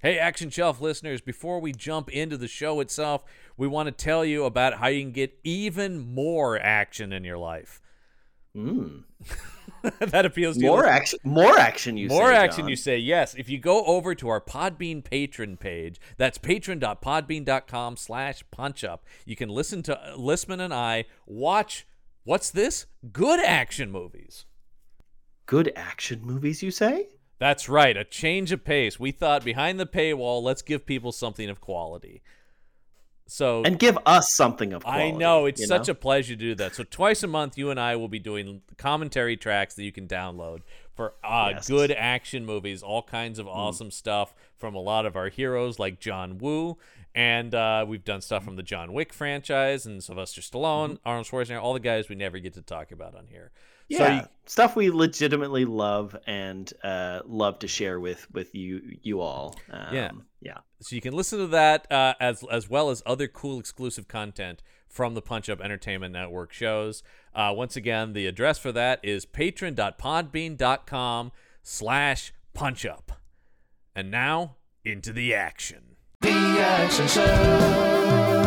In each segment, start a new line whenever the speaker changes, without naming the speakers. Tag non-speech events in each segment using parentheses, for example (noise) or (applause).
Hey, Action Shelf listeners, before we jump into the show itself, we want to tell you about how you can get even more action in your life. (laughs)
Mm.
that appeals to you.
More
listeners?
action. More action. You.
More
say,
action,
John.
you say. Yes. If you go over to our Podbean patron page, that's patron.podbean.com slash punchup, you can listen to uh, Listman and I watch, what's this? Good action movies.
Good action movies. You say.
That's right, a change of pace. We thought behind the paywall, let's give people something of quality. So
And give us something of. Quality,
I know it's
you
such
know?
a pleasure to do that. So twice a month, you and I will be doing commentary tracks that you can download for uh,
Yes. Mm.
good action movies, all kinds of awesome stuff from a lot of our heroes like John Woo, and uh, we've done stuff from the John Wick franchise and Sylvester Stallone,
Mm-hmm.
Arnold Schwarzenegger, all the guys we never get to talk about on here. So
yeah
you-
stuff we legitimately love and uh, love to share with with you you all. Um,
Yeah.
yeah.
so you can listen to that uh, as as well as other cool exclusive content from the Punch Up Entertainment Network shows. Uh, once again, the address for that is patron.podbean.com slash punch up. And now into the action.
The Action Shelf.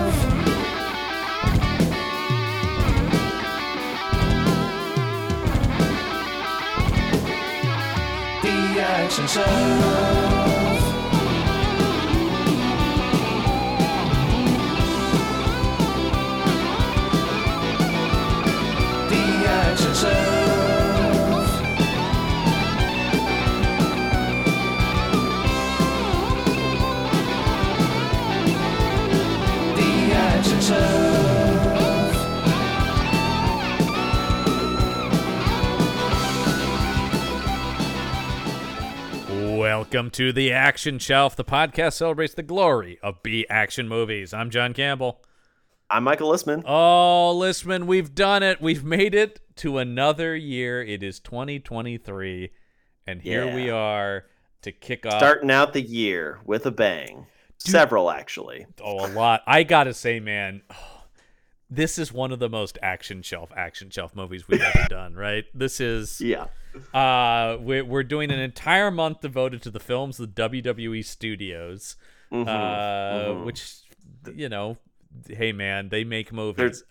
The Action Shelf. The Action Shelf. The Action Shelf.
Welcome to the Action Shelf. The podcast celebrates the glory of B action movies. I'm John Campbell.
I'm Michael Lisman.
Oh, Listman, we've done it. We've made it to another year. It is 2023, and here
Yeah.
we are to kick off.
Starting out the year with a bang.
Dude.
Several actually.
Oh, a lot. I gotta say, man, (sighs) this is one of the most action shelf action shelf movies we've ever
(laughs)
done. Right? This is
Yeah.
uh, we're we're doing an entire month devoted to the films the WWE studios,
Mhm.
uh,
mhm.
which you know, hey man, they make movies.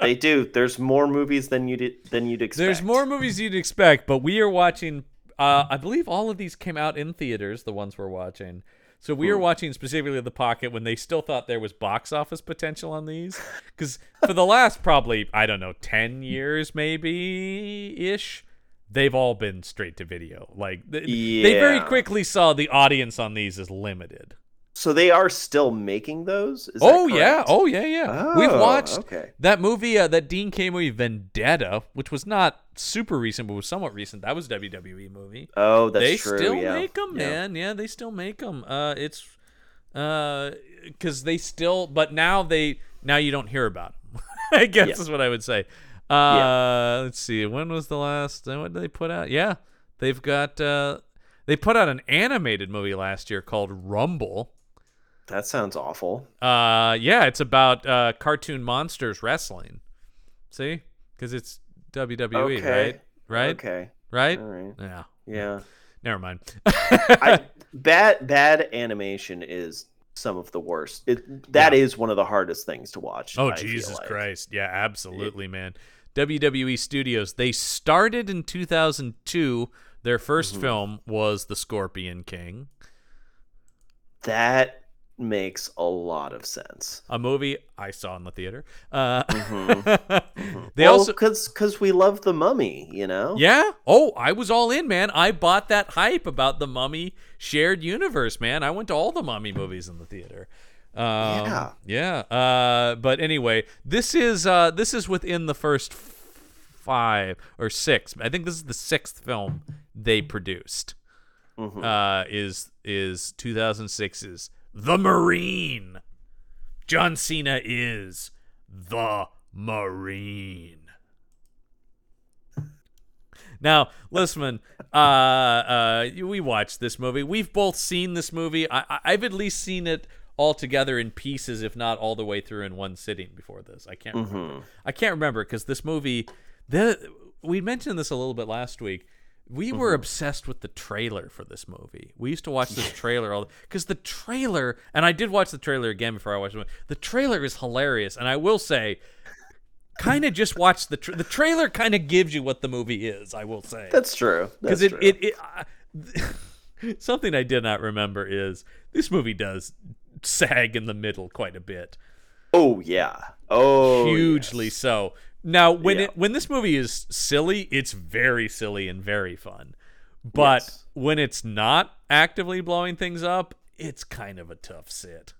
they do. There's more movies than you did than you'd expect.
There's more movies you'd expect, but we are watching. Uh, I believe all of these came out in theaters, the ones we're watching. So we are
Hmm.
watching specifically The Pocket when they still thought there was box office potential on these. Because for the last probably, I don't know, 10 years maybe ish, they've all been straight to video. Like, th- they very
Yeah.
quickly saw the audience on these is limited.
So they are still making those. Is that
Oh, yeah.
correct?
Oh, yeah, yeah. We've
Oh,
watched
Okay.
that movie, uh, that Dean K movie, Vendetta, which was not super recent, but was somewhat recent. That was WWE E movie.
Oh, that's
they
true.
still
yeah.
make 'em, make them,
yeah.
man. Yeah, they still make them. Uh, it's because they still, but now they now you don't hear about them. (laughs) I guess
Yeah.
is what I would say. Uh, let's see. When was the last? uh, What did they put out? Yeah, they've got. Uh, they put out an animated movie last year called Rumble.
That sounds awful.
Uh, yeah, it's about uh, cartoon monsters wrestling. See, because it's WWE,
Okay.
right? Right?
Okay. Uh,
Right?
All right.
Yeah. (laughs)
Yeah.
Never mind.
I, bad bad animation is some of the worst. It, that is one of the hardest things to watch.
Oh
I feel
Jesus
like.
Christ! Yeah, absolutely, man. WWE Studios. They started in 2002. Their 1st
Mm-hmm.
film was The Scorpion King,
That makes a lot of sense.
a movie I saw in the theater. Uh, (laughs)
Mhm.
They
Well,
also,
cause 'cause we love the mummy, you know.
yeah. Oh, I was all in, man. I bought that hype about the Mummy shared universe, man. I went to all the Mummy movies in the theater. Um,
Yeah.
yeah. Uh, but anyway, this is uh, this is within the first five or six. I think this is the sixth film they produced.
Mhm.
Uh, is is 2006's The Marine. John Cena is the Marine. Now, Listman, uh, uh, we watched this movie. We've both seen this movie. I, I- I've at least seen it all together in pieces, if not all the way through in one sitting before this. I can't. Remember. I can't remember because this movie. The, we mentioned this a little bit last week. We
Mm-hmm.
were obsessed with the trailer for this movie. We used to watch this trailer all because the trailer, and I did watch the trailer again before I watched the movie. The trailer is hilarious, and I will say, kind of just watch the tra- the trailer. Kind of gives you what the movie is. I will say
That's true.
because
That's
it,
true.
it it I- (laughs) something I did not remember is this movie does sag in the middle quite a bit,
oh yeah. Oh
hugely
yes.
so. Now when
Yeah.
it when this movie is silly, it's very silly and very fun, but
Yes.
when it's not actively blowing things up, it's kind of a tough sit.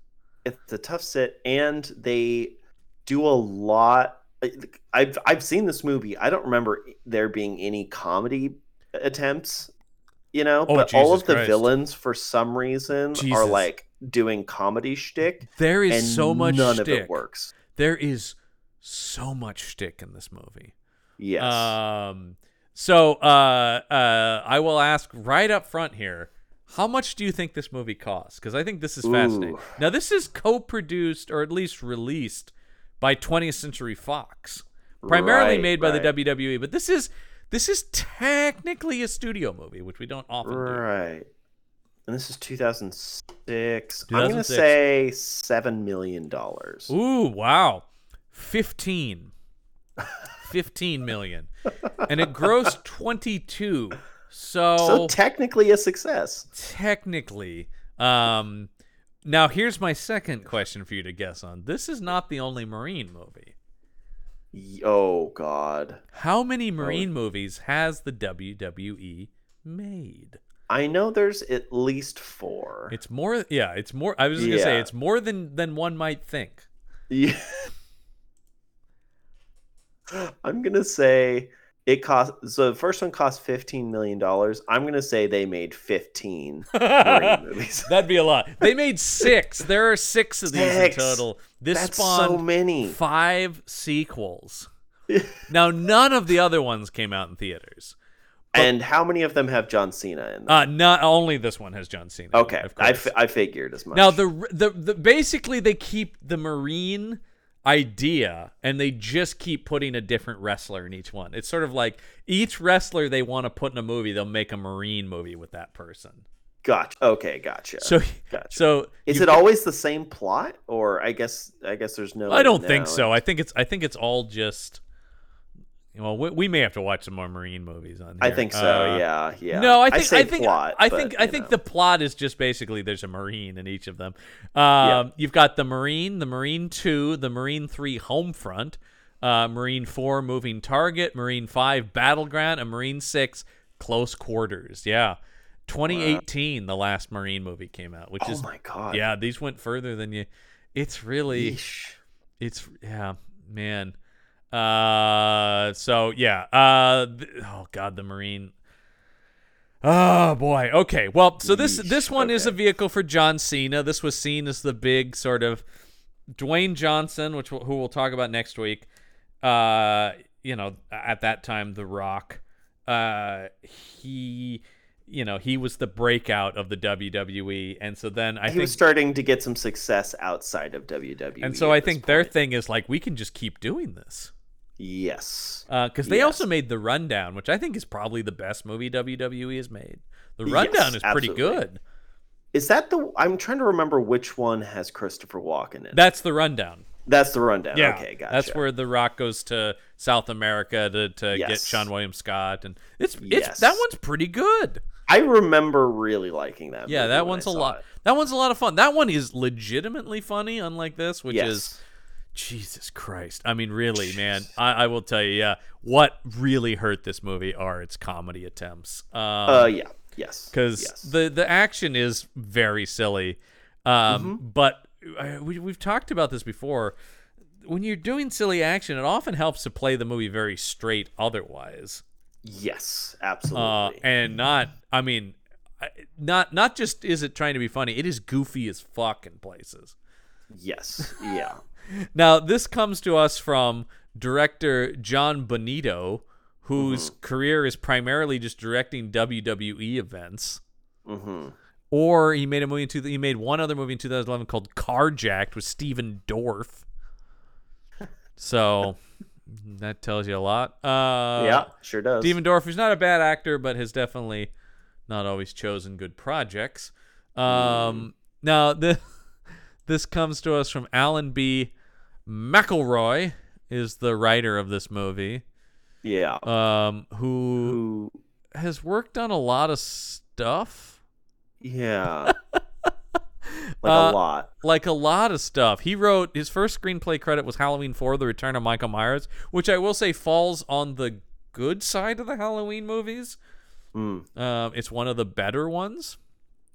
It's a tough sit, and they do a lot. I've I've seen this movie. I don't remember there being any comedy attempts. You know,
Oh,
but all
Jesus
of the
Christ.
villains for some reason are
Jesus.
like doing comedy shtick,
There is
and
so much
none
shtick. Uh,
of it works.
There is so much shtick in this movie.
Yes.
Um, so uh, uh, I will ask right up front here. How much do you think this movie costs? Because I think this is fascinating.
Ooh.
Now, this is co-produced or at least released by 20th Century Fox, primarily
Right,
made by
right.
the WWE. But this is this is technically a studio movie, which we don't often do.
Right. And this is 2006. I'm going to
2006.
say $7 million. dollars.
Ooh, wow. 15. 15 million. and it grossed 22. So,
(laughs) So technically a success.
technically. Um, now, here's my second question for you to guess on. This is not the only Marine movie.
Y- Oh, God.
How
Oh.
many Marine movies has the WWE made?
I know there's at least four.
It's more. Yeah, it's more. I was just gonna say
Yeah.
it's more than than one might think.
(laughs) Yeah. I'm going to say it cost. So the first one cost $15 million. I'm going to say they
(laughs)
made 15 Marine movies.
That'd be a lot. They made six. There are six of these
Six.
in total. (laughs) This
That's
spawned
so many.
five sequels.
(laughs)
now, none of the other ones came out in theaters.
And how many of them have John Cena in them?
Uh, not only this one has John Cena.
Okay,
of
I,
course.
fi- I figured as much.
Now the, the the basically they keep the marine idea and they just keep putting a different wrestler in each one. It's sort of like each wrestler they want to put in a movie, they'll make a marine movie with that person.
Gotcha. Okay, gotcha.
So
Gotcha.
so
is
you
it always the same plot, or I guess I guess there's no. way
I
to
don't think
know.
so. I think it's I think it's all just well, we, we may have to watch some more marine movies on.
I
here.
think so.
Uh,
yeah, yeah.
No, I think I,
say
think
plot.
I
but,
think I
you
think
know.
the plot is just basically there's a marine in each of them. Um,
Yeah.
You've got the marine, the marine two, the marine three homefront, uh, marine four moving target, marine five battleground, and marine six close quarters. Yeah, 2018 the last marine movie came out, which
Oh
is
my god.
yeah these went further than you. It's really
Yeesh.
it's yeah man uh so yeah uh th- oh god the marine oh boy okay well so this
Yeesh,
this one is a
okay.
vehicle for john cena this was seen as the big sort of dwayne johnson which we'll, who we'll talk about next week uh you know at that time the rock uh he you know he was the breakout of the wwe and so then i
he
think
was starting to get some success outside of WWE.
and so i
at this
think their
point.
thing is like we can just keep doing this
yes.
because they
Yes.
also made the rundown, which I think is probably the best movie WWE has made. The
Yes,
rundown is pretty
absolutely.
good.
Is that the? I'm trying to remember which one has Christopher Walken in. it.
That's the rundown.
That's the rundown.
Yeah,
Okay, gotcha.
That's where The Rock goes to South America to, to get
Yes.
Sean William Scott, and it's it's
Yes.
that one's pretty good.
I remember really liking that.
Yeah,
movie
that
when
one's
I
a
saw
lot.
it.
That one's a lot of fun. That one is legitimately funny, unlike this, which
yes.
is Jesus Christ. I mean, really, man. I, I will tell you, yeah. What really hurt this movie are its comedy attempts. Um,
uh, yeah. Yes.
because
yes.
the the action is very silly.
Mm-hmm.
Um, But I, we, we've talked about this before. When you're doing silly action, it often helps to play the movie very straight otherwise,
Yes,
uh,
absolutely.
and not. I mean, I- not not just is it trying to be funny. It is goofy as fuck in places.
yes, yeah.
Now, this comes to us from director John Bonito, whose career is primarily just directing WWE events.
hmm
Or he made a movie in two, he made one other movie in 2011 called Carjacked with Steven Dorff. So, That tells you a lot. (laughs) Uh,
yeah, sure does.
Steven Dorff, who's not a bad actor, but has definitely not always chosen good projects. Um, Now, the, (laughs) this comes to us from Alan B. McElroy, is the writer of this movie,
yeah.
um, who
Who?
has worked on a lot of stuff. (laughs)
Yeah. like
Uh,
a lot.
Like a lot of stuff. He wrote his first screenplay credit was Halloween 4 The Return of Michael Myers, which I will say falls on the good side of the Halloween movies.
Mm,
Um, it's one of the better ones.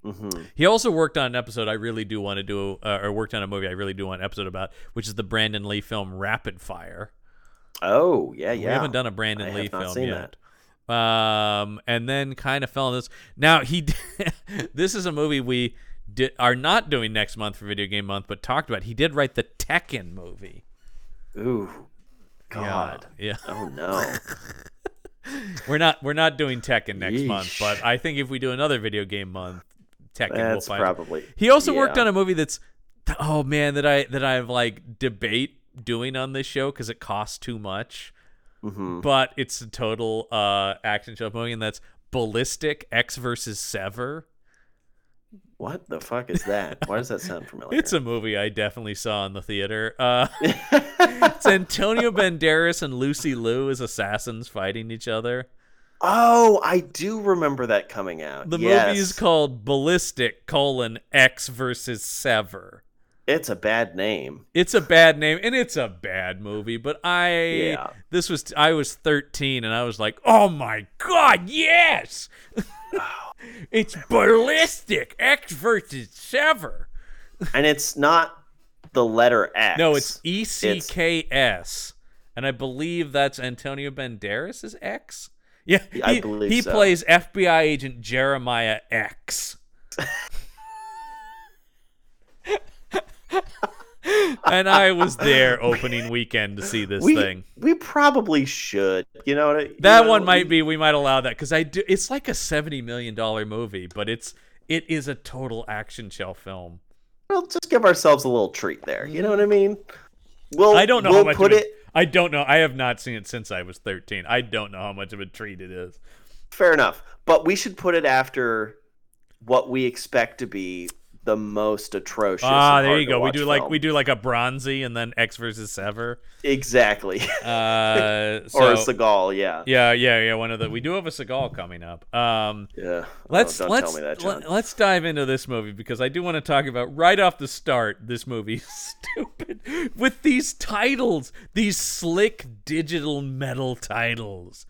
hmm
He also worked on an episode I really do want to do, uh, or worked on a movie I really do want an episode about, which is the Brandon Lee film Rapid Fire.
Oh yeah, yeah.
We haven't done a Brandon
I
Lee
have not
film
seen
yet. Um, and then kind of fell in this. Now he, d- (laughs) this is a movie we di- are not doing next month for Video Game Month, but talked about. He did write the Tekken movie.
Ooh.
Yeah.
God.
yeah.
Oh
(laughs)
no.
We're not we're not doing Tekken next month,
Yeesh.
but I think if we do another video game month, Tekken will
That's
find.
probably.
He also worked
yeah.
on a movie that's oh man that I that I've like debate doing on this show because it costs too much,
Mhm.
but it's a total uh action show movie, and that's Ballistic X versus Sever.
What the fuck is that? Why does that sound
(laughs)
familiar?
It's a movie I definitely saw in the theater.
(laughs)
Uh, it's Antonio Banderas and Lucy Liu as assassins fighting each other.
oh, I do remember that coming out.
The
yes.
movie is called Ballistic colon X versus Sever.
It's a bad name.
It's a bad name and it's a bad movie, but I
Yeah.
this was I was 13 and I was like, "Oh my god, yes!" (laughs) it's Ballistic X versus Sever.
And it's not the letter X.
No, it's E C K S. And I believe that's Antonio Banderas' X. Yeah,
I
he,
believe
he
so.
plays FBI agent Jeremiah X. and I was there opening weekend to see this
we,
thing.
We probably should. You know what I, you
That
know,
one might
we-
be we might allow that because I do. It's like a seventy million dollar movie, but it's it is a total action shell film.
We'll just give ourselves a little treat there. You know what I mean? We'll.
I don't know
We'll
how much
put
of
it.
it. I don't know. I have not seen it since I was 13. I don't know how much of a treat it is.
Fair enough. But we should put it after what we expect to be the most atrocious.
Ah,
and
there you go. We
hard-to-watch
do like
film.
we do like a bronzy and then X versus
(laughs)
Sever.
exactly, (laughs)
Uh,
or
so,
a Seagal. Yeah,
yeah, yeah, yeah. One of the we do have a Seagal coming up. Um,
yeah.
let's
oh, don't
let's
tell me that, John.
let, let's dive into this movie because I do want to talk about right off the start. This movie is (laughs) stupid with these titles, these slick digital metal titles.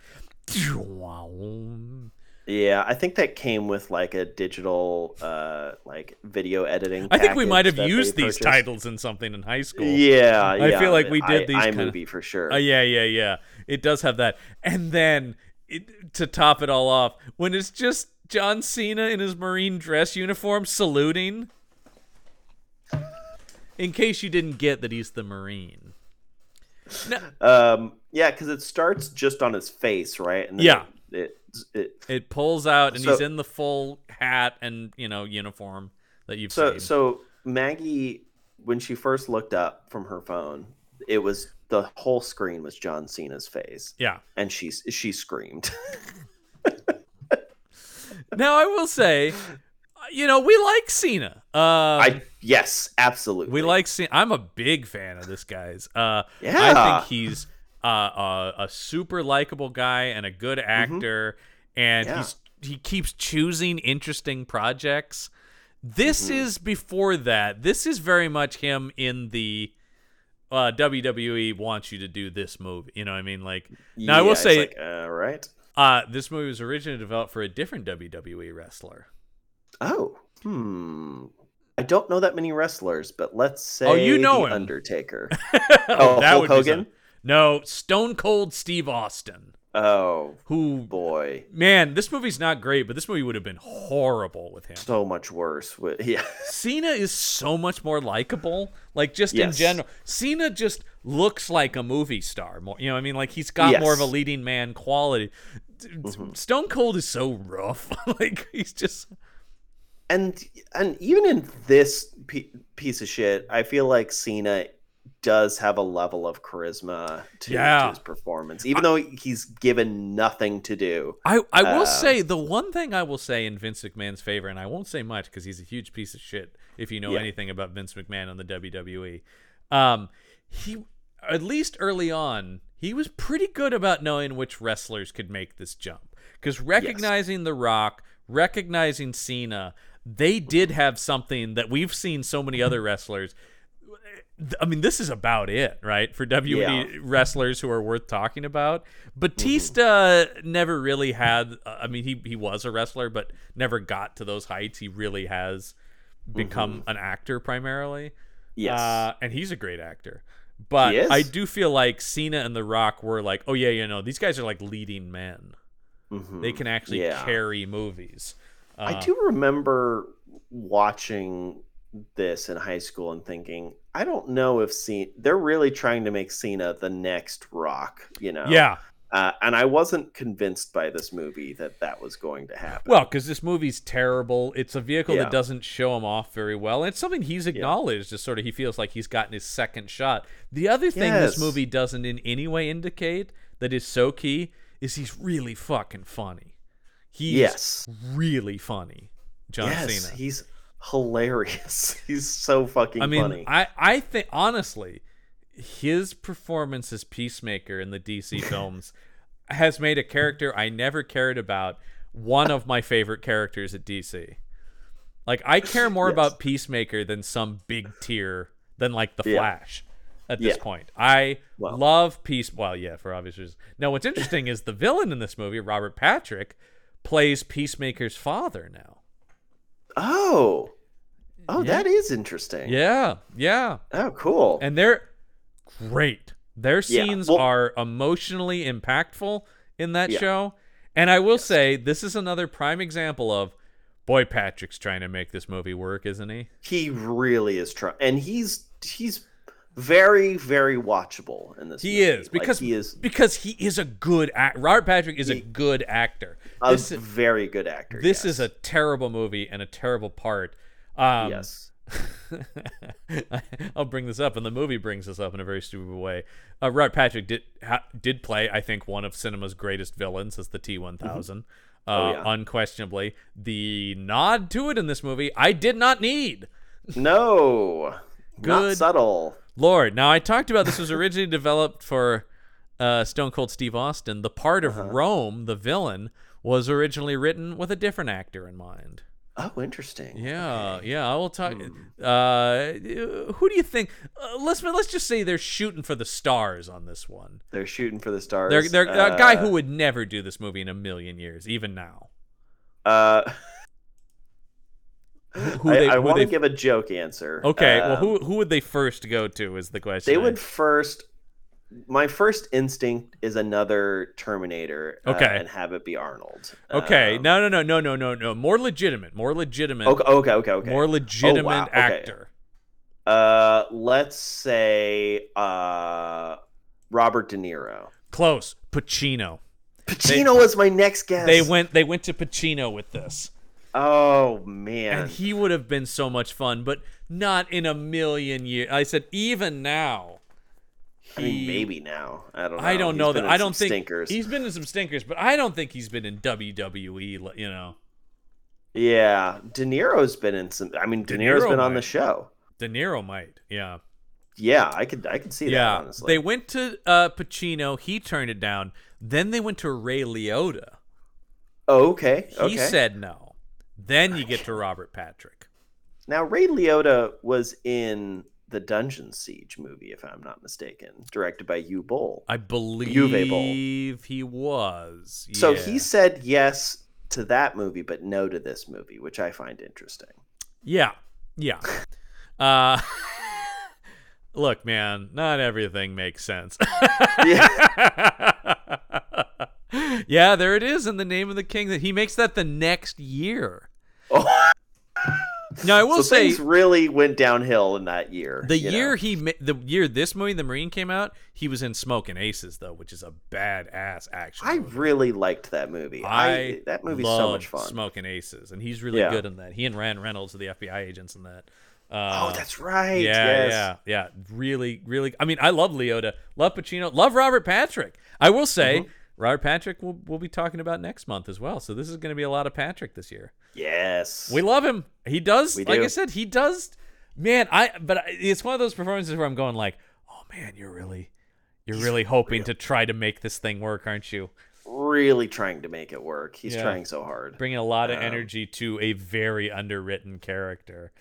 yeah, I think that came with like a digital, uh, like video editing.
I think we
package
might have
that they
used these
purchased.
titles in something in high school.
Yeah,
I
yeah,
feel like we did
I-
these kinda-
iMovie for sure.
Uh, yeah, yeah, yeah. It does have that. And then it, to top it all off, when it's just John Cena in his Marine dress uniform saluting. In case you didn't get that he's the Marine.
Um, yeah, because it starts just on his face, right? And then
Yeah.
It, it, it
It pulls out and he's
So-
in the full hat and, you know, uniform that you've
So
seen.
so Maggie, when she first looked up from her phone, it was the whole screen was John Cena's face,
yeah.
and she she screamed. (laughs)
Now I will say, you know, we like Cena. Uh,
I yes, absolutely.
We like seeing. I'm a big fan of this guy's. Uh, I
Yeah.
think he's uh, a, a super likable guy and a good actor, and
Mm-hmm. Yeah.
he's he keeps choosing interesting projects. This
Mm-hmm.
is before that. This is very much him in the uh, WWE wants you to do this movie. You know, what I mean, like now I
Yeah,
will
it's
say,
like, uh, right?
uh, this movie was originally developed for a different WWE wrestler.
Oh, hmm. I don't know that many wrestlers, but let's say
Oh, you know
the
him. (laughs)
Undertaker.
oh,
Hulk Hogan?
something. No, Stone Cold Steve Austin,
oh
who
boy,
Man, this movie's not great, but this movie would have been horrible with him.
so much worse. With, (laughs) yeah,
Cena is so much more likable. Like just in
Yes.
general, Cena just looks like a movie star. More, you know, what I mean, like he's got more of a
Yes. Mm-hmm.
leading man quality. D- d- Stone Cold is so rough. (laughs) like he's just
and and even in this p- piece of shit, I feel like Cena does have a level of charisma to, to
Yeah.
his performance, even though he's given nothing to do.
I, I will
Uh,
say the one thing I will say in Vince McMahon's favor, and I won't say much because he's a huge piece of shit. If you know
Yeah.
anything about Vince McMahon on the WWE, um, he at least early on he was pretty good about knowing which wrestlers could make this jump because recognizing The Rock, recognizing Cena, they did have something that we've seen so many other wrestlers. th- I mean, this is about it, right? For WWE
Yeah.
wrestlers who are worth talking about. Batista never really had. uh, I mean, he he was a wrestler, but never got to those heights. He really has become an actor primarily.
Yes.
Uh, and he's a great actor. But
He is?
I do feel like Cena and The Rock were like, oh yeah, you know, these guys are like leading men.
Mhm.
They can actually
Yeah.
carry movies. Uh,
I do remember watching this in high school and thinking, I don't know if Cena, they're really trying to make Cena the next rock, you know?
Yeah.
Uh, and I wasn't convinced by this movie that that was going to happen.
Well, because this movie's terrible. It's a vehicle
Yeah.
that doesn't show him off very well. And it's something he's acknowledged as sort of he feels like he's gotten his second shot. The other thing
Yes.
this movie doesn't in any way indicate that is so key is he's really fucking funny. He's
yes.
really funny, John
Yes.
Cena.
He's hilarious. (laughs) he's so fucking
I mean,
funny.
I I think honestly, his performance as Peacemaker in the
(laughs)
DC films has made a character I never cared about one of my favorite characters at DC. Like I care more
Yes.
about Peacemaker than some big tier than like the
Yeah.
Flash. At this
Yeah.
point, I
Well.
love Peace. Well, yeah, for obvious reasons. Now, what's interesting is the villain in this movie, Robert Patrick, plays Peacemaker's father now.
oh. Oh,
Yeah.
that is interesting.
Yeah, yeah.
Oh, cool.
and they're great. Their
Yeah,
scenes
well-
are emotionally impactful in that
Yeah.
show. And I will say, this is another prime example of boy Patrick's trying to make this movie work, isn't he?
he really is trying, and he's he's very very watchable in this.
He
movie.
is
Like,
because
he is
because he is a good act. Robert Patrick is a
He-
good actor.
a
This is,
very good actor.
this
yes.
is a terrible movie and a terrible part. Um,
yes.
(laughs) I'll bring this up, and the movie brings this up in a very stupid way. Uh, Robert Patrick did ha- did play, I think, one of cinema's greatest villains as the T one thousand, Uh,
yeah.
unquestionably. The nod to it in this movie, I did not need.
No,
(laughs)
not
Good.
subtle.
Lord, now I talked about this was originally developed for uh, Stone Cold Steve Austin. The part of Rome, the villain, was originally written with a different actor in mind.
Oh, interesting.
Yeah, yeah, I will talk.
Hmm.
Uh, who do you think? Uh, let's let's just say they're shooting for the stars on this one.
They're shooting for the stars.
They're they're
Uh,
a guy who would never do this movie in a million years, even now.
Uh,
Who
I,
they, who
want
they,
to give a joke answer.
Okay, well,
Um,
who who would they first go to is the question.
they
I-
would first? My first instinct is another Terminator. uh,
Okay.
and have it be Arnold.
Okay,
Um,
no, no, no, no, no, no, no. More legitimate, more legitimate,
Okay. Okay. Okay. Okay. Oh,
more legitimate
wow, okay.
actor.
Uh, let's say uh, Robert De Niro.
Close, Pacino.
Pacino was my next guess.
They went they went to Pacino with this.
Oh man.
and he would have been so much fun, but not in a million years. I said even now.
I mean, maybe now. I don't. know.
I don't
He's
know
been
that.
in
I
some
don't think
stinkers.
he's been in some stinkers, but I don't think he's been in WWE. li- You know,
Yeah, De Niro's been in some. I mean, De,
De
Niro's
Niro
been on the
might.
show.
De Niro might. Yeah,
Yeah, I could. I could see
yeah.
that. Honestly,
They went to uh, Pacino. He turned it down. Then they went to Ray Liotta.
Oh, okay.
He
Okay.
said no. Then you get to Robert Patrick.
now Ray Liotta was in the Dungeon Siege movie, if I'm not mistaken, directed by Yu Bol.
I believe he was.
So
yeah.
he said yes to that movie, but no to this movie, which I
(laughs)
find interesting.
Yeah. Yeah. Uh (laughs) Look, man, not everything makes sense. (laughs) yeah, there it is in the name of the king that he makes that the next
(laughs)
year.
Oh.
Now I will
so
say
things really went downhill in that year.
the
you know?
year he ma- the year this movie The Marine came out, he was in Smoking Aces though, which is a badass action.
I
movie.
really liked that movie. I, that movie's so much fun.
Smoking Aces, and he's really
Yeah.
good in that. He and Ryan Reynolds are the FBI agents in that. Uh,
oh, that's right.
yeah,
yes.
yeah, yeah. Really, really. I mean, I love Leota, love Pacino, love Robert Patrick. I will say,
Mm-hmm.
Robert Patrick, we'll, we'll be talking about next month as well. So this is going to be a lot of Patrick this year.
Yes.
We love him. He does.
We
like I
do.
said, he does. Man, I. But I- it's one of those performances where I'm going like, oh man, you're really, you're really hoping to try to make this thing work, aren't you?
really trying to make it work. He's
Yeah.
trying so hard.
Bringing a lot of
Um,
energy to a very underwritten character.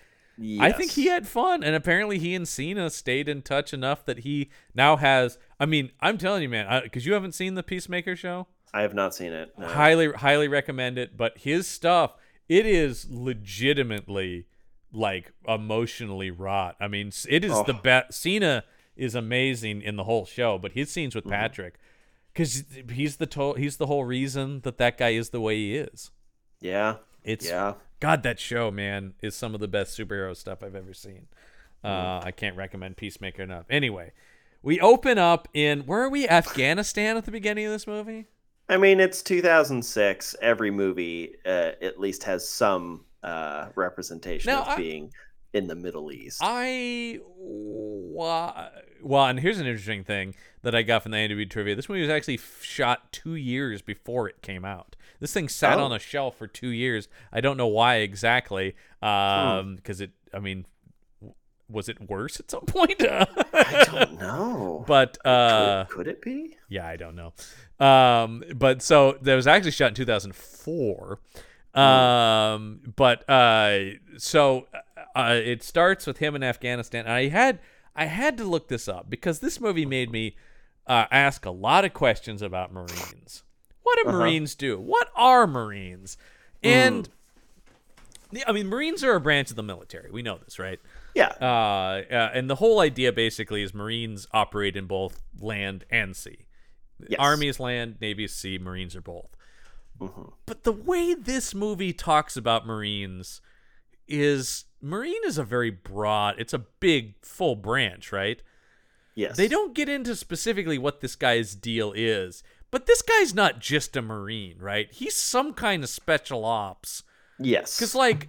I think
Yes.
he had fun, and apparently he and Cena stayed in touch enough that he now has. I mean, I'm telling you, man, because you haven't seen the Peacemaker show,
I have not seen it. no.
highly, highly recommend it. But his stuff, it is legitimately like emotionally wrought. I mean, s- it is the
Oh.
best. Cena is amazing in the whole show, but his scenes with
Mm-hmm.
Patrick, because he's the to- he's the whole reason that that guy is the way he is.
Yeah.
It's
Yeah.
God, that show, man, is some of the best superhero stuff I've ever seen. Uh,
Mm.
I can't recommend Peacemaker enough. Anyway, we open up in where are we? Afghanistan at the beginning of this movie.
I mean, it's 2006. Every movie uh, at least has some uh, representation
Now,
of
I-
being in the Middle East.
I wa- well, and here's an interesting thing that I got from the IMDb trivia. This movie was actually f- shot two years before it came out. This thing sat
Oh.
on a shelf for two years. I don't know why exactly, because
Hmm.
it. I mean, w- was it worse at some point? (laughs)
I don't know.
but uh,
could, could it be?
Yeah, I don't know. Um, but so that was actually shot in 2004. Um, but uh, so uh, it starts with him in Afghanistan. And I had I had to look this up because this movie made me uh, ask a lot of questions about Marines. What do Marines do? What are Marines? And the I mean, Marines are a branch of the military. We know this, right?
Yeah.
uh, uh, and the whole idea basically is Marines operate in both land and sea.
Yes.
Army is land, Navy is sea, Marines are both.
Mm-hmm.
But the way this movie talks about Marines is Marine is a very broad, it's a big, full branch, right?
yes.
They don't get into specifically what this guy's deal is, but this guy's not just a Marine, right? He's some kind of special ops.
Yes.
Because like,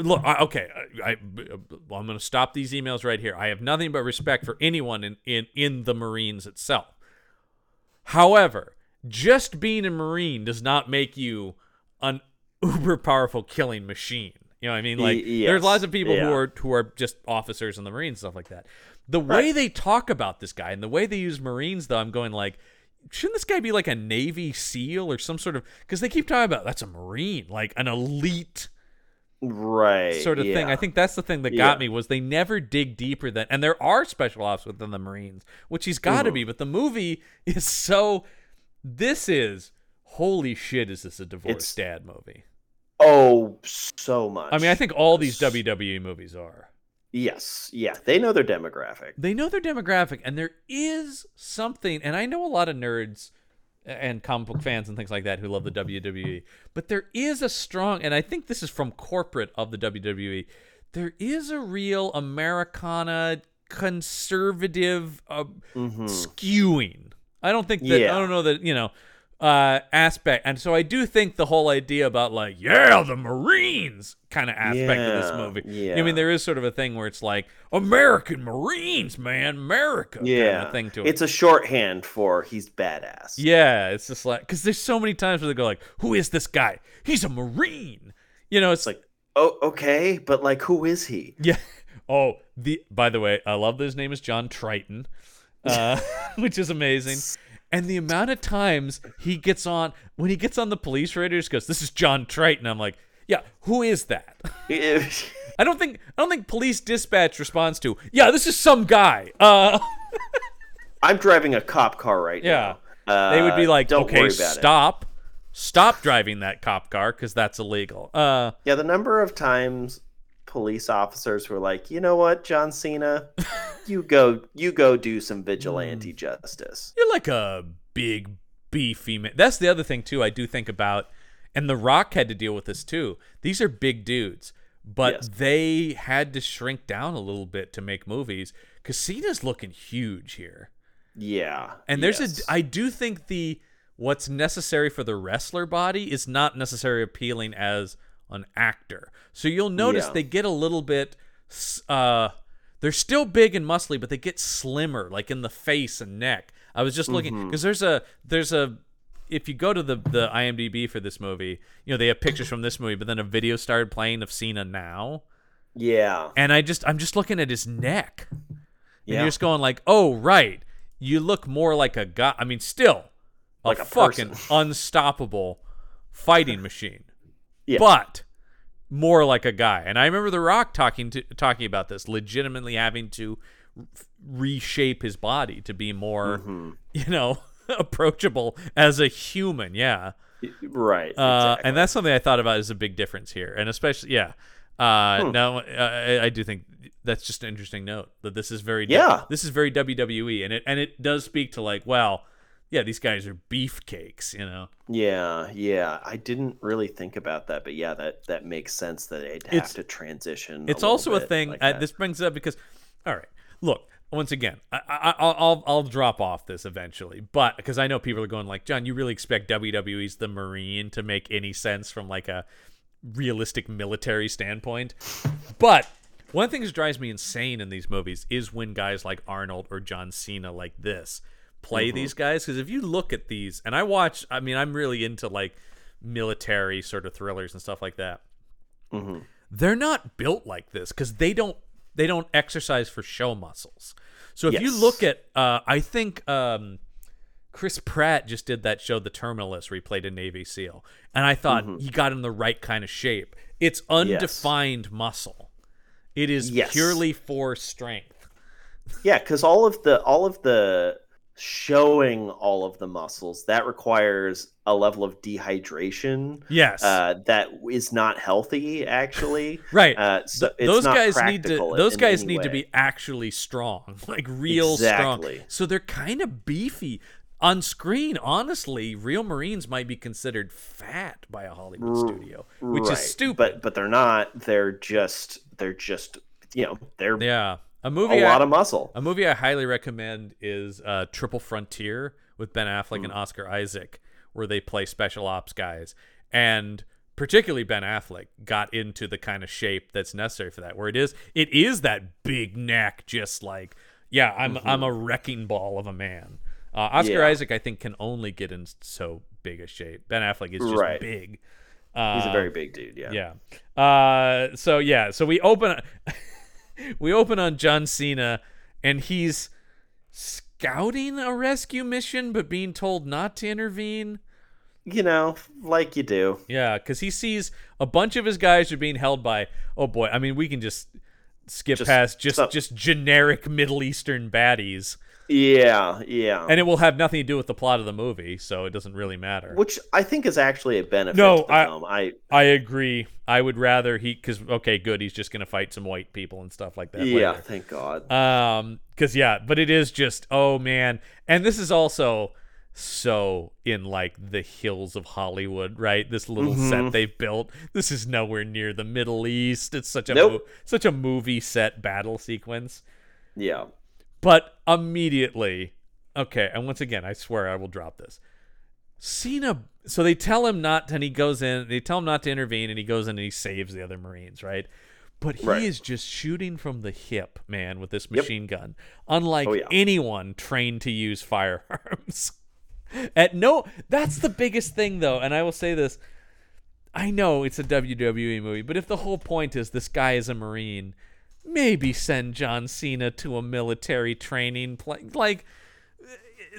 look, I, okay, I, I am gonna stop these emails right here. I have nothing but respect for anyone in in in the Marines itself. However, just being a Marine does not make you an (laughs) uber powerful killing machine. You know what I mean?
Y-
Like there's
yes,
lots of people who
yeah.
are who are just officers in the Marines and stuff like that. The way they talk about this guy and the way they use Marines though, I'm going like shouldn't this guy be like a Navy SEAL or some sort of because they keep talking about that's a Marine, like an elite
right.
sort of thing.
yeah.
I think that's the thing that got me
Yeah.
was they never dig deeper than and there are special ops within the Marines, which he's gotta
Mm-hmm.
be, but the movie (laughs) is so this is holy shit is this a divorced
It's-
dad movie.
Oh, so much.
I mean I think all these WWE movies are.
Yes. Yeah. They know their demographic.
They know their demographic, and there is something. And I know a lot of nerds and comic book fans and things like that who love the WWE, but there is a strong, and I think this is from corporate of the WWE. There is a real Americana conservative uh, skewing. I don't think that
Mm-hmm. Yeah.
I don't know that you know uh aspect and so i do think the whole idea about like yeah the marines kind of aspect of this
Yeah,
movie i
yeah.
mean there is sort of a thing where it's like American Marines, man, America,
Yeah.
kind of thing to it.
It's a shorthand for he's badass.
yeah, it's just like because there's so many times where they go like, "Who is this guy? He's a Marine," you know. It's,
It's like, oh, okay, but like, who is he?
(laughs)
(laughs)
yeah. Oh, the by the way, I love that his name is John Triton, uh, (laughs) which is amazing. And the amount of times he gets on when he gets on the police raiders goes, "This is John Triton." I'm like, "Yeah, who is that?" (laughs) I don't think I don't think police dispatch responds to, "Yeah, this is some guy." Uh,
I'm driving a cop car right
Yeah.
now. Uh,
they would be like,
don't
okay,
worry about it."
stop, stop driving that cop car because that's illegal. Uh,
Yeah, the number of times police officers were like, you know what, John Cena,
(laughs)
you go, you go do some
Mm.
vigilante justice.
you're like a big beefy man. That's the other thing too. I do think about, and The Rock had to deal with this too. These are big dudes, but
Yes.
they had to shrink down a little bit to make movies. Casino's looking huge here.
Yeah,
And there's
yes.
a I do think the what's necessary for the wrestler body is not necessarily appealing as an actor. So you'll notice
Yeah.
they get a little bit. s- Uh, they're still big and muscly, but they get slimmer, like in the face and neck. I was just looking
Mm-hmm.
because there's a there's a if you go to the the IMDb for this movie, you know they have pictures from this movie, but then a video started playing of Cena now,
Yeah.
and I just I'm just looking at his neck. And
Yeah.
you're just going like, oh right, you look more like a guy. I mean, still a
Like a
fucking
person. (laughs)
unstoppable fighting machine,
Yeah.
but more like a guy. And I remember The Rock talking to talking about this, legitimately having to f- reshape his body to be more,
Mm-hmm.
you know, (laughs) approachable as a human. Yeah. Uh,
Right. exactly.
and that's something I thought about as a big difference here, and especially yeah. Uh,
Hmm.
No, uh, I, I do think that's just an interesting note that this is very
Yeah.
this is very WWE, and it and it does speak to like wow, yeah, these guys are beefcakes, you know.
Yeah, yeah. I didn't really think about that, but yeah, that that makes sense that they'd have
It's-
to transition.
It's
little
also a
bit
thing.
like
uh,
that.
this brings up because, all right, look. Once again, I, I, I'll I'll- I'll drop off this eventually, but because I know people are going like, John, you really expect WWE's The Marine to make any sense from like a realistic military standpoint? But one of the things that drives me insane in these movies is when guys like Arnold or John Cena like this play
Mm-hmm.
these guys because if you look at these, and I watch, I mean, I'm really into like military sort of thrillers and stuff like that they're not built like this because they don't they don't exercise for show muscles. So if you
Yes.
look at, uh, I think um, Chris Pratt just did that show, The Terminalist, where he played a Navy SEAL, and I thought
Mm-hmm.
he got in the right kind of shape. It's undefined muscle. It is
Yes.
purely for strength.
yeah, because all of the all of the showing all of the muscles that requires a level of dehydration
Yes.
uh, that is not healthy, actually.
Right.
Uh, so
Th-
it's
those
not
guys need to
practical
those
in
guys
any
need to
way.
be actually strong, (laughs) like real
Exactly.
strong. So they're kind of beefy on screen. Honestly, real Marines might be considered fat by a Hollywood studio, which
Right,
is stupid.
But but they're not. They're just they're just you know they're
yeah, a
a
movie I-
lot of muscle.
A movie I highly recommend is uh, Triple Frontier with Ben Affleck
Hmm.
and Oscar Isaac, where they play special ops guys. And particularly Ben Affleck got into the kind of shape that's necessary for that, where it is it is that big neck, just like yeah, I'm I'm a wrecking ball of a man. Uh, Oscar
Mm-hmm. Yeah.
Isaac, I think, can only get in so big a shape. Ben Affleck is just
Right.
big.
He's a
Uh,
very big dude. Yeah.
yeah. Uh, so yeah, so we open (laughs) we open on John Cena and he's scouting a rescue mission but being told not to intervene.
You know, like you do.
Yeah, cuz he sees a bunch of his guys are being held by oh boy, I mean we can just skip
Just
past just
some-
just generic Middle Eastern baddies
Yeah, yeah.
and it will have nothing to do with the plot of the movie, so it doesn't really matter.
Which I think is actually a benefit
No,
to the
I-
film. I
I agree. I would rather he cuz okay, good, he's just going to fight some white people and stuff like that
yeah,
later.
thank God.
Um, because yeah, but it is just oh man, and this is also so in like the hills of Hollywood, right? This little set they've built. This is nowhere near the Middle East. It's such a mo-
Nope.
such a movie set battle sequence.
yeah.
But immediately, okay, and once again, I swear I will drop this. Cena, so they tell him not, to- and he goes in, they tell him not to intervene, and he goes in and he saves the other Marines, right? But he
Right.
is just shooting from the hip, man, with this machine gun, unlike
Oh, yeah.
anyone trained to use firearms. (laughs) At no, that's the biggest thing, though, and I will say this. I know it's a WWE movie, but if the whole point is this guy is a Marine, maybe send John Cena to a military training pla- like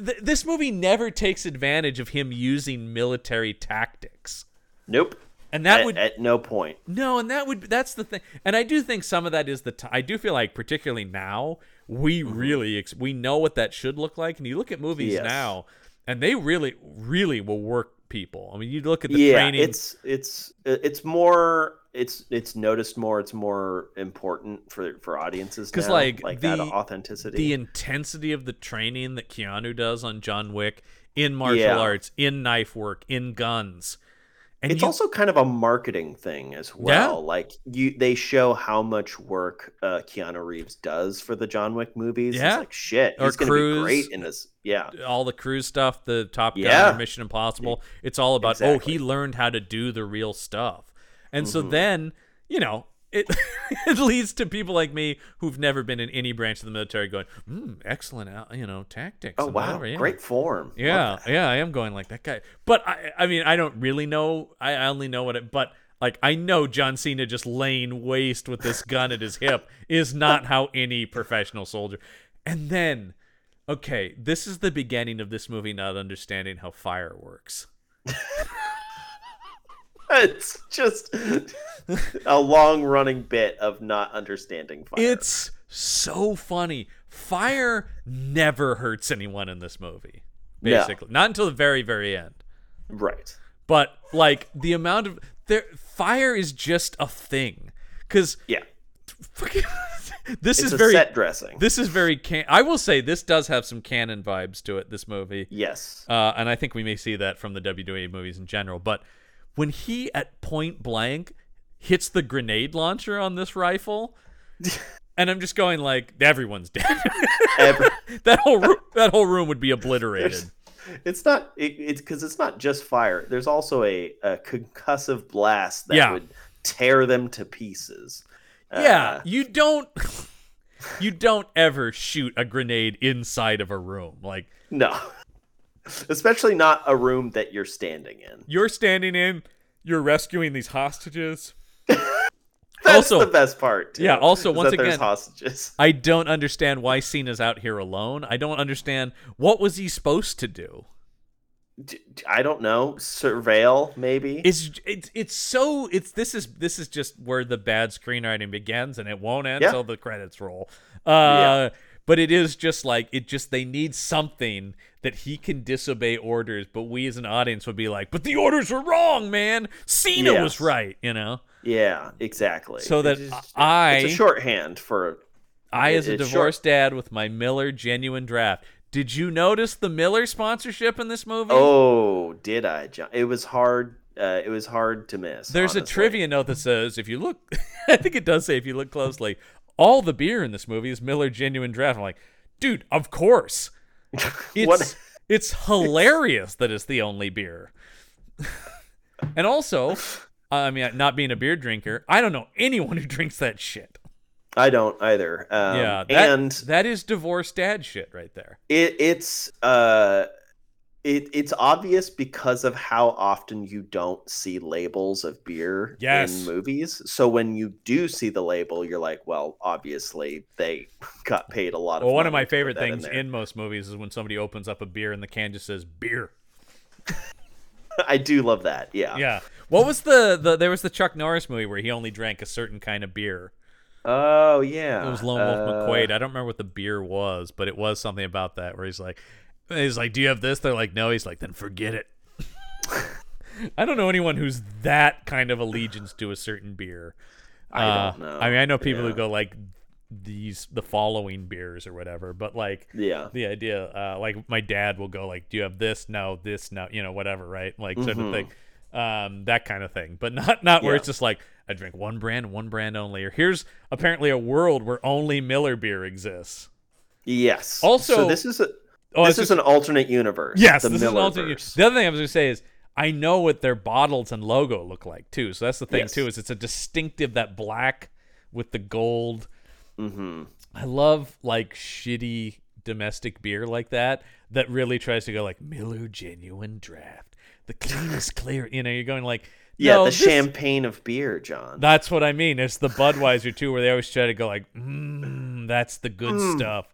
th- this movie never takes advantage of him using military tactics.
Nope.
And that
at,
would
at no point.
no, and that would that's the thing. And I do think some of that is the t- I do feel like particularly now we really ex- we know what that should look like and you look at movies
Mm-hmm. Yes.
now and they really really will work people. I mean, you look at the
yeah,
training
it's it's uh, it's more it's it's noticed more. It's more important for for audiences
'Cause,
now,
like,
that
the-
authenticity.
the intensity of the training that Keanu does on John Wick in martial
Yeah.
arts, in knife work, in guns. And
it's
you-
also kind of a marketing thing as well. Like you, they show how much work uh, Keanu Reeves does for the John Wick movies.
Yeah.
It's like shit.
Or
he's going to
Cruise.
be great in this. Yeah,
all the cruise stuff, the Top Gun,
Yeah. E-
the Mission Impossible. It's all about oh,
Exactly. Mm-hmm.
he learned how to do the real stuff, And so then, you know, it (laughs) it leads to people like me who've never been in any branch of the military going, mm, excellent, uh, you know, tactics.
Oh
and
wow,
whatever, yeah."
great form.
Yeah, yeah, I am going like that guy. But I, I mean, I don't really know. I I only know what it. But like, I know John Cena just laying waste with this gun at his hip is not how any professional soldier. And then, okay, this is the beginning of this movie not understanding how fire works.
(laughs) It's
(laughs)
just a long running bit of not understanding fire.
It's so funny. Fire never hurts anyone in this movie.
No.
Basically, not until the very, very end.
right.
But like the amount of there, fire is just a thing. Because
Yeah.
fucking (laughs) this
It's
is
a
very
set dressing.
this is very can I will say this does have some canon vibes to it this movie.
yes.
Uh, and I think we may see that from the WWE movies in general, but when he at point blank hits the grenade launcher on this
(laughs)
rifle and I'm just going like everyone's dead. (laughs)
Every- (laughs)
that whole room, that whole room would be obliterated.
it's not it, it's because it's not just fire. There's also a, a concussive blast that
Yeah.
would tear them to pieces.
yeah,
Uh,
you don't (laughs) you don't ever shoot a grenade inside of a room. Like
no. (laughs) Especially not a room that you're standing in.
you're standing in, you're rescuing these hostages.
(laughs) That's
Also-
the best part. Too,
Yeah, also,
is
once
that there's
again-
hostages. (laughs)
I don't understand why Cena's out here alone. I don't understand what was he supposed to do.
D- d- I don't know. Surveil, maybe.
It's it's it's so it's this is this is just where the bad screenwriting begins and it won't end
Yeah.
until the credits roll. Uh but it is just like it just they need something that he can disobey orders, but we as an audience would be like, But the orders were wrong, man. Cena was
Yes.
right, you know?
yeah, exactly.
So that
It's just-
I
it's a shorthand for
I, as a
It's short.
divorced dad with my Miller genuine draft. Did you notice the Miller sponsorship in this movie?
oh, did I? John? It was hard. Uh, it was hard to miss.
There's a
honestly.
trivia note that says if you look, (laughs) I think it does say if you look closely, all the beer in this movie is Miller genuine draft. I'm like, dude, of
(laughs)
course. It's
What-
it's hilarious that it's the only beer. (laughs) and also, I mean, not being a beer drinker, I don't know anyone who drinks that shit.
I don't either. Um,
yeah, that,
and
that is divorced dad shit right there.
it, it's uh, it it's obvious because of how often you don't see labels of beer
Yes.
in movies. So when you do see the label, you're like, well, obviously they (laughs) got paid a lot.
Well,
of
one of
money
my
to put
favorite
that
things
in,
in,
there.
most movies is when somebody opens up a beer and the can just says beer.
(laughs) I do love that. Yeah.
Yeah. What was the, the there was the Chuck Norris movie where he only drank a certain kind of beer.
Oh yeah.
It was Lone Wolf
Uh,
McQuaid. I don't remember what the beer was, but it was something about that where he's like he's like, Do you have this? They're like, No, he's like, then forget it. (laughs) I don't know anyone who's that kind of allegiance to a certain beer.
I don't
Uh,
know.
I mean I know people
Yeah.
who go like these the following beers or whatever, but like
Yeah.
the idea uh, like my dad will go like do you have this no this no you know whatever right like sort of thing um, that kind of thing but not not where
Mm-hmm. Yeah.
it's just like i drink one brand one brand only or here's apparently a world where only miller beer exists
Yes.
Also-
so this is a
oh
this
it's
is
just-
an alternate universe.
yes
the
this is an
Miller
alternate
verse.
the other thing i was going to say is i know what their bottles and logo look like too so that's the thing
Yes.
too is it's a distinctive that black with the gold
Mhm.
I love like shitty domestic beer like that that really tries to go like Miller Genuine Draft, the cleanest clear. You know, you're going like
Yeah,
no,
the
this-
champagne of beer, John.
That's what I mean. It's the Budweiser too, where they always try to go like, mm, that's the good stuff,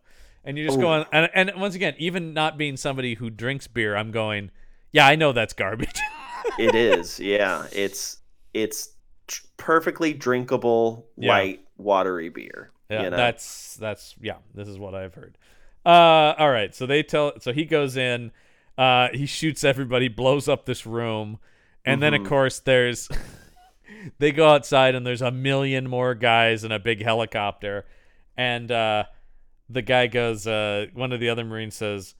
and you're just
Ooh.
going. And, and once again, even not being somebody who drinks beer, I'm going, yeah, I know that's garbage. (laughs)
it is. Yeah, it's it's tr- perfectly drinkable,
Yeah.
light, watery beer.
Yeah,
you know?
that's that's yeah. This is what I've heard. Uh, all right. So they tell. So he goes in. Uh, he shoots everybody, blows up this room, and then
Mm-hmm.
of course there's. (laughs) they go outside and there's a million more guys in a big helicopter, and uh, the guy goes. Uh, one of the other marines says,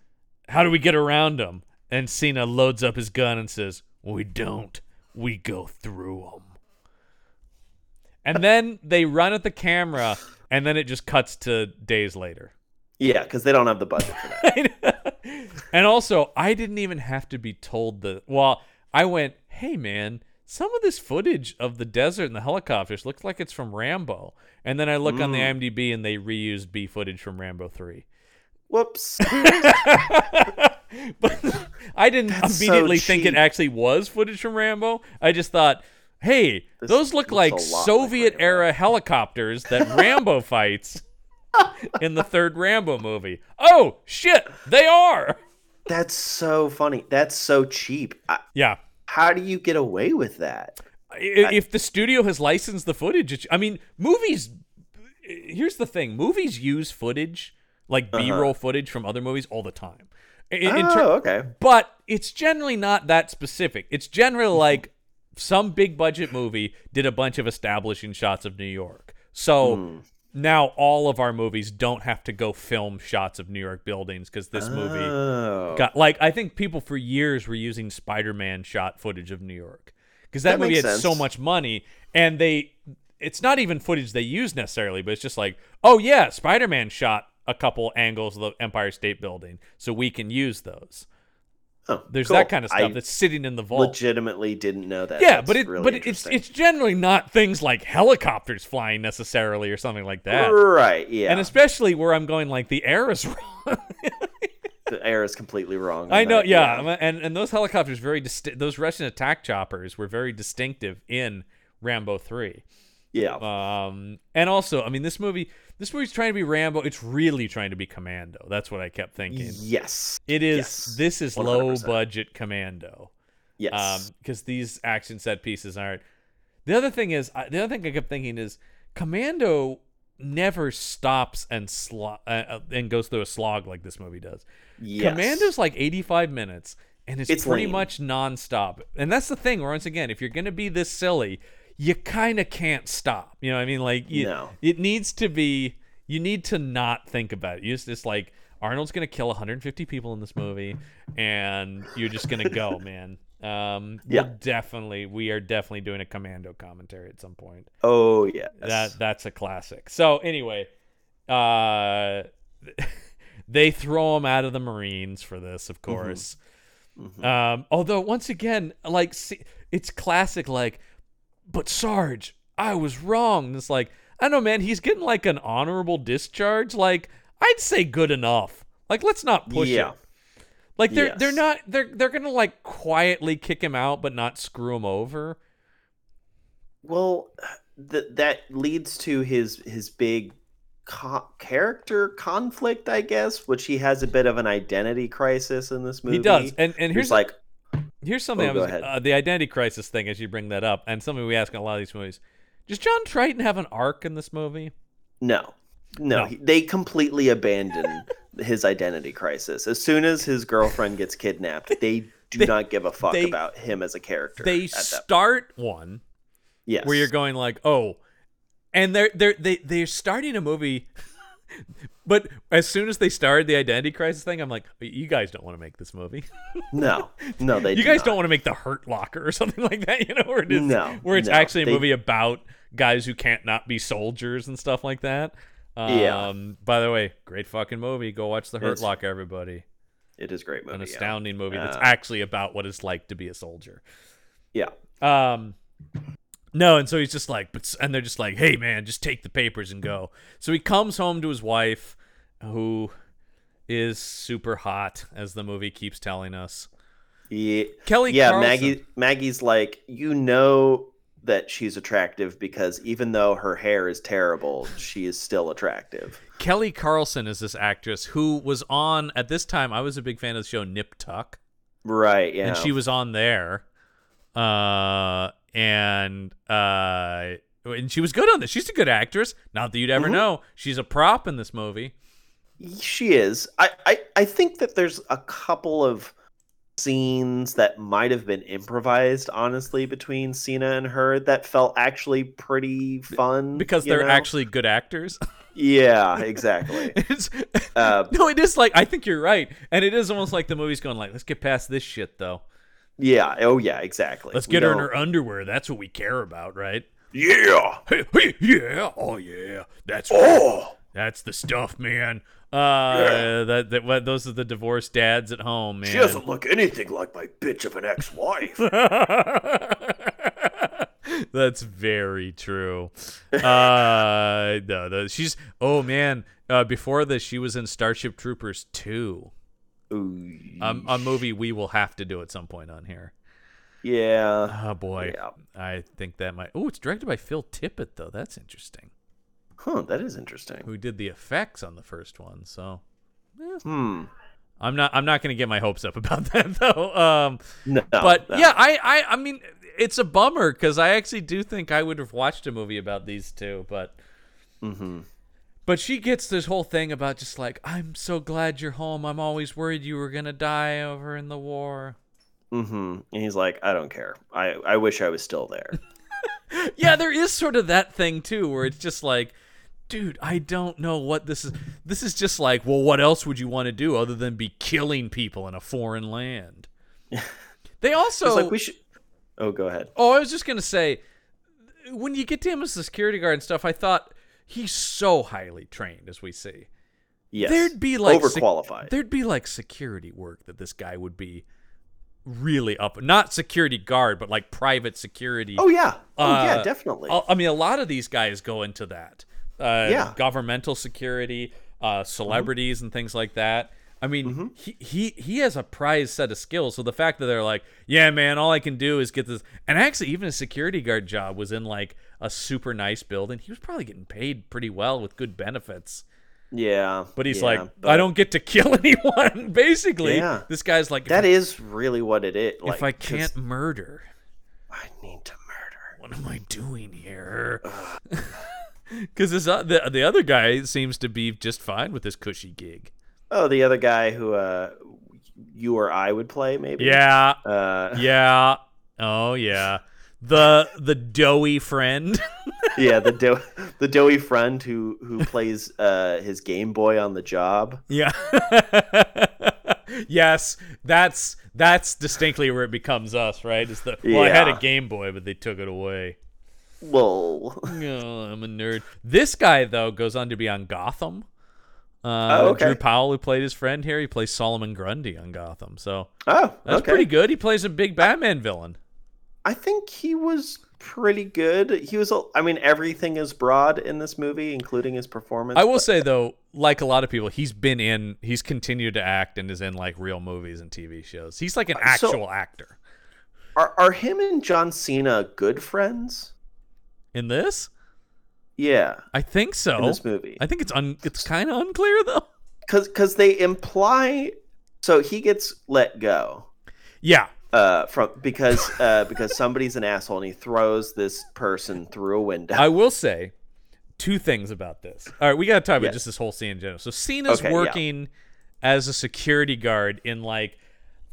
"How do we get around them?" And Cena loads up his gun and says, "We don't. We go through them." And then they run at the camera, and then it just cuts to days later. (laughs)
yeah, because they don't have the budget for that.
and also, I didn't even have to be told the. Well, I went, hey, man, some of this footage of the desert and the helicopters looks like it's from Rambo. And then I look on the IMDb and they reused B footage from Rambo 3. (laughs)
Whoops.
but I didn't
That's so
immediately think it
cheap.
actually was footage from Rambo. I just thought, hey,
This
those look
looks a
like
lot like
Soviet
Rambo.
era helicopters that
(laughs)
Rambo fights in the third Rambo movie. Oh, shit, they are.
That's so funny. That's so cheap. I,
Yeah.
how do you get away with that?
I- if the studio has licensed the footage, it's, I mean, movies. Here's the thing: movies use footage, like
Uh-huh.
B-roll footage from other movies, all the time. In, in ter-
oh, okay.
but it's generally not that specific. It's generally
Mm-hmm.
like some big budget movie did a bunch of establishing shots of New York. So
Hmm.
now all of our movies don't have to go film shots of New York buildings because this movie
Oh.
Got like I think people for years were using Spider-Man shot footage of New York because that,
That
movie had
makes
so
sense.
much money, and they it's not even footage they use necessarily, but it's just like oh yeah, Spider-Man shot a couple angles of the Empire State Building, so we can use those.
Oh,
There's
cool.
that kind of stuff
I
that's sitting in the vault.
legitimately didn't know that.
yeah,
That's
but it
really
but it's
interesting.
it's generally not things like helicopters flying necessarily or something like that.
right. Yeah,
And especially where I'm going, like the air (laughs) is wrong.
the air is completely wrong. on
I know,
that,
yeah, and and those helicopters very distinct. Those Russian attack choppers were very distinctive in Rambo three.
yeah.
Um, and also, I mean, this movie, this movie's trying to be Rambo. It's really trying to be Commando. That's what I kept thinking.
yes,
It is.
yes,
This is
100%.
low budget Commando. Um,
yes.
because these action set pieces aren't. The other thing is, I, the other thing I kept thinking is, Commando never stops and slo- uh, uh, and goes through a slog like this movie does.
yes.
Commando's like 85 minutes, and it's,
It's
pretty
lean.
much nonstop. And that's the thing. Once again, if you're gonna be this silly, you kind of can't stop. You know, what I mean, like, you,
No.
it needs to be. You need to not think about it. You just, it's like Arnold's gonna kill 150 people in this movie, and you're just gonna
(laughs)
go, man. Um, we'll
Yeah.
definitely, we are definitely doing a commando commentary at some point.
Oh yes.
That that's a classic. So anyway, uh, (laughs) they throw him out of the Marines for this,
Mm-hmm.
of course. Um, although once again, like see, it's classic. Like, but Sarge, I was wrong. And it's like I don't know, man. He's getting like an honorable discharge. Like I'd say good enough. Like let's not push
yeah.
it. Like they're they're
Yes.
not they're they're gonna like quietly kick him out, but not screw him over.
Well, th- that leads to his his big co- character conflict, I guess, which he has a bit of an identity crisis in this movie.
He does. And and
He's
here's
like,
Here's something
Oh,
I
go
was
ahead.
uh, the identity crisis thing as you bring that up, and something we ask in a lot of these movies. Does John Triton have an arc in this movie?
no, no.
No.
He, they completely abandon (laughs) his identity crisis as soon as his girlfriend gets kidnapped. They do not give a
(laughs)
fuck
they-
about him as a character.
They
at that-
start one
yes.
where you're going like, oh, and they're they're they they're starting a movie, (laughs) but as soon as they started the identity crisis thing, I'm like, you guys don't want to make this movie.
no, no.
(laughs)
They
you
do
guys
not.
don't want to make the Hurt Locker or (laughs) something like that, you know, where it is,
No,
where it's
no,
actually a
they-
movie about guys who can't not be soldiers and stuff like that. Um,
Yeah.
By the way, great fucking movie. Go watch the Hurt
It's-
Locker, everybody.
It is a great movie.
An
yeah.
astounding movie that's
Uh,
actually about what it's like to be a soldier.
yeah.
Um, no, and so he's just like, but s- and they're just like, hey man, just take the papers and go. So he comes home to his wife, who is super hot, as the movie keeps telling us.
Yeah.
Kelly,
Yeah,
Carlson.
Maggie Maggie's like, you know that she's attractive because even though her hair is terrible, she is still attractive.
Kelly Carlson is this actress who was on at this time. I was a big fan of the show Nip Tuck,
Right, yeah.
and she was on there, uh, and uh, and she was good on this. She's a good actress. Not that you'd
Mm-hmm.
ever know. She's a prop in this movie.
she is. I, I I think that there's a couple of scenes that might have been improvised, honestly, between Cena and her that felt actually pretty fun.
because
you
they're
know?
actually good actors. (laughs)
Yeah, exactly.
It's-
Uh,
no, it is like I think you're right, and it is almost like the movie's going like, let's get past this shit though.
yeah, oh yeah, exactly.
Let's
We
get her in
don't-
her underwear. That's what we care about, right?
Yeah.
Hey, hey, yeah, oh yeah, that's
Oh.
that's the stuff, man. Uh, that that what, those are the divorced dads at home, man.
look anything like my bitch of an ex-wife.
(laughs) That's very true. Uh, no, no, she's. Oh man, uh, before this, she was in Starship Troopers two,
Ooh,
um, a movie we will have to do at some point on here.
yeah.
Oh boy,
Yeah.
I think that might. Oh, it's directed by Phil Tippett though. That's interesting.
Huh, that is interesting.
Who did the effects on the first one? So
Hmm.
I'm not. I'm not going to get my hopes up about (laughs) that though. Um,
No.
but
no.
yeah, I, I, I mean, it's a bummer because I actually do think I would have watched a movie about these two, but.
Mhm.
But she gets this whole thing about just like, I'm so glad you're home. I'm always worried you were gonna die over in the
(laughs)
war.
Mm-hmm. And he's like, I don't care. I, I wish I was still there.
yeah, there is sort of that thing too, where it's just like, dude, I don't know what this is. This is just like, well, what else would you want to do other than be killing people in a foreign
(laughs)
land? They also
it's like we should. Oh, go ahead.
Oh, I was just gonna say, when you get to him as the security guard and stuff, I thought he's so highly trained, as we see.
Yes.
There'd be like sec-
overqualified.
there'd be like security work that this guy would be really up. Not security guard, but like private security.
oh yeah. Oh
Uh,
yeah, definitely.
I I mean, a lot of these guys go into that. Uh,
Yeah.
Governmental security, uh, celebrities, and things like that. I mean,
Mm-hmm.
he, he he has a prized set of skills. So the fact that they're like, yeah, man, all I can do is get this. And actually, even a security guard job was in like a super nice building. He was probably getting paid pretty well with good benefits.
yeah.
But he's
yeah,
like,
but
I don't get to kill (laughs) anyone. Basically,
Yeah.
this guy's like, if,
That is really what it is.
I-
Like,
if I
'cause
can't murder,
I need to murder.
what am I doing (laughs) here? Because this o- the the other guy seems to be just fine with this cushy gig.
Oh, the other guy who uh, you or I would play maybe.
Yeah,
Uh, (laughs)
yeah, (laughs) oh yeah. The the doughy friend. (laughs)
yeah. The dough, the doughy friend who who plays uh his Game Boy on the job.
yeah. (laughs) yes, that's that's distinctly where it becomes us, right? Is the well, I had a
Yeah.
Game Boy, but they took it away.
Lol. (laughs)
No, Oh, I'm a nerd. This guy though goes on to be on Gotham. Uh,
Oh, okay.
Drew Powell, who played his friend here, he plays Solomon Grundy on Gotham. So
Oh,
that's
okay.
pretty good. He plays a big Batman villain.
I think he was pretty good. He was. a- I mean, everything is broad in this movie, including his performance.
I will say though, like a lot of people, he's been in, he's continued to act and is in like real movies and TV shows. He's like an
Uh, so-
actual actor
Are are him and John Cena good friends?
in this.
Yeah,
I think so.
in this movie,
I think it's un, it's kind of unclear though.
because because they imply. So he gets let go
Yeah,
uh, from because
(laughs)
uh, because somebody's an asshole and he throws this person through a window.
I will say two things about this. All right, we got to talk about
Yes.
just this whole scene in general. So Cena's
Okay, yeah.
working as a security guard in like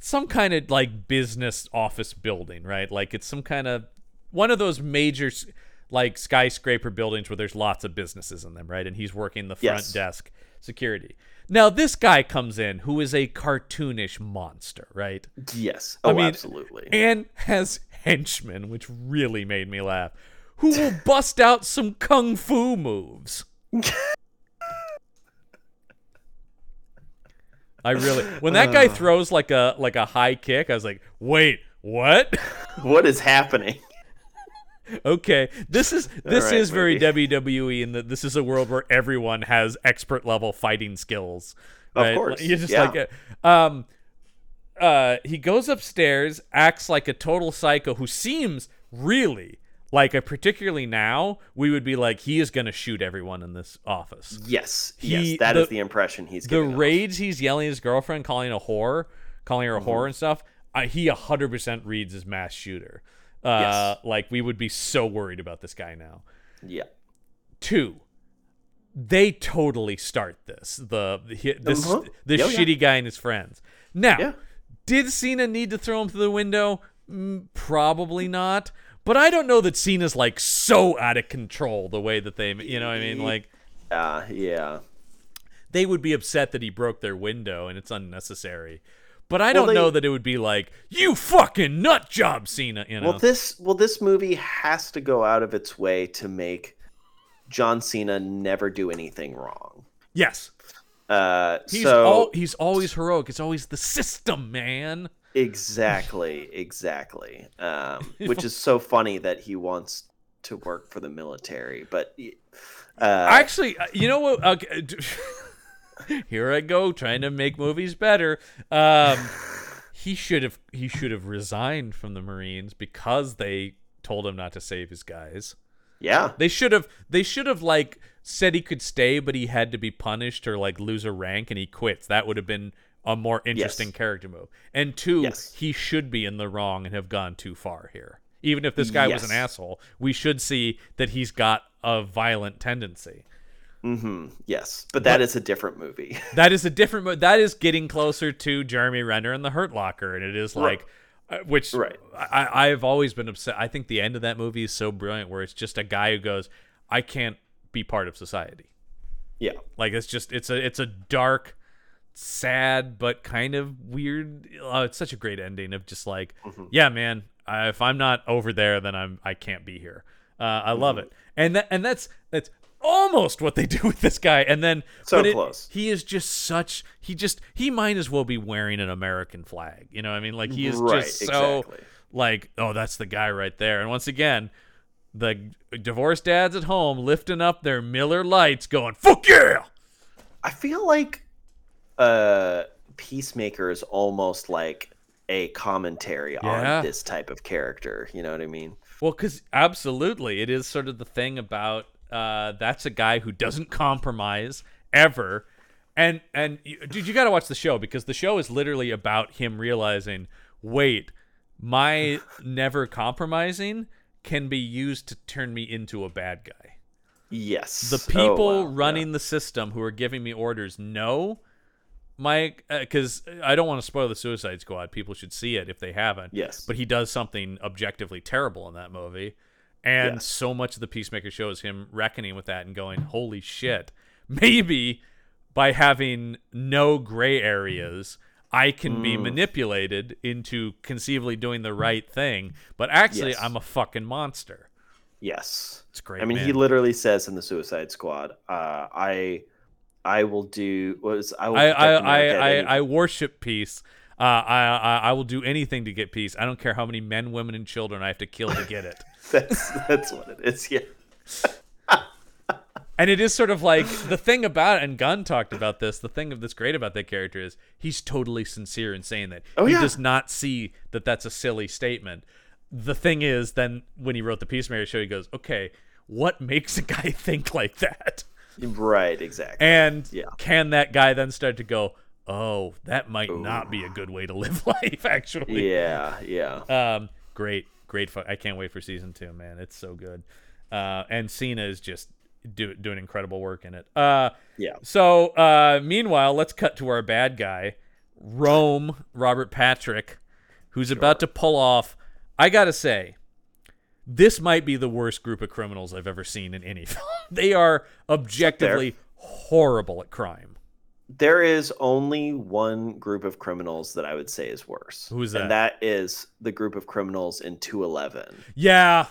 some kind of like business office building, right? Like it's some kind of one of those major s- like skyscraper buildings where there's lots of businesses in them, right? And he's working the front
Yes.
desk security. Now this guy comes in who is a cartoonish monster, right?
yes, oh
mean-
absolutely.
and has henchmen, which really made me laugh, who will bust out some kung fu moves. I really when that guy throws like a like a high kick, I was like, "Wait, what?"
what is happening?
okay, this
(laughs)
is this
right,
is very
movie.
WWE in that this is a world where everyone has expert level fighting skills.
Of
right?
course,
You're just
yeah.
like a, um uh he goes upstairs, acts like a total psycho who seems really like a particularly now we would be like he is going to shoot everyone in this office.
Yes,
He-
yes, that is
the-
the impression he's
The
giving. off.
rage he's yelling at his girlfriend calling a whore, calling her a
Mm-hmm.
whore and stuff, I, he 100% reads as mass shooter. Uh like we would be so worried about this guy now.
yeah,
two they totally start this the he- this
Uh-huh.
this
Yeah, yeah.
shitty guy and his friends now
Yeah.
did cena need to throw him through the window Mm, probably not but i don't know that cena's like so out of control the way that they you know what i mean like
uh, yeah.
they would be upset that he broke their window and it's unnecessary but i
Well,
don't know
they-
that it would be like you fucking nut job cena you know
Well, this well, this movie has to go out of its way to make John Cena never do anything wrong.
yes
Uh,
he's
so
al- he's always heroic it's always the system man
Exactly, exactly.
(laughs)
Um, which is so funny that he wants to work for the military, but uh,
Actually, uh, you know what? Okay, d- (laughs) here I go trying to make movies better. Um, he should have he should have resigned from the Marines because they told him not to save his guys.
yeah,
They should have they should have like said he could stay but he had to be punished or like lose a rank and he quits. That would have been a more interesting
Yes.
character move. And two,
Yes.
he should be in the wrong and have gone too far here. Even if this guy was an
Yes.
asshole, we should see that he's got a violent tendency.
hmm yes, but that is a different movie. (laughs)
That is a different mo- that is getting closer to Jeremy Renner and the Hurt Locker and it is
Right.
like uh, which
Right.
I I've always been upset. I think the end of that movie is so brilliant where it's just a guy who goes, "I can't be part of society."
yeah,
Like it's just it's a it's a dark, sad but kind of weird. Oh, it's such a great ending of just like,
Mm-hmm.
yeah, man. I, if I'm not over there, then I'm I can't be here. Uh, I love
Mm-hmm.
it, and that and that's that's almost what they (laughs) do with this guy. And then
So
but it-
close.
he is just such he just he might as well be wearing an American flag. You know, what I mean, like he is
Right,
just so
exactly.
like, oh, that's the guy right there. And once again, the divorced dads at home lifting up their Miller lights, going "fuck yeah."
I feel like uh, Peacemaker is almost like a commentary
Yeah.
on this type of character. You know what I mean?
Well, because absolutely, it is sort of the thing about uh, that's a guy who doesn't compromise ever. And and you- dude, you got to watch the show because the show is literally about him realizing, wait,
(laughs)
my never compromising can be used to turn me into a bad guy.
Yes,
The
Oh,
people
wow, yeah.
running the system who are giving me orders know my because I don't want to spoil the Suicide Squad. People should see it if they haven't.
Yes.
but he does something objectively terrible in that movie, and
Yes.
so much of the Peacemaker show is him reckoning with that and going, "Holy shit, maybe by having no gray areas." I can be
Mm.
manipulated into conceivably doing the right thing, but actually,
Yes.
I'm a fucking monster.
Yes.
It's great.
I mean,
man.
he literally says in the Suicide Squad, uh, "I, I will do what is I will."
I,
protect
I,
America at
I,
any-
I, I worship peace. Uh, I, I I will do anything to get peace. I don't care how many men, women, and children I have to kill to
(laughs)
get it.
(laughs) That's that's what it is. (laughs) Yeah.
And it is sort of like the thing about and Gunn talked about this. The thing of that's great about that character is he's totally sincere in saying that.
Oh,
he
yeah.
does not see that that's a silly statement. The thing is, then when he wrote the Peacemaker show, he goes, "Okay, what makes a guy (laughs) think like that?"
Right. Exactly.
And
Yeah.
can that guy then start to go, "Oh, that might not be a good way to live (laughs) life." Actually,
yeah. Yeah.
Um, great, great. Fu- I can't wait for season two, man. It's so good. Uh, and Cena is just do- doing incredible work in it. Uh,
Yeah.
so uh, meanwhile, let's cut to our bad guy, Rome Robert Patrick, who's about to pull off. I gotta say, this might be the worst group of criminals I've ever seen in any (laughs) film. they are objectively horrible at crime.
There is only one group of criminals that I would say is worse.
Who is
And that is the group of criminals in 211.
Yeah,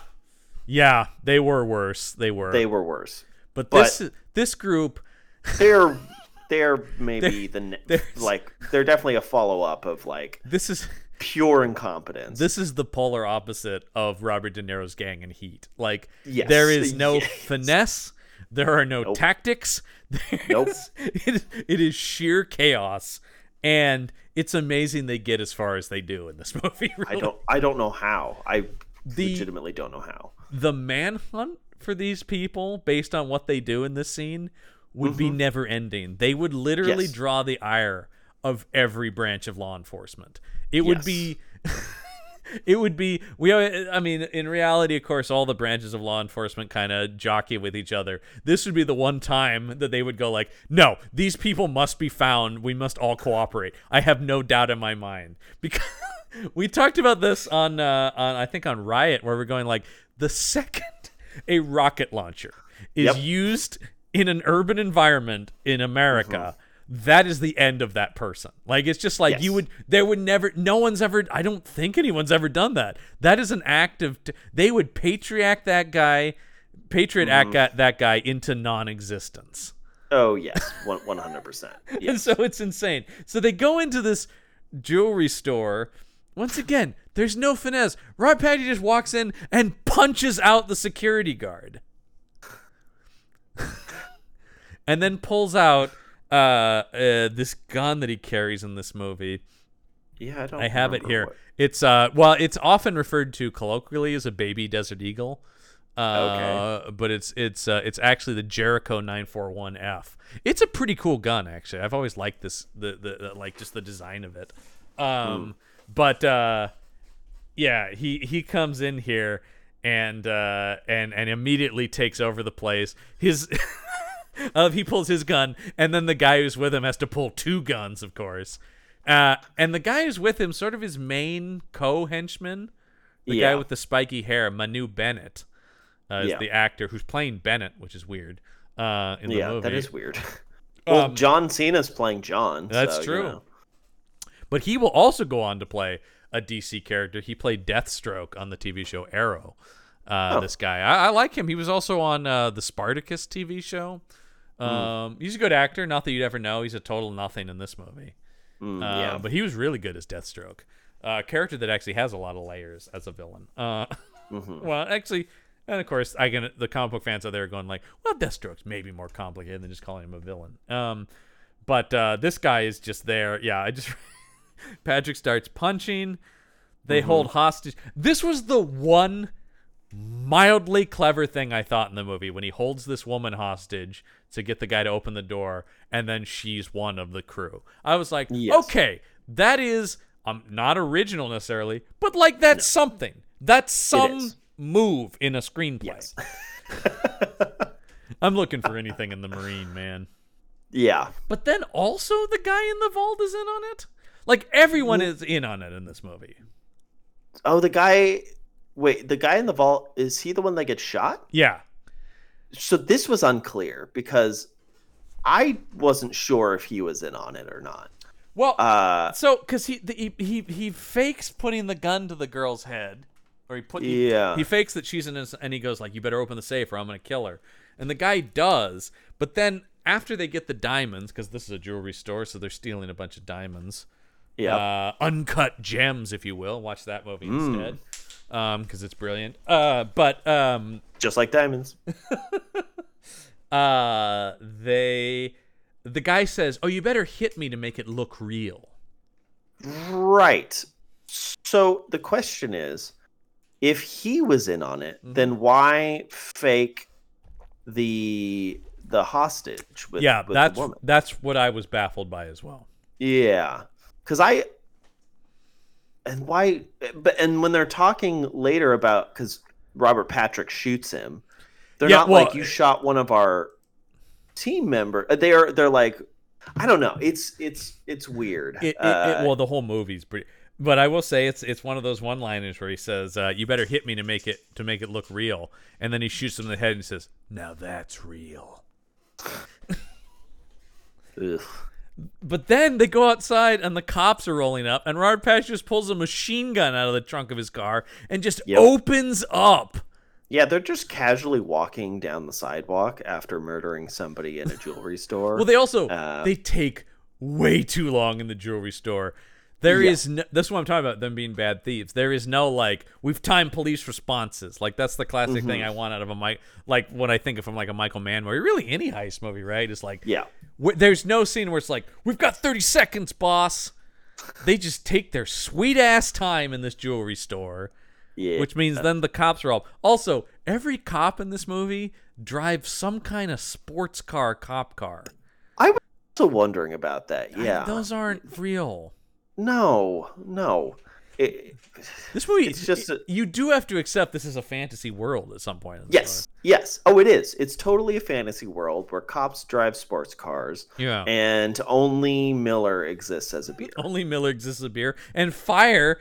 yeah, they were worse. They were.
They
(laughs)
were worse.
but
but-
this this group.
They're they're maybe the ne-
there's-
like they're definitely a follow up of like
This is
pure incompetence.
this is the polar opposite of Robert De Niro's gang in Heat. Like
Yes.
there is no
(laughs) Yes.
finesse, there are no
Nope.
tactics. (laughs) There
Nope.
is- It is, it is sheer chaos, and it's amazing they get as far as they do in this (laughs) movie.
I
Really.
don't I don't know how. I
The-
legitimately don't know how.
The manhunt for these people, based on what they do in this scene, would be never ending. They would literally
Mm-hmm. Yes.
draw the ire of every branch of law enforcement. It would
Yes.
be it would be we i mean in reality of course all the branches of law enforcement kind of jockey with each other this would be the one time that they would go like no these people must be found we must all cooperate i have no doubt in my mind (laughs) because we talked about this on uh on i think on riot where we're going like the second a rocket launcher is
Yep.
used in an urban environment in america that is the end of that person like it's just like you
Mm-hmm. Yes.
would there would never no one's ever i don't think anyone's ever done that that is an act of t- they would patriarch that guy patriot act that, that guy into non-existence
Oh yes, one
(laughs)
one hundred percent.
and so it's insane so they go into this jewelry store Once again, there's no finesse. Rod Patty just walks in and punches out the security guard. (laughs) and then pulls out uh, uh, this gun that he carries in this movie.
Yeah, I don't.
I have it
remember
here.
what-
It's uh, well, it's often referred to colloquially as a baby desert eagle. Uh, but it's it's uh, it's actually the Jericho 941F. It's a pretty cool gun, actually. I've always liked this the the, the like just the design of it.
Hmm.
Um, but uh, yeah, he he comes in here and uh, and and immediately takes over the place. His (laughs) uh, he pulls his gun, and then the guy who's with him has to pull two guns, of course. Uh, and the guy who's with him, sort of his main co henchman, the guy
Yeah.
with the spiky hair, Manu Bennett, uh, is
Yeah.
the actor who's playing Bennett, which is weird. Uh, in the
Yeah,
movie.
that is weird. (laughs) well,
Um,
John Cena's playing John.
That's
so, you
true.
know.
But he will also go on to play a DC character. He played Deathstroke on the TV show Arrow. Uh,
Oh.
This guy, I, I like him. He was also on uh, the Spartacus TV show.
Hmm.
Um, He's a good actor. Not that you'd ever know. He's a total nothing in this movie.
Mm,
Uh,
yeah.
But he was really good as Deathstroke, a character that actually has a lot of layers as a villain. Uh,
Mm-hmm.
(laughs) Well, actually, and of course, I can. The comic book fans out there are going like, "Well, Deathstroke's maybe more complicated than just calling him a villain." Um, but uh, this guy is just there. Yeah, I just Patrick starts punching. They
Mm-hmm.
hold hostage. This was the one mildly clever thing I thought in the movie when he holds this woman hostage to get the guy to open the door, and then she's one of the crew. I was like,
Yes.
okay, that is um, not original necessarily, but like that's something. That's some
is.
move in a screenplay.
Yes. (laughs)
I'm looking for anything in the Marine, man.
Yeah.
But then also the guy in the vault is in on it. Like everyone is in on it in this movie.
Oh, the guy. Wait, the guy in the vault is he the one that gets shot?
Yeah.
So this was unclear because I wasn't sure if he was in on it or not.
Well,
Uh,
so because he, the, he he he fakes putting the gun to the girl's head, or he put he-
Yeah.
he, fakes that she's an innocent, and he goes like, "You better open the safe, or I'm gonna kill her." And the guy does, but then after they get the diamonds, because this is a jewelry store, so they're stealing a bunch of diamonds,
yeah.
uh, uncut gems, if you will. Watch that movie
Hmm.
instead, because it's brilliant. Uh, but um,
just like diamonds.
uh, they the guy says, "Oh, you better hit me to make it look real."
Right. So the question is if he was in on it,
Mm-hmm.
then why fake the the hostage with,
yeah,
with the
that's
woman?
that's what I was baffled by as well.
Yeah. Cuz I and why but and when they're talking later about cuz Robert Patrick shoots him, they're
Yeah,
not
well-
like you shot one of our team member. uh, They are they're like I don't know. It's it's it's weird.
It, it,
Uh,
it, well, the whole movie's pretty, but I will say it's it's one of those one-liners where he says, uh, "You better hit me to make it to make it look real," and then he shoots him in the head and he says, "Now that's real."
ugh.
But then they go outside and the cops are rolling up, and Robert Pattinson just pulls a machine gun out of the trunk of his car and just
Yep.
opens up.
Yeah, they're just casually walking down the sidewalk after murdering somebody in a
(laughs)
jewelry store.
Well, they also
Uh,
they take way too long in the jewelry store. There is
Yeah.
no, that's what I'm talking about them being bad thieves. There is no like we've timed police responses. Like that's the classic
Mm-hmm.
thing I want out of a mic. Like what I think of from like a Michael Mann movie, really any heist movie, right? Is like
yeah,
wh- there's no scene where it's like we've got 30 seconds, boss. They just take their sweet ass time in this jewelry store
yeah.
which means then the cops are all. Also, every cop in this movie drives some kind of sports car, cop car.
I was also wondering about that.
I-
Yeah,
those aren't real.
no, no. It,
This movie,
It's just a-
you do have to accept this is a fantasy world at some point. in this
yes, yes. Oh, it is. It's totally a fantasy world where cops drive sports cars,
movie. yeah. Oh,
and only Miller exists as a beater.
Only Miller exists as a beer and fire,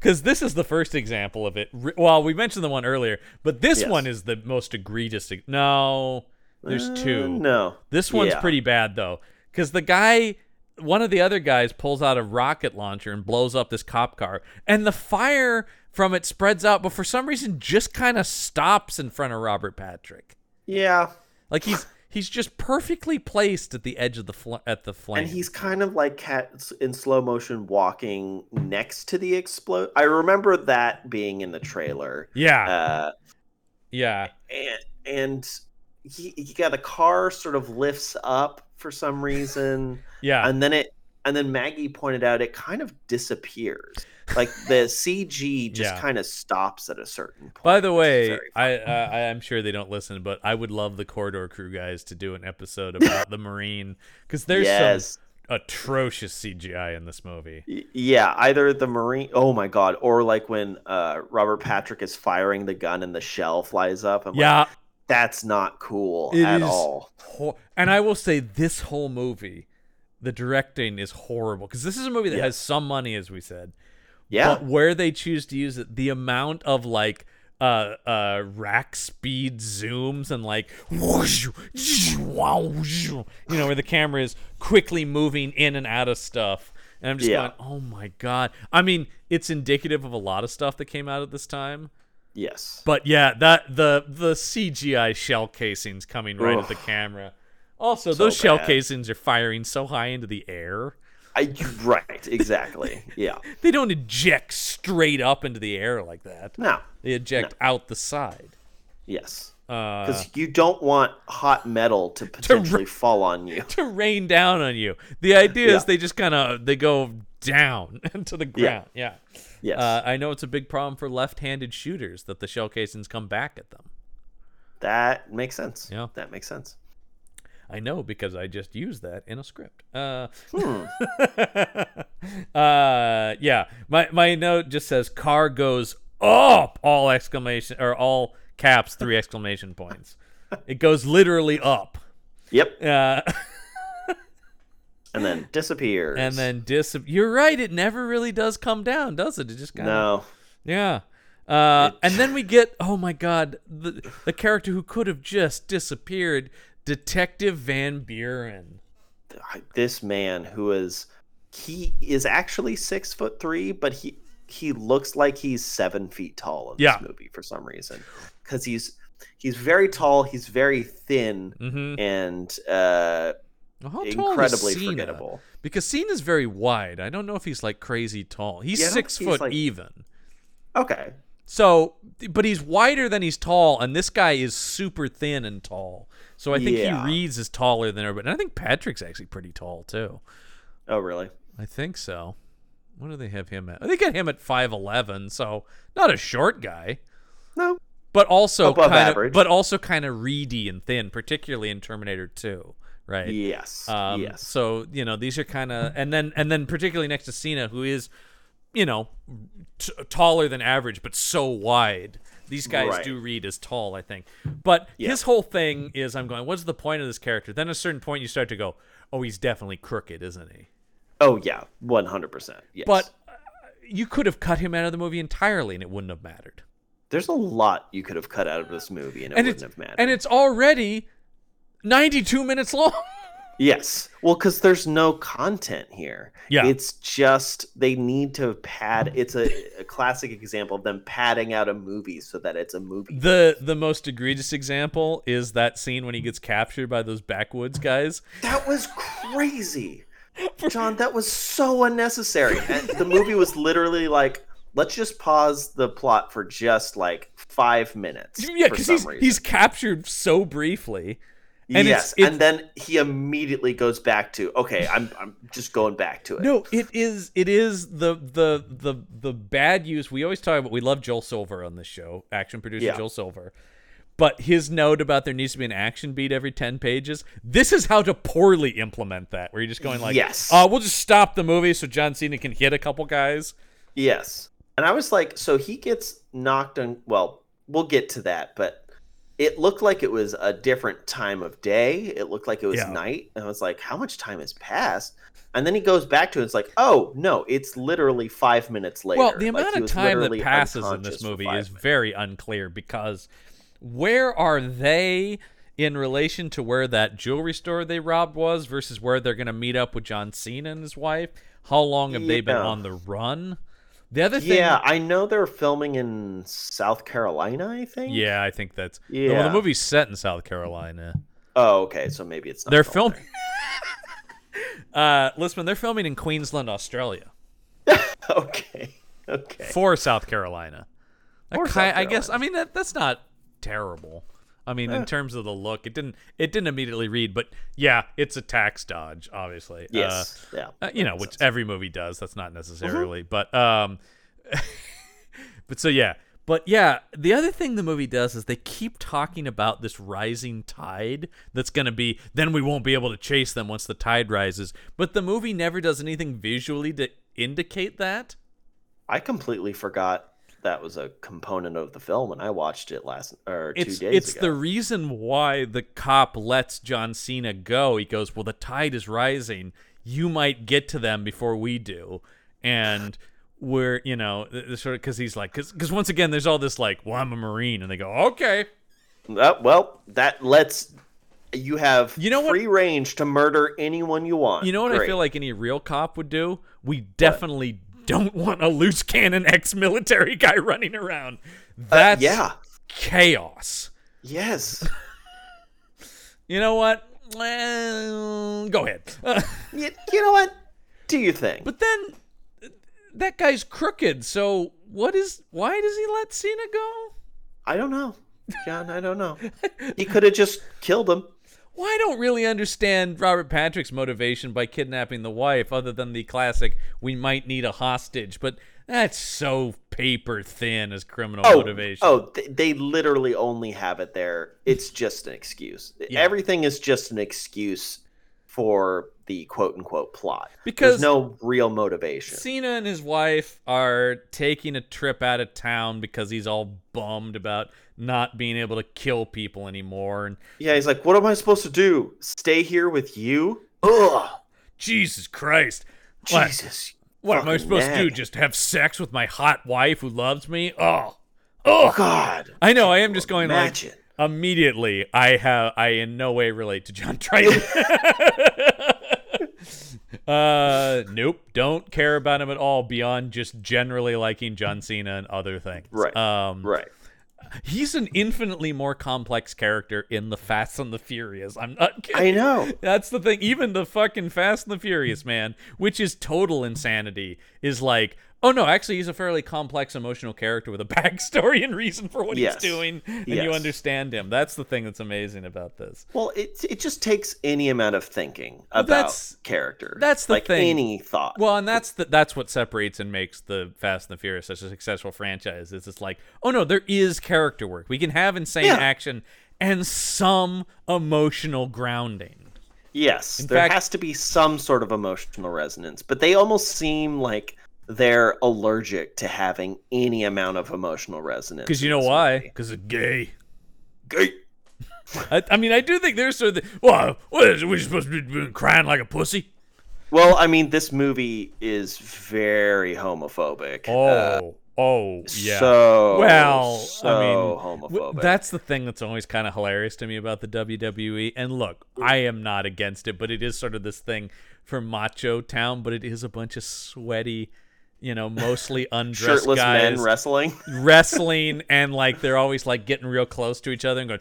because this is the first example of it. Re- Well, we mentioned the one earlier, but this
Yes.
one is the most egregious. e- No, there's
Uh,
two.
no,
This one's
Yeah.
pretty bad though, because the guy, one of the other guys, pulls out a rocket launcher and blows up this cop car, and the fire from it spreads out, but for some reason just kind of stops in front of Robert Patrick.
Yeah,
Like he's He's just perfectly placed at the edge of the fl- at the flame.
and he's kind of like cats in slow motion walking next to the explode. I remember that being in the trailer.
yeah,
Uh,
yeah.
and and he, he got the car sort of lifts up for some reason,
(laughs) Yeah.
and then it and then Maggie pointed out it kind of disappears. Like
(laughs)
the CG just
Yeah.
kind of stops at a certain point.
By the
which
way,
is very
I, uh, I I'm sure they don't listen, but I would love the Corridor Crew guys to do an episode about the Marine because there's
yes.
some atrocious CGI in this movie.
Y- Yeah, either the marine. Oh my god! Or like when uh, Robert Patrick is firing the gun and the shell flies up. I'm like,
Yeah,
that's not cool
It
at
is-
all.
hor- and I will say this whole movie, the directing is horrible because this is a movie that
Yeah.
has some money, as we said.
Yeah,
but where they choose to use it, the amount of like uh uh rack speed zooms and like whoosh, zhoosh, wow, zhoo, you know where the camera is quickly moving in and out of stuff and i'm just
Yeah.
going oh my god i mean it's indicative of a lot of stuff that came out at this time
yes.
but yeah that the the cgi shell casings coming right at
Ugh.
the camera also
So
those shell
bad.
casings are firing so high into the air
I, right, exactly. yeah.
they don't eject straight up into the air like that
No.
they eject out the side.
Yes. (laughs)
Uh,
Because you don't want hot metal to potentially fall
(laughs)
on you.
(laughs) to rain down on you. The idea is
Yeah.
they just kind of they go down (laughs) to the ground. Yeah.
Yes,
Uh, I know it's a big problem for left-handed shooters that the shell casings come back at them.
that makes sense.
Yeah.
that makes sense.
I know because I just used that in a script. Uh,
Hmm.
(laughs) uh, yeah. My my note just says car goes up all exclamation or all caps three exclamation points. It goes literally up.
yep.
Uh, (laughs)
And then disappears.
and then dis. You're right. It never really does come down, does it? It just kind of
no.
yeah. Uh, and then we get oh my god the the character who could have just disappeared, Detective Van Buren.
I- this man who is he is actually six foot three, but he he looks like he's seven feet tall in
Yeah.
this movie for some reason because he's he's very tall, he's very thin,
Mm-hmm.
and uh,
How tall is
incredibly
Cena?
forgettable.
because Cena's very wide. I don't know if he's like crazy tall. He's
Yeah, I don't
six
think he's,
foot
like-
even.
Okay,
So, but he's wider than he's tall, and this guy is super thin and tall. So I think
Yeah.
he reads as taller than everybody. And I think Patrick's actually pretty tall too.
oh really?
I think so. What do they have him at? They got him at five eleven, so not a short guy,
No,
but also
Above
kind
average.
of, but also kind of reedy and thin, particularly in Terminator Two, right?
yes,
Um,
yes,
So you know these are kind of, and then and then particularly next to Cena, who is, you know, t- taller than average but so wide. These guys
Right.
do read as tall, I think. But
Yeah.
his whole thing is, I'm going. What's the point of this character? Then at a certain point, you start to go, oh, he's definitely crooked, isn't he?
oh yeah, one hundred percent. Yes,
But uh, you could have cut him out of the movie entirely, and it wouldn't have mattered.
there's a lot you could have cut out of this movie, and it
and it's
wouldn't have mattered.
and it's already ninety-two minutes long.
Yes. Well, because there's no content here.
Yeah.
It's just they need to pad. It's a, a classic example of them padding out a movie so that it's a movie.
(laughs) the The most egregious example is that scene when he gets captured by those backwoods guys.
That was crazy. John, that was
(laughs)
so unnecessary. And the movie was literally like, let's just pause the plot for just like five minutes.
(laughs) Yeah,
for
because
some
he's
reason.
he's captured so briefly. and it's-
yes.
it's-
and then he immediately goes back to, okay, I'm, I'm just going back to it.
No, it is it is the the the the bad use. We always talk about we love Joel Silver on this show, action producer
Yeah.
Joel Silver. But his note about there needs to be an action beat every ten pages. This is how to poorly implement that, where you're just going like,
Yes.
uh, we'll just stop the movie so John Cena can hit a couple guys."
Yes. And I was like, so he gets knocked on. Well, we'll get to that, but it looked like it was a different time of day. It looked like it was
Yeah.
night. And I was like, how much time has passed? And then he goes back to it. It's like, oh, no, it's literally five minutes later.
Well, the
Like,
amount
he
of
was
time that
literally
passes in
unconscious
this
for
movie
five
is
minutes.
very unclear because where are they in relation to where that jewelry store they robbed was versus where they're going to meet up with John Cena and his wife? How long have they been
Yeah.
on the run? The other thing,
Yeah, I know they're filming in South Carolina, I think.
yeah, I think that's well,
Yeah.
the movie's set in South Carolina.
Oh, okay. So maybe it's not. (laughs)
They're
filmed
filming. (laughs)
there.
uh, listen, they're filming in Queensland, Australia,
(laughs) Okay. Okay.
for South Carolina. That
For
ki-
South
I guess.
Carolina.
I mean, that, that's not terrible. I mean, in terms of the look, it didn't. It didn't immediately read, but yeah, it's a tax dodge, obviously. Uh,
Yes. Mm-hmm. yeah.
uh, you know, which every movie does. That's not necessarily, but um, (laughs) but so yeah, but yeah. The other thing the movie does is they keep talking about this rising tide that's going to be. Then we won't be able to chase them once the tide rises. But the movie never does anything visually to indicate that.
I completely forgot that was a component of the film when I watched it last or
It's
two days
it's the
ago.
reason why the cop lets John Cena go. He goes, "Well, the tide is rising. You might get to them before we do." And we're, you know, th- th- sort of cuz he's like cuz cuz once again there's all this like, "Well, I'm a marine." And they go, "Okay."
Uh, well, that lets you have
You know what-
free range to murder anyone you want.
You know what I
Great.
feel like any real cop would do? We definitely don't want a loose cannon (laughs) ex-military guy running around. That's
Uh, Yeah.
chaos.
Yes.
You know what? Well, go ahead. (laughs)
you, you know what? Do you think?
But then uh, that guy's crooked. So what is? Why does he let Cena go?
I don't know, John. I
(laughs)
don't know. He could have just killed him.
Well, I don't really understand Robert Patrick's motivation by kidnapping the wife, other than the classic "we might need a hostage." But that's so paper thin as criminal
Oh,
motivation.
oh, th- they literally only have it there. It's just an excuse. Everything is just an excuse for the quote unquote plot.
Because-
There's no real motivation.
Cena and his wife are taking a trip out of town because he's all bummed about not being able to kill people anymore. And
Yeah, he's like, what am I supposed to do? Stay here with you? Ugh,
Jesus Christ, What?
Jesus.
What am I
fucking
supposed to do?
nag.
Just have sex with my hot wife who loves me? Oh, oh!
God,
I know. I am just going
imagine.
like immediately. I have. I in no way relate to John Triton. (laughs) uh, nope. Don't care about him at all. Beyond just generally liking John Cena and other things.
Right,
Um.
right.
He's an infinitely more complex character in the Fast and the Furious. I'm not kidding.
I know.
That's the thing. Even the fucking Fast and the Furious man, which is total insanity, is like, oh no, actually, he's a fairly complex emotional character with a (laughs) backstory and reason for what
Yes.
he's doing, and you
Yes.
understand him. That's the thing that's amazing about this.
Well, it it just takes any amount of thinking about
that's-
character.
that's the
like
thing.
Any thought.
Well, and that's the, that's what separates and makes the Fast and the Furious such a successful franchise. Is it's like, oh no, there is character work. We can have insane
Yeah.
action and some emotional grounding.
Yes,
In
there
fact-
has to be some sort of emotional resonance, but they almost seem like they're allergic to having any amount of emotional resonance.
Because you
in
know
this
why?
movie.
Because it's gay.
Gay.
I, I mean, I do think there's sort of the, well, what is, we supposed to be doing, crying like a pussy?
Well, I mean, this movie is very homophobic.
Oh,
Uh,
oh, yeah.
So
well,
so
I mean, w-
homophobic.
that's the thing that's always kind of hilarious to me about the WWE. And look, I am not against it, but it is sort of this thing for Macho Town, but it is a bunch of sweaty, you know,
(laughs)
mostly undressed
shirtless
guys
men wrestling.
(laughs) wrestling and like they're always like getting real close to each other and going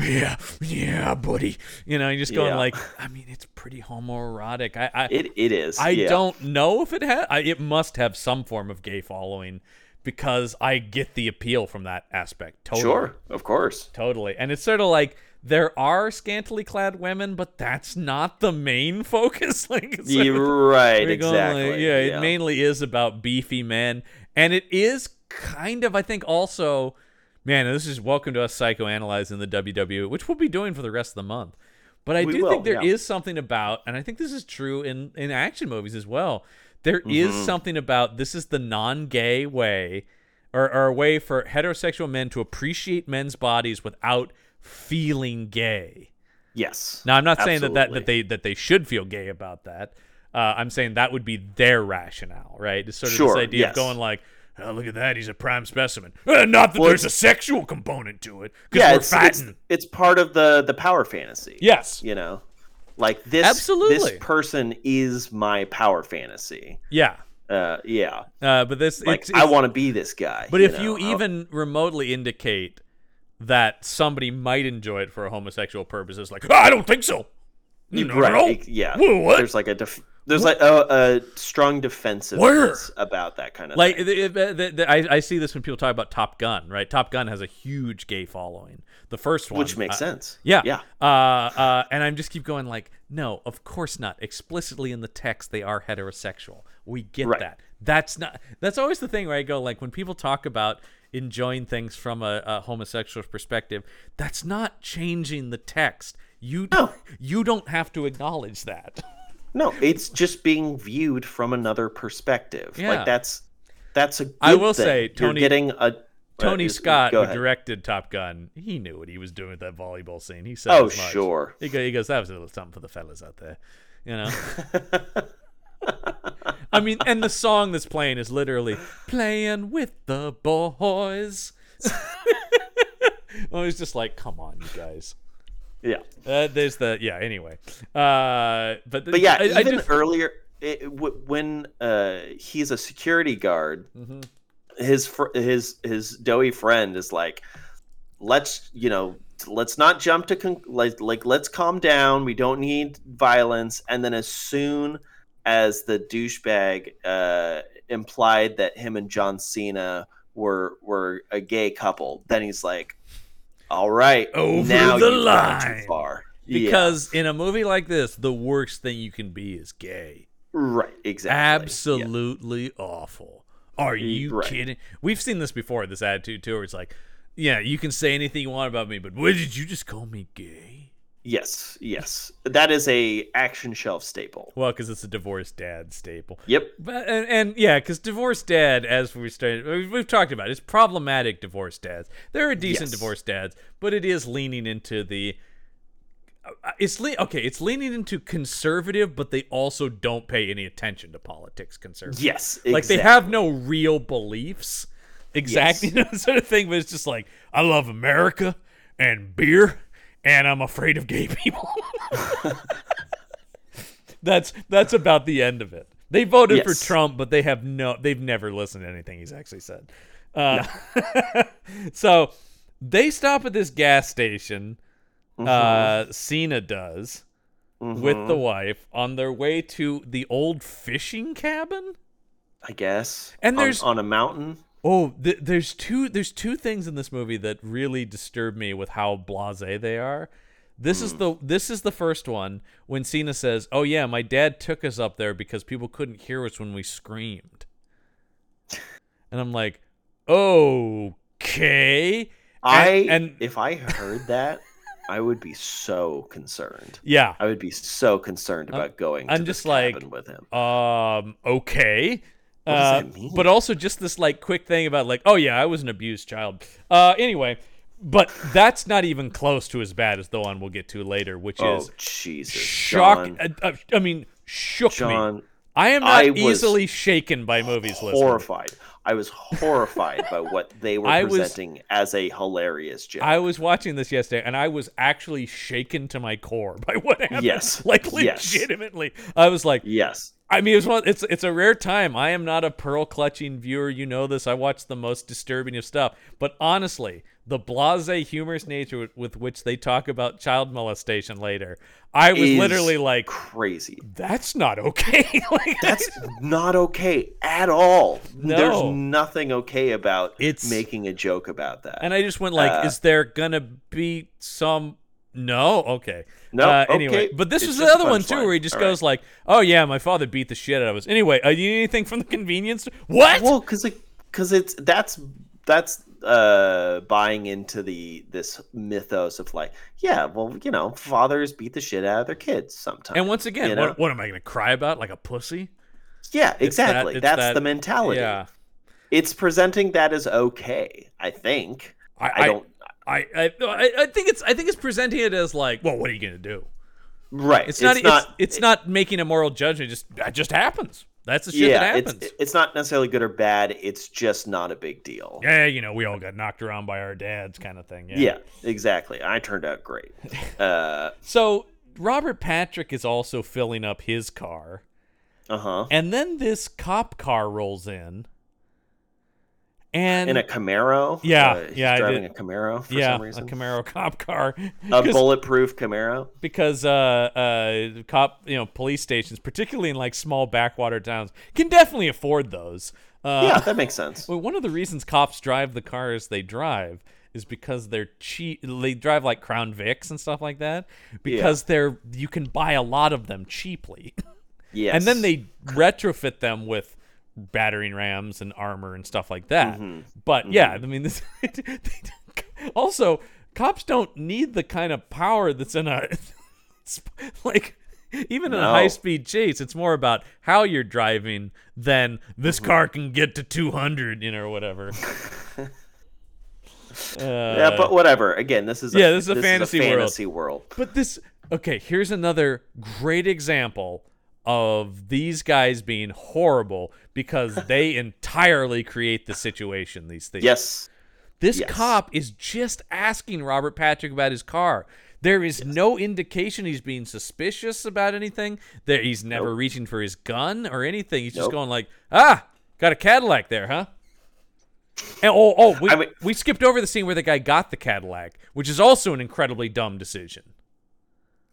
yeah yeah buddy you know and just going
Yeah.
like i mean it's pretty homoerotic i i,
It it is.
I
yeah.
don't know if it has it must have some form of gay following because i get the appeal from that aspect totally
Sure, of course.
totally and it's sort of like there are scantily clad women but that's not the main (laughs) focus like it's sort of-
You're right.
we're going, like,
Exactly.
yeah, it mainly is about beefy men, and it is kind of, I think, also, man, this is welcome to us psychoanalyzing the WWE, which we'll be doing for the rest of the month. But I
We
do
will,
think there is
yeah.
something about, and I think this is true in in action movies as well. There is
Mm-hmm.
something about this is the non-gay way, or, or a way for heterosexual men to appreciate men's bodies without feeling gay.
Yes.
Now, I'm not saying that, that that
Absolutely.
they that they should feel gay about that. Uh, I'm saying that would be their rationale, right? It's sort of
Sure,
this idea
yes.
of going like, oh, look at that, he's a prime specimen. (laughs) Eh, not that
Well,
there's a sexual component to it, because
yeah,
we're
it's, it's
fattened.
it's part of the the power fantasy.
Yes.
you know like this
Absolutely.
this person is my power fantasy
Yeah.
uh yeah
Uh, but this,
like
it's,
i
it's-
want to be this guy
But if
know?
you
I'll-
even remotely indicate that somebody might enjoy it for a homosexual purpose is like, "Ah, I don't think so. No, no,
right?
no.
it- Yeah.
Whoa, what?
There's like a def- there's like a, a strong defensiveness about that kind of
like
thing.
it- it- it- it- I, I see this when people talk about Top Gun, right? Top Gun has a huge gay following. The first one,
which makes
uh,
sense.
Yeah,
Yeah.
Uh, uh, and I'm just keep going like, no, of course not. Explicitly in the text, they are heterosexual. We get
Right.
that. That's not. That's always the thing where I go like when people talk about enjoying things from a, a homosexual perspective, that's not changing the text. You
No.
you don't have to acknowledge that.
No, it's just being viewed from another perspective.
Yeah.
Like that's that's a good
I will
thing.
say,
You're
Tony-
getting a
Tony
uh, is-
Scott,
go
who
ahead.
directed Top Gun, he knew what he was doing with that volleyball scene. He said,
Oh
as much.
sure.
He, go, he goes, that was a little something for the fellas out there, you
(laughs)
know. I mean, and the song that's playing is literally "Playing with the Boys." (laughs) I was just like, "Come on, you guys."
Yeah.
Uh, there's the yeah. Anyway, uh, but
But yeah,
I,
even
I do-
earlier it, w- when uh, he's a security guard,
Mhm.
his fr- his his doughy friend is like, let's you know, let's not jump to con- like like let's calm down. We don't need violence. And then as soon as the douchebag uh, implied that him and John Cena were were a gay couple, then he's like, all right,
Over
now
the
you've gone
line."
too far. yeah,
because in a movie like this, the worst thing you can be is gay.
right, exactly. Yeah. Mm,
absolutely awful. Are you
right.
kidding? We've seen this before. This attitude too, where it's like, yeah, you can say anything you want about me, but what did you just call me gay?
Yes, yes. That is a action shelf staple.
Well, because it's a divorced dad staple.
Yep.
But and, and yeah, because divorced dad, as we started, we- we've talked about, it, it's problematic. Divorced dads, there are decent
Yes.
divorced dads, but it is leaning into the. uh, It's le- okay. It's leaning into conservative, but they also don't pay any attention to politics. Conservative,
Yes.
like they
exact-
have no real beliefs exactly you know, (laughs) sort of thing but it's just like i love america and beer and i'm afraid of gay people (laughs) that's that's about the end of it they voted
Yes.
for trump but they have no they've never listened to anything he's actually said uh, (laughs) so they stop at this gas station uh cena does with the wife on their way to the old fishing cabin
I guess.
and
On-
there's-
on, a mountain.
Oh, th- there's two there's two things in this movie that really disturb me with how blasé they are. This is the this is the first one when Cena says, "Oh yeah, my dad took us up there because people couldn't hear us when we screamed." And I'm like, "Okay." And-
I
and
if I heard that, I would be so concerned.
yeah.
I would be so concerned about going
I'm
to this
just like-
cabin with him.
Um, okay.
What
Uh,
does that mean?
But also just this like quick thing about like, oh yeah, I was an abused child. Uh, anyway, but that's not even close to as bad as the one we'll get to later, which
Oh
is
Jesus.
shock.
John,
uh, uh, I mean, shook me.
John
I am not
I was
easily shaken by movies. Listeners.
horrified. I was horrified by what they were
(laughs) I was-
presenting as a hilarious joke.
I was watching this yesterday, and I was actually shaken to my core (laughs) by what happened.
Yes.
like
Yes.
legitimately, I was like,
yes.
I mean, it's one. It's it's a rare time. I am not a pearl clutching viewer. You know this. I watch the most disturbing of stuff. But honestly, the blasé, humorous nature with, with which they talk about child molestation later, I was
Is-
literally like,
Crazy.
"That's not okay." (laughs) like,
That's not okay at all. There's
No.
nothing okay about
It's-
making a joke about that.
and I just went like,
Uh,
"Is there gonna be some?" No. Okay.
No,
Uh, anyway,
okay.
but this
It's
was the
just
other one too,
punchline.
where he just
All right.
goes like, "Oh yeah, my father beat the shit out of us." Anyway, uh, you need anything from the convenience? store? What?
well, because because it's that's that's uh buying into the this mythos of like yeah well you know fathers beat the shit out of their kids sometimes
and once again,
you know?
what, what am I gonna cry about? Like a pussy?
yeah
It's that-
exactly
it's
that's
that-
the mentality
Yeah.
it's presenting that as okay i think i, don't
I, I, I, I think it's I think it's presenting it as like, well, what are you gonna do?
right
It's not it's not, it's, not making a moral judgment. It just that just happens. That's the shit
yeah
that
it's
happens.
it's not necessarily good or bad it's just not a big deal
yeah, you know, we all got knocked around by our dads, kind of thing. Yeah.
Yeah, exactly. I turned
(laughs)
out great. Uh
So Robert Patrick is also filling up his car,
huh.
and then this cop car rolls in, and
in a Camaro.
Yeah,
he's
yeah, I
driving
did.
a Camaro for
yeah,
some reason.
a Camaro cop car.
A
(laughs) 'Cause-
bulletproof Camaro.
because uh, uh, cop, you know, police stations, particularly in like small backwater towns, can definitely afford those.
yeah,
Uh,
that makes
(laughs)
sense.
well, one of the reasons cops drive the cars they drive is because they're cheap. They drive like Crown Vics and stuff like that because they're you can buy a lot of them cheaply,
Yes.
and then they retrofit them with battering rams and armor and stuff like that.
Mm-hmm.
But yeah, I mean, (laughs) this also cops don't need the kind of power that's in a (laughs) sp- like even in a
No.
high speed chase, it's more about how you're driving than this
Mm-hmm.
car can get to 200, you know, or
(laughs)
whatever. Uh,
Yeah, but whatever. Again, this is a,
yeah, this is a fantasy world.
fantasy world.
But this okay, here's another great example of these guys being horrible because they entirely create the situation, these things.
Yes.
This
Yes.
cop is just asking Robert Patrick about his car. There is no indication he's being suspicious about anything. There he's never reaching for his gun or anything. He's just
Nope.
going like, "Ah, got a Cadillac there, huh?" And oh, oh, we,
I mean-
we skipped over the scene where the guy got the Cadillac, which is also an incredibly dumb decision.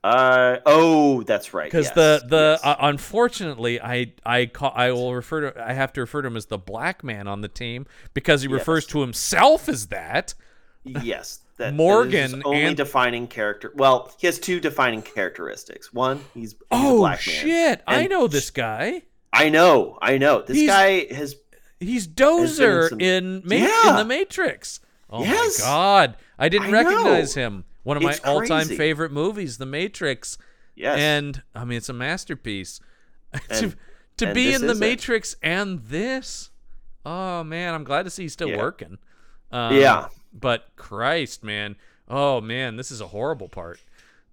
Uh oh, that's right.
Because
yes,
the the
yes.
uh, unfortunately, I I call, I will refer to I have to refer to him as the black man on the team because he refers to himself as that.
yes, that- that is his
Morgan
only
and-
defining character. Well, he has two defining characteristics. One, he's, he's a
Oh
black man.
shit! I
And
know this guy.
I know, I know. This
He's-
guy has
He's Dozer
some-
in Ma- in
Yeah.
the Matrix. Oh
Yes.
my god! I didn't
I
recognize
know.
him. One of my
It's
all-time
crazy.
favorite movies, The Matrix.
yes.
And I mean, it's a masterpiece. (laughs) to
And-
to
and
be
this
in The
is it.
Matrix and this, oh man, I'm glad to see he's still
Yeah.
working. Um,
Yeah.
But Christ, man, oh man, this is a horrible part.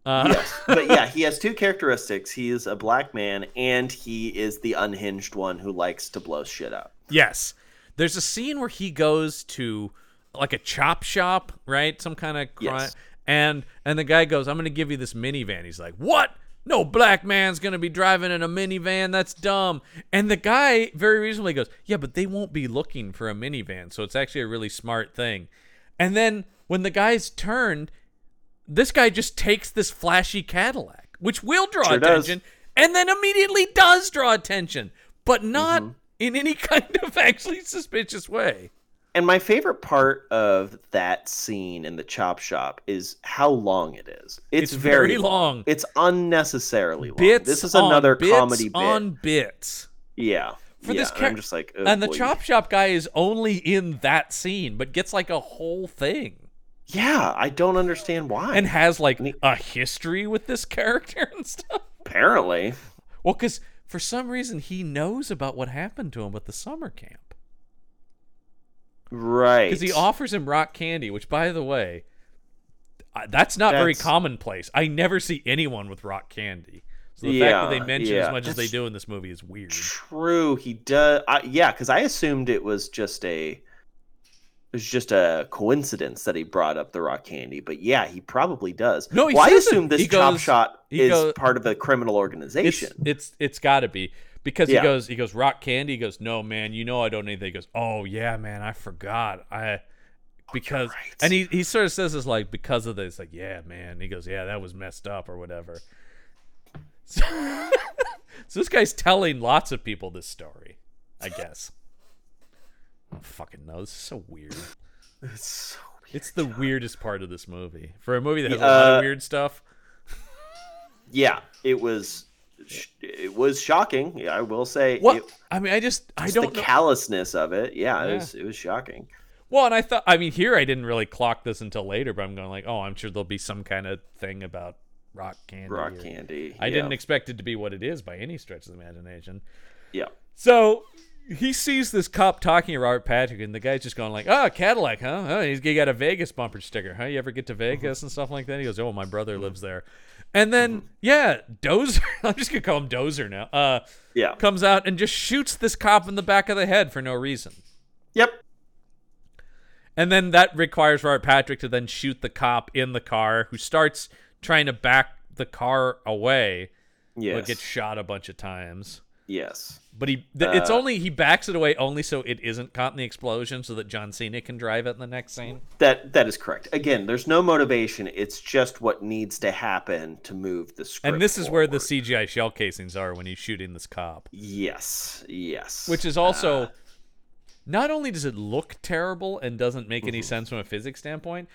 Uh,
yes. But yeah, he has two characteristics. He is a black man and he is the unhinged one who likes to blow shit up.
Yes. There's a scene where he goes to like a chop shop, right? Some kind of crime.
Yes.
And and the guy goes, "I'm going to give you this minivan." He's like, "What? No black man's going to be driving in a minivan. That's dumb." And the guy very reasonably goes, "Yeah, but they won't be looking for a minivan, so it's actually a really smart thing." And then when the guy's turned, this guy just takes this flashy Cadillac, which will draw
Sure does.
attention, and then immediately does draw attention, but not
Mm-hmm.
in any (laughs) kind of actually suspicious way.
And my favorite part of that scene in the chop shop is how long it is.
It's
It's, very,
very long.
It's unnecessarily long.
Bits.
this is
on
another
bits
comedy bit.
on bits.
yeah.
For
yeah.
this
and
char-
I'm just like, oh,
and the
boy.
chop shop guy is only in that scene, but gets like a whole thing
Yeah, I don't understand why.
and has like
And he-
a history with this (laughs) character and stuff.
apparently,
Well, because for some reason he knows about what happened to him at the summer camp.
right?
because he offers him rock candy, which, by the way, I- that's not very
That's-
commonplace. I never see anyone with rock candy. So the fact that they
Yeah,
mention as
yeah.
much as they
That's-
do in this movie is weird.
True, he does. I, yeah, because I assumed it was just a, it was just a coincidence that he brought up the rock candy. But yeah, he probably does.
No, he
well, I
says it.
assume this
He
chop
goes-
shop
he
is
goes-
part of a criminal organization.
It's it's it's got to be because he
Yeah.
goes he goes rock candy. He goes, no man, you know I don't need that. He goes, oh yeah man, I forgot I because
right.
and he he sort of says this like because of this like yeah man. He goes yeah that was messed up or whatever. (laughs) So, so this guy's telling lots of people this story, I guess. I don't fucking know. This is so weird.
It's so weird.
It's the weirdest part of this movie. For a movie that has a lot
Uh,
of weird stuff.
yeah, it was. sh- It was shocking. yeah, I will say.
What?
It,
I mean, I just I
just
don't
the
know.
callousness of it. Yeah,
Yeah.
it was. It was shocking.
Well, and I thought, I mean, here I didn't really clock this until later, but I'm going like, oh, I'm sure there'll be some kind of thing about rock candy.
Rock
or-
candy.
I
yeah.
didn't expect it to be what it is by any stretch of the imagination.
Yeah.
So he sees this cop talking to Robert Patrick, and the guy's just going like, "Oh, Cadillac, huh? Oh, he's he got a Vegas bumper sticker, huh? You ever
Mm-hmm.
get to Vegas and stuff like that?" He goes, "Oh, my brother lives there," and then
Mm-hmm.
yeah, Dozer. (laughs) I'm just gonna call him Dozer now. Uh,
Yeah.
comes out and just shoots this cop in the back of the head for no reason.
Yep.
And then that requires Robert Patrick to then shoot the cop in the car who starts trying to back the car away
Yes.
but gets shot a bunch of times.
Yes.
But he, th- it's
Uh,
only he backs it away only so it isn't caught in the explosion, so that John Cena can drive it in the next scene.
That that is correct. Again, there's no motivation. It's just what needs to happen to move the script.
And this is where the
forward.
CGI shell casings are when he's shooting this cop,
Yes. Yes.
which is
Ah.
also not only does it look terrible and doesn't make
Mm-hmm.
any sense from a physics standpoint.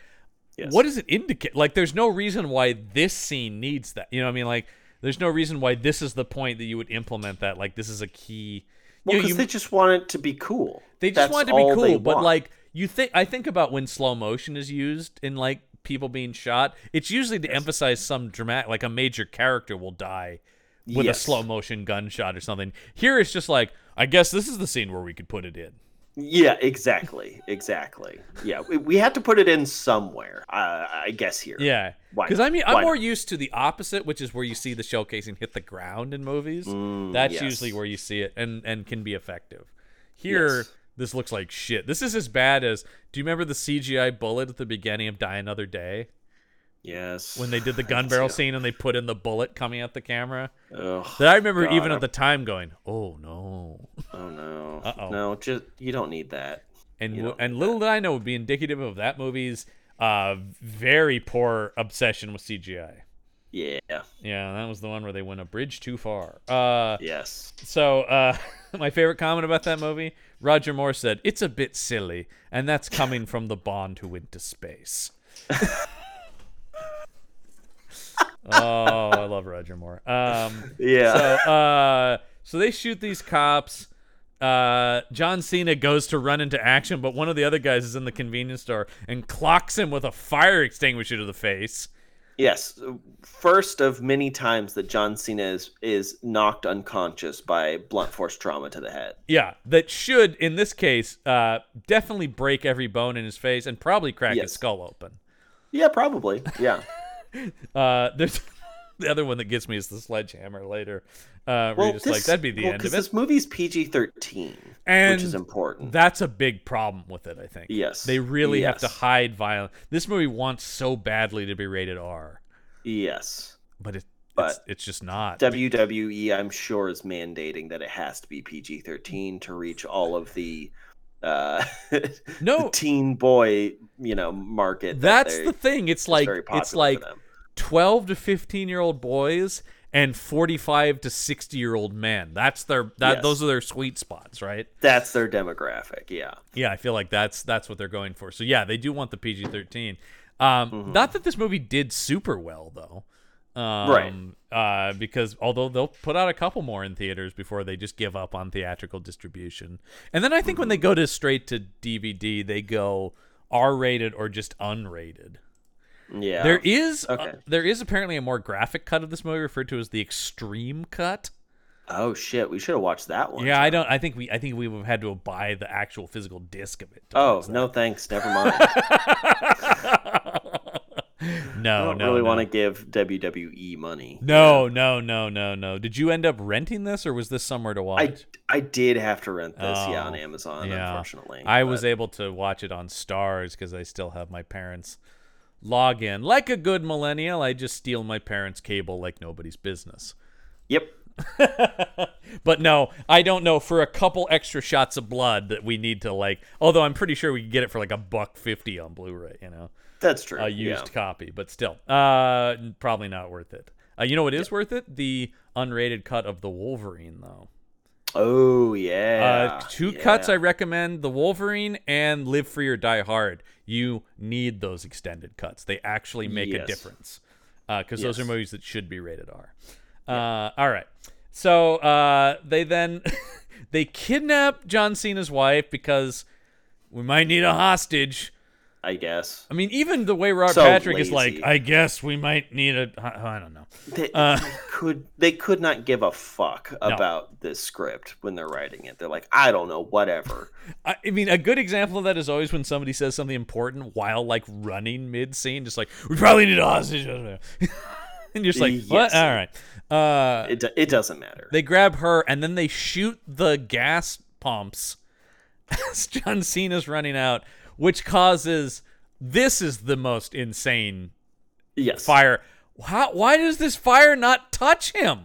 Yes.
What does it indicate? Like, there's no reason why this scene needs that. You know, what I mean, like, there's no reason why this is the point that you would implement that. Like, this is a key.
Well,
you know,
because
you-
they just want it to be cool.
They just
That's
wanted to be
all they
cool, but
want.
like you think, I think about when slow motion is used in like people being shot. It's usually to emphasize some dramatic, like a major character will die with a
Yes.
slow motion gunshot or something. Here it's just like, I guess this is the scene where we could put it in.
Yeah, exactly, exactly. Yeah, we, we had to put it in somewhere. Uh, I guess here.
Yeah,
Why
because
not?
I mean,
Why
I'm more
not?
used to the opposite, which is where you see the shell casing hit the ground in movies. That's
Mm, yes.
usually where you see it and and can be effective. Here,
Yes.
this looks like shit. This is as bad as. Do you remember the CGI bullet at the beginning of Die Another Day?
Yes.
when they did
(laughs)
the gun barrel scene and they put in the bullet coming at the camera.
Ugh,
That I remember
God,
even
I'm-
at the time going, "Oh no!"
oh no.
Uh-oh.
No, just you don't need that.
And
You
w-
don't
and little did I know would be indicative of that movie's uh very poor obsession with CGI.
Yeah.
Yeah, that was the one where they went a bridge too far. Uh, (laughs)
Yes.
so uh, my favorite comment about that movie, Roger Moore said, "It's a bit silly," and that's coming from the Bond who went to space. oh, I love Roger Moore. Um,
Yeah.
So, uh, so they shoot these cops. Uh, John Cena goes to run into action, but one of the other guys is in the convenience store and clocks him with a fire extinguisher to the face.
Yes, first of many times that John Cena is is knocked unconscious by blunt force trauma to the head.
Yeah, that should, in this case, uh, definitely break every bone in his face and probably crack his
Yes.
skull open.
Yeah, probably.
(laughs)
Yeah.
Uh, (laughs) there's the other one that gets me is the sledgehammer later. Uh, where
Well,
you're just like,
this-
that'd be the
well,
end
'cause
of it.
This movie's PG thirteen,
And
which is important.
That's a big problem with it, I think.
Yes.
They really have to
Yes.
hide violence. This movie wants so badly to be rated R,
yes,
but it, it's,
But-
it's just not.
WWE I'm sure is mandating that it has to be PG thirteen to reach all of the uh (laughs)
No.
the teen boy you know market. that
Oh. That's
they-
the thing. It's
that's
like
very
it's
popular
like
for them.
12 to 15 year old boys and 45 to 60 year old men. That's their that
Yes.
those are their sweet spots, right?
that's their demographic. Yeah.
Yeah, I feel like that's that's what they're going for. So yeah, they do want the PG thirteen. Um, Not that this movie did super well though, um, right? Uh, because although they'll put out a couple more in theaters before they just give up on theatrical distribution, and then I think when they go to straight to DVD, they go R rated or just unrated.
Yeah.
There is uh,
Okay.
there is apparently a more graphic cut of this movie referred to as the extreme cut.
Oh shit, we should have watched that one.
Yeah, I don't. I think we I think we would have had to buy the actual physical disc of it. to
Oh
watch that.
no, (laughs) thanks. Never mind. I
no,
don't
no,
really
no.
want to give WWE money.
No, no, no, no, no. Did you end up renting this, or was this somewhere to watch?
I I did have to rent this, yeah, on
Oh,
Amazon.
yeah.
Unfortunately,
I was
but-
able to watch it on Stars because I still have my parents' login. Like a good millennial, I just steal my parents' cable like nobody's business.
Yep.
But no, I don't know for a couple extra shots of blood that we need to like. Although I'm pretty sure we can get it for like a buck fifty on Blu-ray. You know.
That's true.
a
yeah.
used copy, but still, uh, probably not worth it. Uh, you know what is worth it? The unrated cut of the Wolverine, though.
Oh
Uh,
yeah.
two
yeah.
cuts I recommend: the Wolverine and Live Free or Die Hard. You need those extended cuts; they actually make a
Yes.
difference because those are
Yes.
movies that should be rated R. Uh, all right, so uh, they then (laughs) they kidnap John Cena's wife because we might need a hostage.
I guess.
I mean, even the way Robert
So
Patrick is like,
lazy.
I guess we might need a. I I don't know.
They,
Uh.
they could they could not give a fuck about this script when they're writing it. They're like, I don't know,
(laughs)
whatever.
I, I mean, a good example of that is always when somebody says something important while like running mid scene, just like we probably need a hostage, (laughs) and you're just like, what?
Yes.
All right. Uh,
it do- it doesn't matter.
they grab her and then they shoot the gas pumps as (laughs) John Cena's running out, which causes this is the most insane
yes.
fire. How, why does this fire not touch him?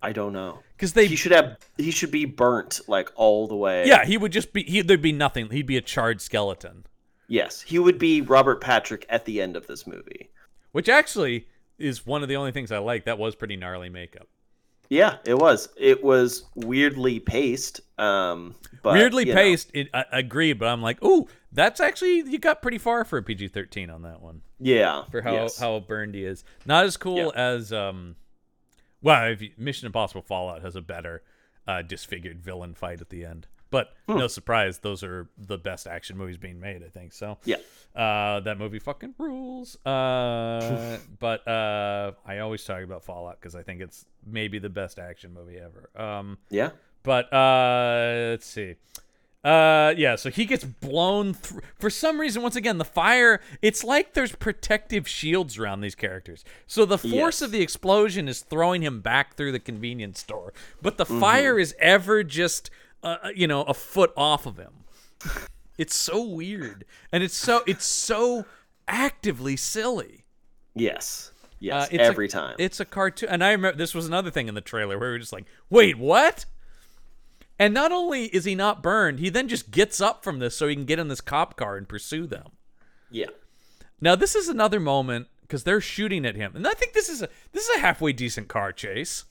I don't know.
because they
He should have. He should be burnt like all the way.
yeah he would just be he, there'd be nothing he'd be a charred skeleton
Yes, he would be Robert Patrick at the end of this movie.
which actually is one of the only things I like. That was pretty gnarly makeup.
Yeah, it was. It was weirdly paced. Um, but
Weirdly
you know,
paced, it, I, I agree, but I'm like, ooh, that's actually you got pretty far for a PG-13 on that one
yeah.
for how
yes.
how burned he is. Not as cool as um, well, if you, Mission Impossible Fallout has a better uh, disfigured villain fight at the end. But
Hmm.
no surprise, those are the best action movies being made. I think so.
Yeah.
Uh, that movie fucking rules. Uh,
(laughs)
but uh, I always talk about Fallout because I think it's maybe the best action movie ever. Um,
Yeah.
but uh, let's see. Uh, yeah. So he gets blown through. For some reason, once again, the fire. It's like there's protective shields around these characters. So the force
Yes.
of the explosion is throwing him back through the convenience store, but the fire is ever just, uh, you know, a foot off of him. It's so weird, and it's so it's so actively silly.
Yes.
Uh,
Yes.
it's
every
a,
time.
It's a cartoon, and I remember this was another thing in the trailer where we were just like, "Wait, what?" And not only is he not burned, he then just gets up from this so he can get in this cop car and pursue them.
yeah.
Now this is another moment because they're shooting at him, and I think this is a this is a halfway decent car chase.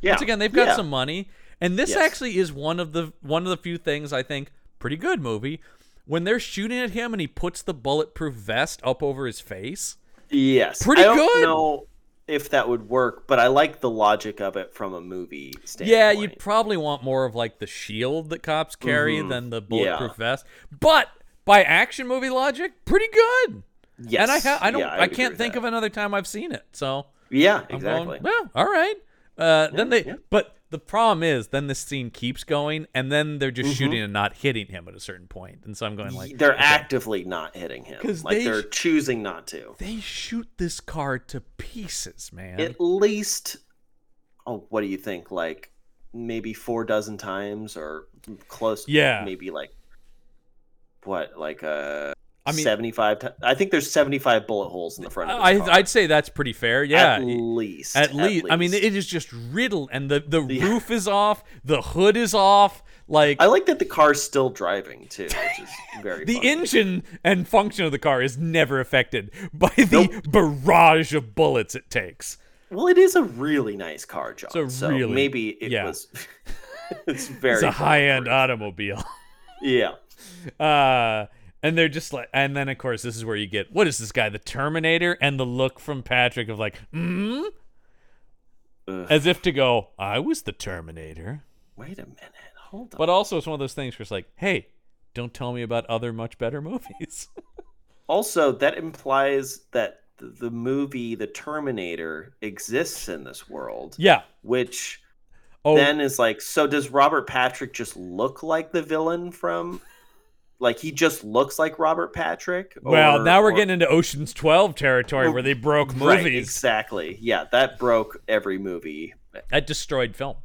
Yeah.
Once again, they've got
Yeah.
some money, and this
Yes.
actually is one of the one of the few things I think pretty good movie when they're shooting at him and he puts the bulletproof vest up over his face.
Yes.
Pretty
I don't
good.
know if that would work, but I like the logic of it from a movie standpoint.
Yeah, you'd probably want more of like the shield that cops carry
Mm-hmm.
than the bulletproof vest. But by action movie logic, pretty good.
Yes.
And I ha- I don't
yeah,
I
would agree
can't
with
think
that.
of another time I've seen it. So
Yeah.
I'm going,
Exactly.
well, all right. Uh, then they but the problem is then this scene keeps going and then they're just shooting and not hitting him at a certain point. And so I'm going like
Mm-hmm. they're actively not hitting him.
'Cause
Like
they-
they... are choosing not to.
they shoot this car to pieces, man.
At least, oh, what do you think? Like maybe four dozen times or close.
Yeah.
Maybe like what? Like uh,
I mean-
seventy-five. T- I think there's seventy-five bullet holes in the front. Of
I
this car.
I'd say that's pretty fair. Yeah.
At least.
At, least. I mean,
least.
it is just riddled, and the the roof is off, the hood is off, like
I like that the car's still driving too, which
(laughs)
is very
the
funny.
engine and function of the car is never affected by the barrage of bullets it takes.
Well, it is a really nice car, John.
a
so
really-
maybe it
yeah.
was. (laughs) it's very.
It's a uh, high end automobile. (laughs)
Yeah.
Uh, and they're just like, and then of course this is where you get what is this guy, the Terminator, and the look from Patrick of like, mm?
Ugh.
as if to go, I was the Terminator.
Wait a minute. Hold on.
But also, it's one of those things where it's like, hey, don't tell me about other much better movies. (laughs)
Also, that implies that th- the movie The Terminator exists in this world,
yeah.
which
Oh,
then is like, so does Robert Patrick just look like the villain from? Like he just looks like Robert Patrick.
Well,
Or-
now we're
or-
getting into Ocean's 12 territory where they broke
Right,
movies.
exactly. Yeah, that broke every movie.
That destroyed film.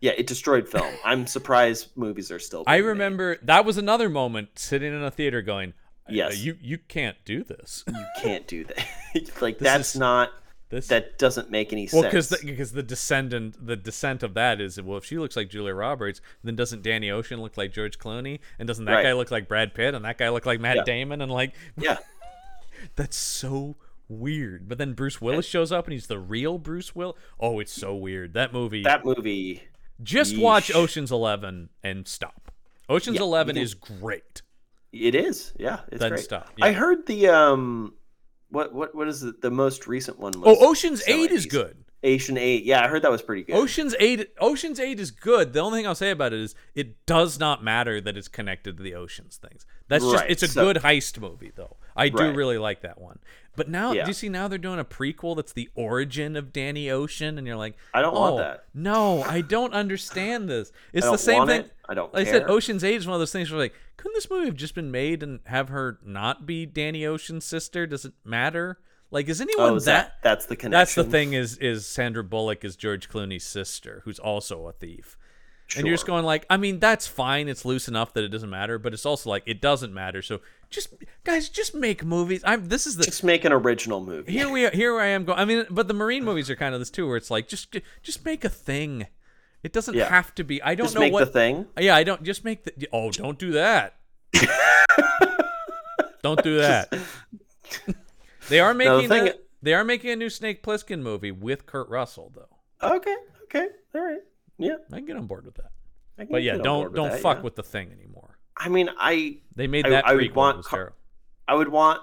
Yeah, it destroyed film. I'm surprised movies are still.
I
being made.
remember that was another moment sitting in a theater going, uh,
Yes.
you you can't do this.
you can't do that. (laughs) like that's
is-
not.
(laughs) This
That doesn't make any
well,
sense.
because because the, descendant, the descent of that is well, if she looks like Julia Roberts, then doesn't Danny Ocean look like George Clooney, and doesn't that
Right.
guy look like Brad Pitt, and that guy look like Matt
Yeah.
Damon, and like (laughs)
yeah,
that's so weird. But then Bruce Willis shows up, and he's the real Bruce Will. Oh, it's so weird. That movie.
that movie.
Just watch
Yeesh.
Ocean's Eleven and stop. Ocean's
Yeah,
Eleven
you can-
is great.
It is. Yeah, it's
Then
great.
stop,
I
yeah.
heard the um, what what what is it? The most recent one
Oh,
was
Ocean's
so
Eight is
easy.
good.
Ocean Eight. Yeah, I heard that was pretty good.
Ocean's Eight, Ocean's Eight is good. The only thing I'll say about it is it does not matter that it's connected to the oceans things. That's just
Right,
it's a
so-
good heist movie though. I do
Right.
really like that one. But now,
Yeah.
do you see now they're doing a prequel that's the origin of Danny Ocean, and you're like,
I don't want
"Oh,
that."
No, I don't understand
(laughs)
this. It's
don't
the same
want
thing.
it. I don't
Like I said
care.
Ocean's Eight is one of those things where like, couldn't this movie have just been made and have her not be Danny Ocean's sister? Does it matter? Like, is anyone
Oh, is that, that's the connection.
that's the thing is is Sandra Bullock is George Clooney's sister, who's also a thief. And you're just
Sure.
going like, I mean, that's fine. It's loose enough that it doesn't matter, but it's also like it doesn't matter. So just guys, just make movies. I'm this is the
Just make an original movie.
here we are, here I am going. I mean, but the Marine movies are kind of this too, where it's like just just make a thing. It doesn't
Yeah.
have to be. I don't
Just
know
make
what.
the thing.
Yeah, I don't just make the. Oh, don't do that. don't do
(laughs)
that. they are
No, the
making.
thing-
a, they are making a new Snake Plissken movie with Kurt Russell, though.
Okay. Okay. All right. Yeah.
I can get on board with that.
I can
But yeah,
get on board
don't
with
don't
that,
fuck
yeah.
with the thing anymore.
I mean, I
They made
I-
that
I would
prequel.
want
it was
Car-
terrible.
I would want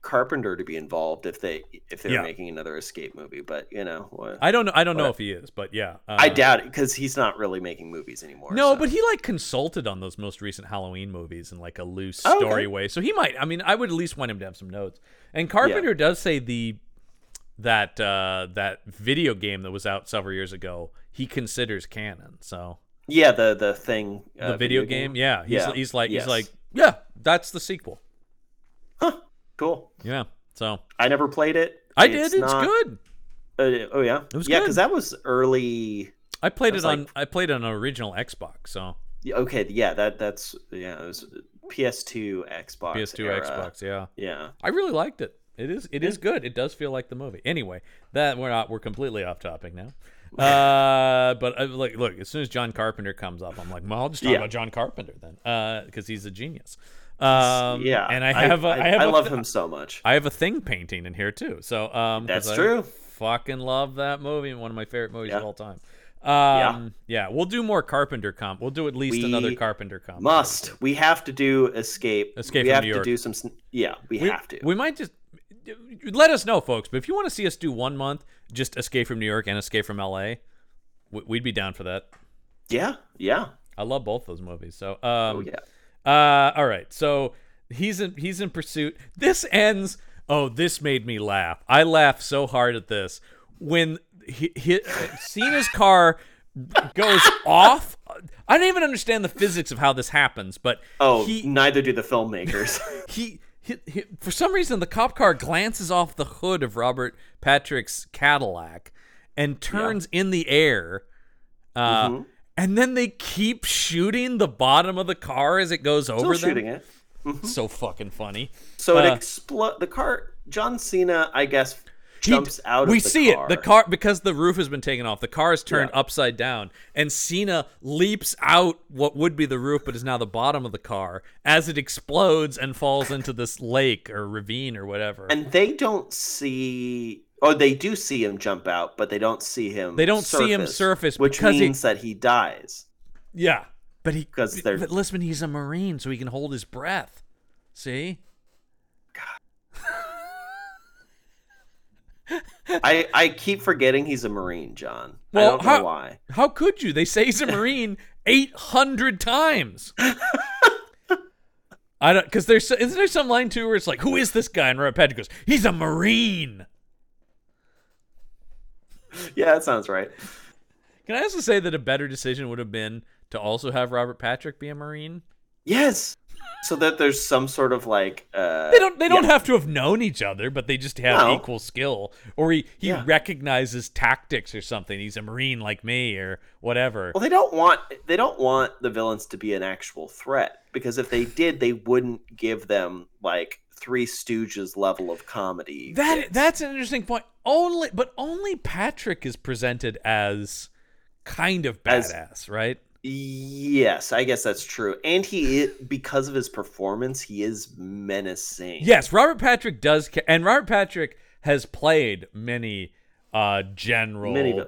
Carpenter to be involved if they if they
Yeah.
were making another escape movie, but you know what. I,
I uh, don't know. I don't know
What?
if he is, but yeah, uh,
doubt it because he's not really making movies anymore.
No,
so.
but he like consulted on those most recent Halloween movies in like a loose
Oh, okay.
story way. So he might. I mean, I would at least want him to have some notes. And Carpenter does say the that uh, that video game that was out several years ago he considers canon. So
yeah, the the thing, uh,
the video, game, yeah, he's,
Yeah,
he's like
yes.
he's like yeah, that's the sequel.
Cool.
Yeah, so
I never played it.
I did. It's
not-
good.
Uh, oh yeah, it
was
yeah,
good.
because that was early.
I played it
was
on
like-
I played it on an original Xbox. So
yeah, Okay, yeah, that that's yeah, it was PS2, Xbox,
PS2,
era.
Xbox. Yeah.
Yeah,
I really liked it. It is it is good. It does feel like the movie. Anyway, that we're not we're completely off topic now. Uh, but uh, look, look. As soon as John Carpenter comes up, I'm like, well, I'll just talk
Yeah.
about John Carpenter then, because he's a genius. Um,
yeah.
and I have a-
I,
I have
I
a
love
th-
him so much.
I have a thing painting in here too. So um, 'cause
That's
I
true.
Fucking love that movie. One of my favorite movies of
Yeah.
all time. Um, yeah. We'll do more Carpenter comp. We'll do at least
We
another Carpenter comp.
Must we have to do escape?
Escape
We
from
have
New
to
York.
do some. sn- Yeah, we, have to.
We might just let us know, folks. But if you want to see us do one month, just Escape from New York and Escape from L.A., we- we'd be down for that.
yeah, yeah.
I love both those movies. So, um,
oh yeah.
uh, all right. So he's in he's in pursuit. This ends. Oh, this made me laugh. I laughed so hard at this when he, he Cena's car
(laughs)
goes off. I don't even understand the physics of how this happens, but
Oh,
he
neither do
(laughs)
the filmmakers.
he, he, he for some reason the cop car glances off the hood of Robert Patrick's Cadillac and turns in the air. Uh,
Mm-hmm.
And then they keep shooting the bottom of the car as it goes
Still
over them.
shooting it.
So fucking funny.
So
Uh,
it explodes. The car. John Cena, I guess,
He-
jumps out.
we
of the
see
car.
it. The car because the roof has been taken off. The car is turned upside down, and Cena leaps out what would be the roof, but is now the bottom of the car as it explodes and falls into this lake or ravine or whatever.
And they don't see. Oh, they do see him jump out, but they don't see him.
They don't see him surface
which
because he-
means that he dies.
Yeah, but he
'Cause
b-
they're-
But listen, he's a marine, so he can hold his breath. See,
I I keep forgetting he's a marine, John.
Well,
I don't know
how-
why.
how could you? They say he's a marine
(laughs)
eight hundred times. I don't because there's isn't there some line too where it's like, who is this guy? And Robert Patrick goes, he's a marine.
Yeah, that sounds right.
Can I also say that a better decision would have been to also have Robert Patrick be a marine?
Yes. So that there's some sort of like uh
They don't. They don't
yeah.
have to have known each other, but they just have
No.
equal skill, or he he
Yeah.
recognizes tactics or something. He's a marine like me, or whatever.
Well, they don't want they don't want the villains to be an actual threat because if they did, they wouldn't give them like Three Stooges level of comedy.
That that's an interesting point. Only but only Patrick is presented as kind of
As-
badass, right?
yes, I guess that's true. And
(laughs)
he i- because of his performance, he is menacing.
Yes, Robert Patrick does ca- and Robert Patrick has played many uh general
Many vi- yeah.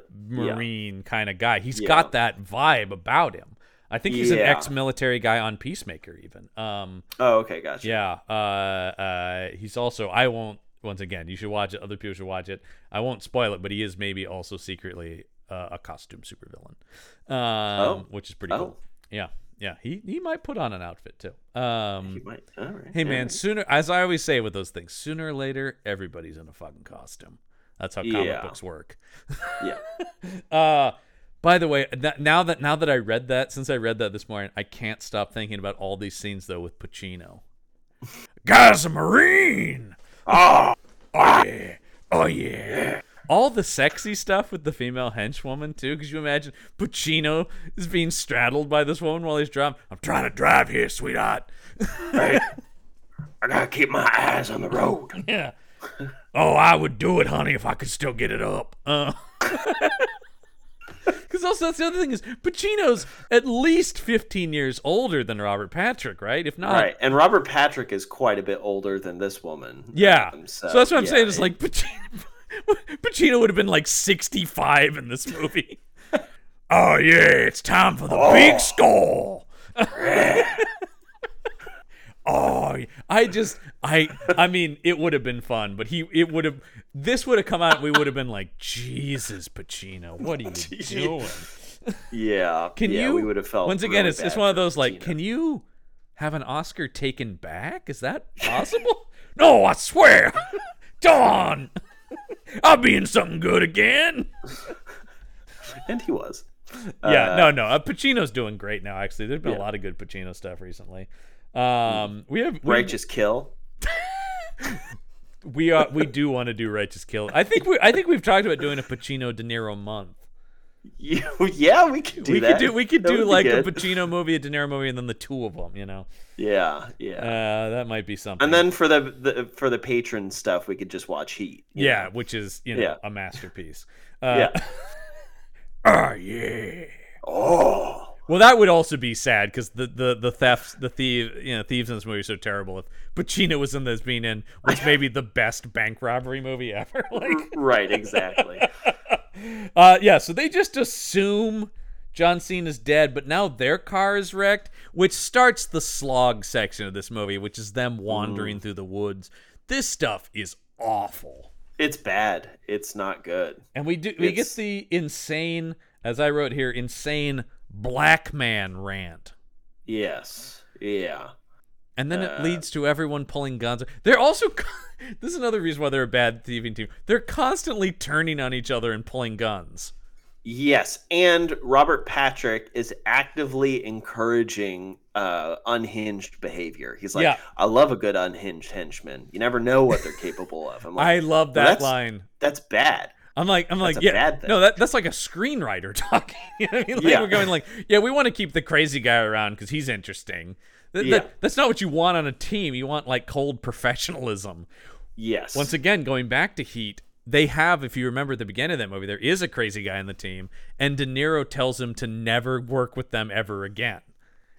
marine kind of guy. He's
Yeah.
got that vibe about him. I think he's an
Yeah.
ex-military guy on Peacemaker even. Um
Oh, okay, gotcha.
Yeah. Uh, uh, he's also. I won't. Once again, you should watch it. Other people should watch it. I won't spoil it, but he is maybe also secretly uh, a costume supervillain, um,
Oh.
which is pretty cool.
Oh.
Yeah, yeah. He he might put on an outfit too.
You
Um,
might- all right,
hey
all
man,
right.
sooner as I always say with those things, sooner or later everybody's in a fucking costume. That's how comic
Yeah.
books work.
Yeah.
Uh, by the way, that, now that now that I read that, since I read that this morning, I can't stop thinking about all these scenes though with Pacino. Guy's a marine. Oh, oh yeah, oh yeah. All the sexy stuff with the female henchwoman too. Could you imagine Pacino is being straddled by this woman while he's driving? I'm trying to drive here, sweetheart.
I gotta keep my eyes on
(laughs)
the road.
Yeah. (laughs) Oh, I would do it, honey, if I could still get it up. Because There's Uh. also that's the other thing is Pacino's at least 15 years older than Robert Patrick, right? If not,
right. And Robert Patrick is quite a bit older than this woman.
yeah.
Um,
so, that's what I'm
yeah,
saying. Is
it-
like Pacino, (laughs) Pacino would have been like 65 in this movie.
(laughs)
oh yeah, it's time for the
Oh.
big score. (laughs) Oh, yeah. I just, I, I mean, it would have been fun, but he, it would have, this would have come out. and We would have been like, Jesus, Pacino, what
(laughs)
are you doing?
yeah.
Can
yeah,
you?
We would have felt
once again.
really
it's it's
bad
one
for
of those like,
Tina.
can you have an Oscar taken back? Is that possible? (laughs) no, I swear, (laughs) Don, (laughs) I'll be in something good again.
And he was.
yeah,
Uh,
no, no. Uh, Pacino's doing great now. Actually, there's been a
yeah.
lot of good Pacino stuff recently. Um, we have we,
Righteous Kill. (laughs)
we are we do want to do Righteous Kill. I think we I think we've talked about doing a Pacino De Niro month.
You, yeah, we could do
we
that.
could do we could
That
do
would be
like a
good.
Pacino movie, a De Niro movie, and then the two of them. You know,
Yeah, yeah.
uh, that might be something.
and then for the, the for the patron stuff, we could just watch Heat. you
Yeah, which is you know
Yeah.
a
(laughs)
masterpiece.
know?
Uh, (laughs)
yeah.
Oh yeah.
Oh,
Well, that would also be sad because the the the thefts, the thief, you know, thieves in this movie are so terrible. If Pacino was in this, being in what's maybe the best bank robbery movie ever. (laughs)
(laughs)
like,
right,
(laughs)
exactly.
uh, yeah. So they just assume John Cena's dead, but now their car is wrecked, which starts the slog section of this movie, which is them wandering through the woods. This stuff is awful.
it's bad. It's not good.
And we do we get
It's-
the insane, as I wrote here, insane black man rant.
Yes. Yeah.
And then it
Uh,
leads to everyone pulling guns. They're also (laughs) this is another reason why they're a bad thieving team. They're constantly turning on each other and pulling guns.
Yes, and Robert Patrick is actively encouraging uh, unhinged behavior. He's like,
Yeah.
"I love a good unhinged henchman. You never know what they're capable of." I'm
(laughs)
like,
I love that
that's-
line.
"That's bad."
I'm like I'm like
a
yeah
bad thing.
no that that's like a screenwriter (laughs) talking. you know what I mean? Like,
Yeah.
we're going like yeah we want to keep the crazy guy around because he's interesting. Th-
Yeah.
that, that's not what you want on a team. You want like cold professionalism.
Yes.
once again going back to heat they have if you remember at the beginning of that movie there is a crazy guy in the team and de niro tells him to never work with them ever again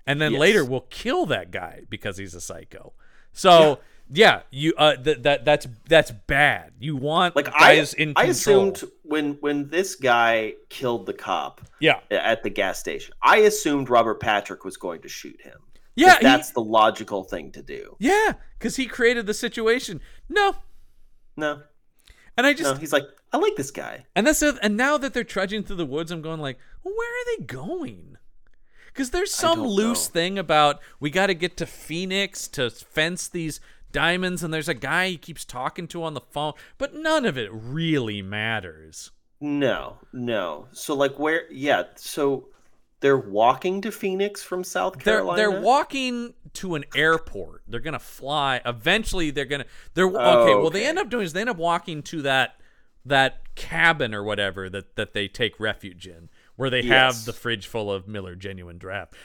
and then
Yes.
later will kill that guy because he's a psycho so yeah, you uh th- that that's that's bad you want
like
guys
I,
in
I
control
assumed when when this guy killed the cop
yeah
at the gas station, I assumed Robert Patrick was going to shoot him. 'Cause
yeah he-
that's the logical thing to do.
yeah because he created the situation no
No,
and i just
no, he's like, "I like this guy."
And that's the, and now that they're trudging through the woods, I'm going like, well, where are they going? Because there's some
don't
loose
know.
thing about we got to get to Phoenix to fence these diamonds, and there's a guy he keeps talking to on the phone, but none of it really matters.
No, no. So like where yeah, so they're walking to Phoenix from South
They're
Carolina.
they're walking to an airport. They're gonna fly. Eventually, they're gonna they're okay. Well, they
Oh, okay.
end up doing is they end up walking to that that cabin or whatever that that they take refuge in, where they have
Yes.
the fridge full of Miller Genuine Draft,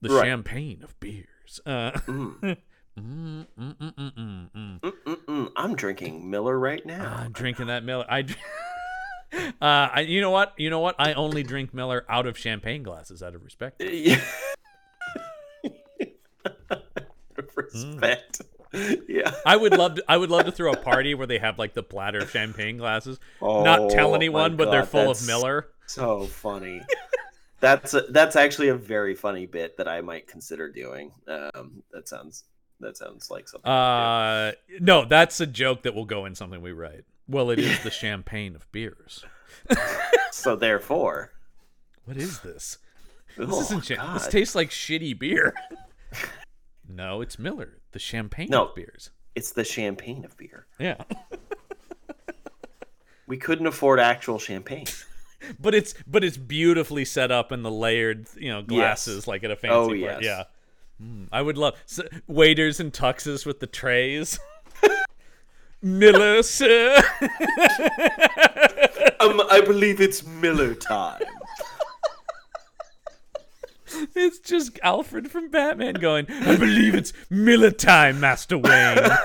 the
Right.
champagne of beers. Uh, (laughs) mm, mm, mm, mm, mm, mm.
Mm-mm, I'm drinking Miller right now. (laughs)
I'm drinking that Miller. I. dr- (laughs) Uh, I, you know what? You know what? I only drink Miller out of champagne glasses out of respect.
Yeah. (laughs) Respect. Yeah.
I would love to. I would love to throw a party where they have like the platter of champagne glasses.
Oh,
Not tell
my
anyone, but they're
God,
full
that's
of Miller.
So funny. (laughs) that's a, that's actually a very funny bit that I might consider doing. Um that sounds that sounds like something. I
Uh, no, that's a joke that will go in something we write. Well, it
(laughs)
is the champagne of beers.
could do. So therefore,
What is this? This
Oh,
isn't champagne. This
God.
tastes like shitty beer. (laughs) no, it's Miller, the champagne
No.
of beers.
it's the champagne of beer.
Yeah,
We couldn't afford actual champagne.
but it's but it's beautifully set up in the layered you know glasses like at a fancy
Oh,
bar-
yes.
Yeah, Mm, I would love s waiters and tuxes with the trays. (laughs) Miller, sir.
(laughs)
(laughs)
Um, I believe it's (laughs) Miller time.
It's just Alfred from Batman going, I believe it's Miller time, Master Wayne. Uh,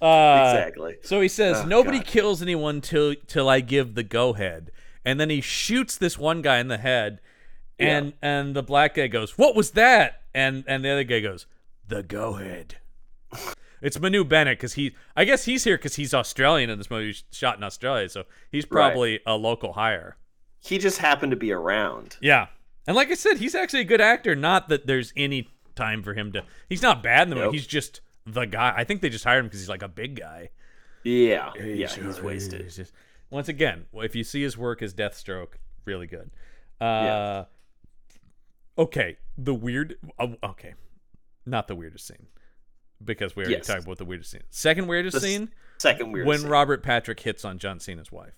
Uh, exactly.
So he says,
Oh,
"Nobody
God.
kills anyone till till I give the go head." And then he shoots this one guy in the head, and and the black guy goes, "What was that?" And and the other guy goes, "The go head."
(laughs)
It's Manu Bennett because he, I guess he's here because he's Australian and this movie was shot in Australia, so he's probably a local hire.
He just happened to be around.
Yeah, and like I said, he's actually a good actor. Not that there's any time for him to. He's not bad in the movie.
Nope.
He's just the guy. I think they just hired him because he's like a big guy.
Yeah, yeah, he's wasted.
It's just- once again, if you see his work as Deathstroke, really good. Uh,
Yeah.
Okay, the weird. oh, okay, not the weirdest scene because we already
Yes.
talked about the weirdest scene. Second weirdest
The s-
scene
Second weird.
when
scene.
Robert Patrick hits on John Cena's wife,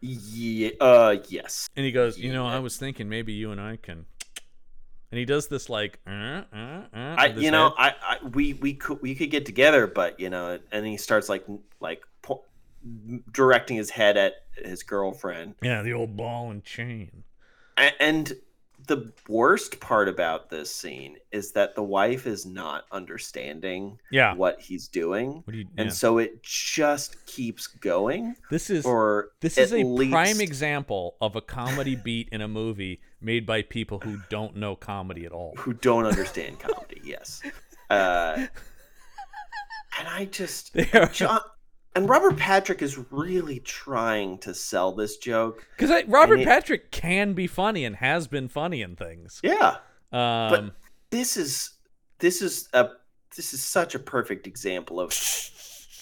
yeah, uh, yes.
and he goes, "You know,
Yeah.
I was thinking maybe you and I can." And he does this like, uh, uh, uh,
I,
with his
you know,
head.
I, I, we, we could, we could get together, but you know, and he starts like, like po- directing his head at his girlfriend,
yeah, the old ball and chain.
A- and the worst part about this scene is that the wife is not understanding
Yeah, what,
what he's doing,
do you?
and
yeah.
so it just keeps going.
this is
Or
This
at
is a
least,
prime example of a
(laughs)
comedy beat in a movie made by people who don't know comedy at all.
(laughs) who don't understand comedy.
(laughs)
Yes, uh, and I
(laughs)
just
Because
John and Robert Patrick is really trying to sell this joke.
Robert
And it-
Patrick can be funny and has been funny in things.
Yeah,
Um,
this is this is a this is such a perfect example of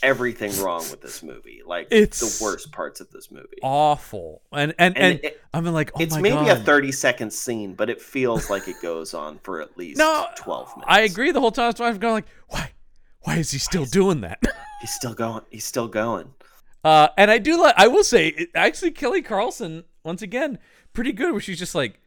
everything wrong with this movie. Like
It's
the worst parts of this movie.
awful. And and and,
And it-
I'm like, oh
it's
my
maybe
god.
a thirty second scene, but it feels like it goes on for at least
No,
twelve minutes.
I agree. The whole time so I've gone like, why, why is he still doing that? (laughs)
He's still going. He's still going. (laughs)
Uh, and I do like. I will say, it, actually, Kelly Carlson once again, pretty good. Where she's just like,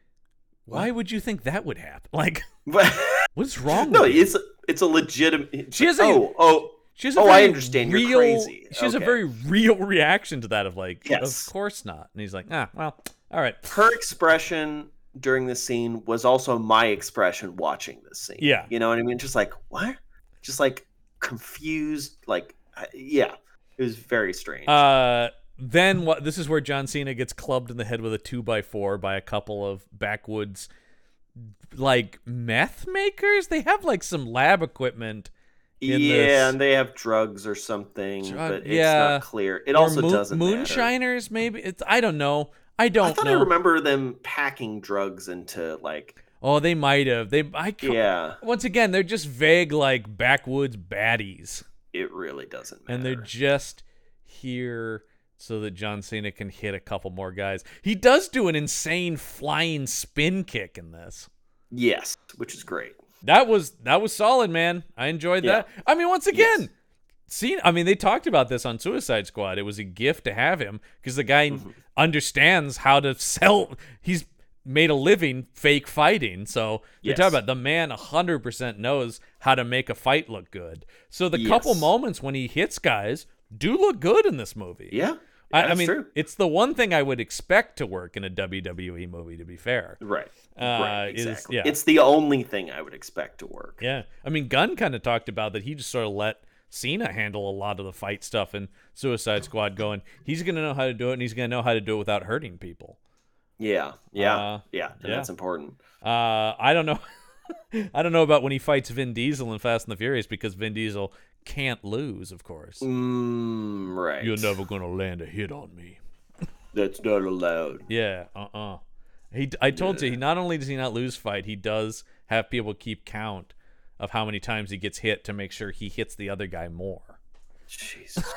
why would you think that would happen? (laughs) Like,
But
what's wrong?
no,
with you?
it's it's a legitimate.
She has a-
oh oh
She has
Oh, I
very
understand. You're crazy.
She has a
Okay.
very real reaction to that of like,
Yes.
of course not. And he's like, ah, well, all right.
her expression during this scene was also my expression watching this scene.
Yeah.
You know what I mean? Just like, what? Just like confused. Like, I- yeah. It was very strange.
Uh, then what? This is where John Cena gets clubbed in the head with a two by four by a couple of backwoods, like meth makers. They have like some lab equipment.
yeah.
in this-
And they have drugs or something,
Drug-
but it's
yeah.
not clear. It
or
also
moon-
doesn't. matter.
moonshiners. Maybe it's I don't know. I
I
don't
thought
know.
I remember them packing drugs into, like,
Oh, they might have. They I can't-
yeah.
Once again, they're just vague like backwoods baddies.
It really doesn't matter.
and they're just here so that John Cena can hit a couple more guys. He does do an insane flying spin kick in this.
yes, which is great.
That was that was solid, man. I enjoyed that. I mean, once again,
Yes.
Cena. I mean, they talked about this on Suicide Squad. It was a gift to have him because the guy
Mm-hmm.
understands how to sell. He's made a living fake fighting. So you're
Yes.
talking about the man 100% knows how to make a fight look good. So the couple
Yes.
moments when he hits guys do look good in this movie.
Yeah.
I, I
that's
mean,
true.
it's the one thing I would expect to work in a WWE movie, to be fair.
Right.
Uh,
right.
it is-
Exactly.
yeah.
It's the only thing I would expect to work.
Yeah. I mean, Gunn kind of talked about that he just sort of let Cena handle a lot of the fight stuff in Suicide Squad, going, he's going to know how to do it and he's going to know how to do it without hurting people.
Yeah, yeah,
Uh,
yeah, and
yeah.
that's important.
Uh, I don't know. (laughs) I don't know about when he fights Vin Diesel in Fast and the Furious because Vin Diesel can't lose, of course.
Mm, right.
You're never going to land a hit on me.
That's not allowed.
Yeah. Uh. uh He. I told you. He not only does he not lose fight, he does have people keep count of how many times he gets hit to make sure he hits the other guy more.
Jesus. Christ.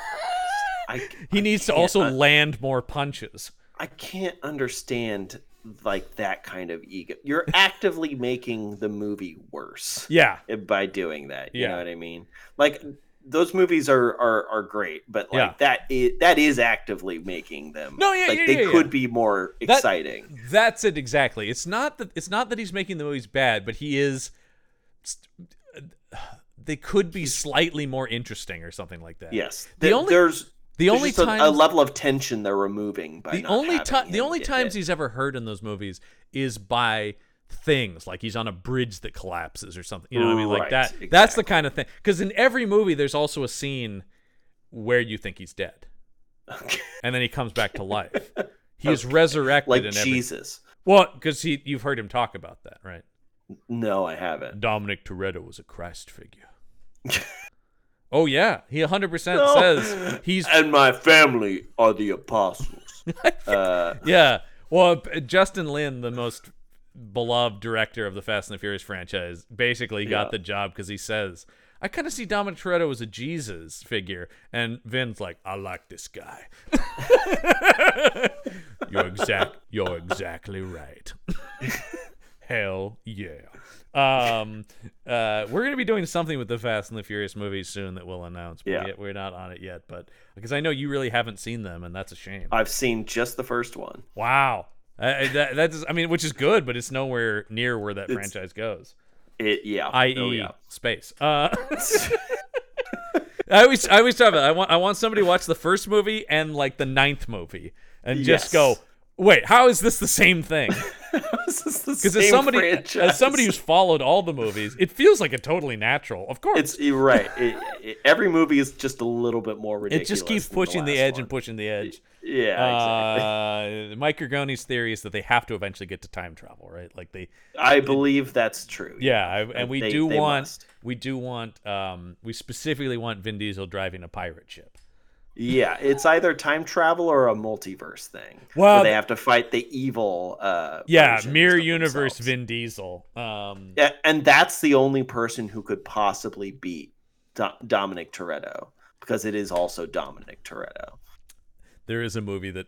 I
He
I
needs to
can't
also
un-
land more punches.
I can't understand like that kind of ego. You're actively making the movie worse
Yeah.
by doing that. You
Yeah.
know what I mean? Like those movies are are, are great, but
Yeah.
like that is that is actively making them.
No, yeah,
like
yeah,
they
yeah,
could
yeah.
be more
That-
exciting.
That's it exactly. It's not that it's not that he's making the movies bad, but he is. They could be slightly more interesting or something like that.
Yes,
The
There-
only-
there's
The
there's
only
just a-
time
a, level of tension they're removing by
the
not
only
having
time the
him
only
get
times
hit.
he's ever heard in those movies is by things like he's on a bridge that collapses or something you know what i mean like
Right,
that that's the
exactly.
kind of thing because in every movie there's also a scene where you think he's dead,
Okay.
and then he comes back to
(laughs)
life. He is resurrected
like
and everything.
Jesus.
Well, because he you've heard him talk about that, right?
No, I haven't.
Dominic Toretto was a Christ
(laughs)
figure. oh yeah, he 100%
No. (laughs)
says he's
And my family are the apostles. uh,
yeah. Well, p- Justin Lin, the most beloved director of the Fast and the Furious franchise, basically got
Yeah.
the job because he says, "I kind of see Dominic Toretto as a Jesus figure," and Vin's like, "I like this guy." (laughs) you're exact. You're exactly right. (laughs) Hell yeah. Um, uh, we're gonna be doing something with the Fast and the Furious movies soon that we'll announce. But
Yeah.
we- we're not on it yet, but because I know you really haven't seen them, and that's a shame.
I've seen just the first one.
Wow. Uh, that, that is, I mean, which is good, but it's nowhere near where that
It's-
franchise goes,
It, yeah.
i.e.,
Oh, yeah. (laughs)
space. Uh, (laughs) I always, I always talk about. I want, I want somebody to watch the first movie and like the ninth movie, and just
Yes.
go, wait, how is this the same thing?
This is the
Because as
same
somebody,
franchise.
as somebody who's followed all the movies, it feels like a totally natural. Of course,
It's you're right. It, it, every movie is just a little bit more
it
ridiculous.
just keeps
than
pushing the,
last
edge
one.
and pushing the edge.
Yeah, exactly.
Uh, Mike Gergoni's theory is that they have to eventually get to time travel, right? Like they,
I believe that's true.
Yeah, I, and we
they-
do
they
want
must.
we do want um we specifically want Vin Diesel driving a pirate ship.
Yeah, it's either time travel or a multiverse thing.
Well-
where they have to fight the evil. Uh,
Yeah,
versions
mirror
of
universe
themselves.
Vin Diesel. Um
Yeah, and that's the only person who could possibly beat Do- Dominic Toretto because it is also Dominic Toretto.
there is a movie that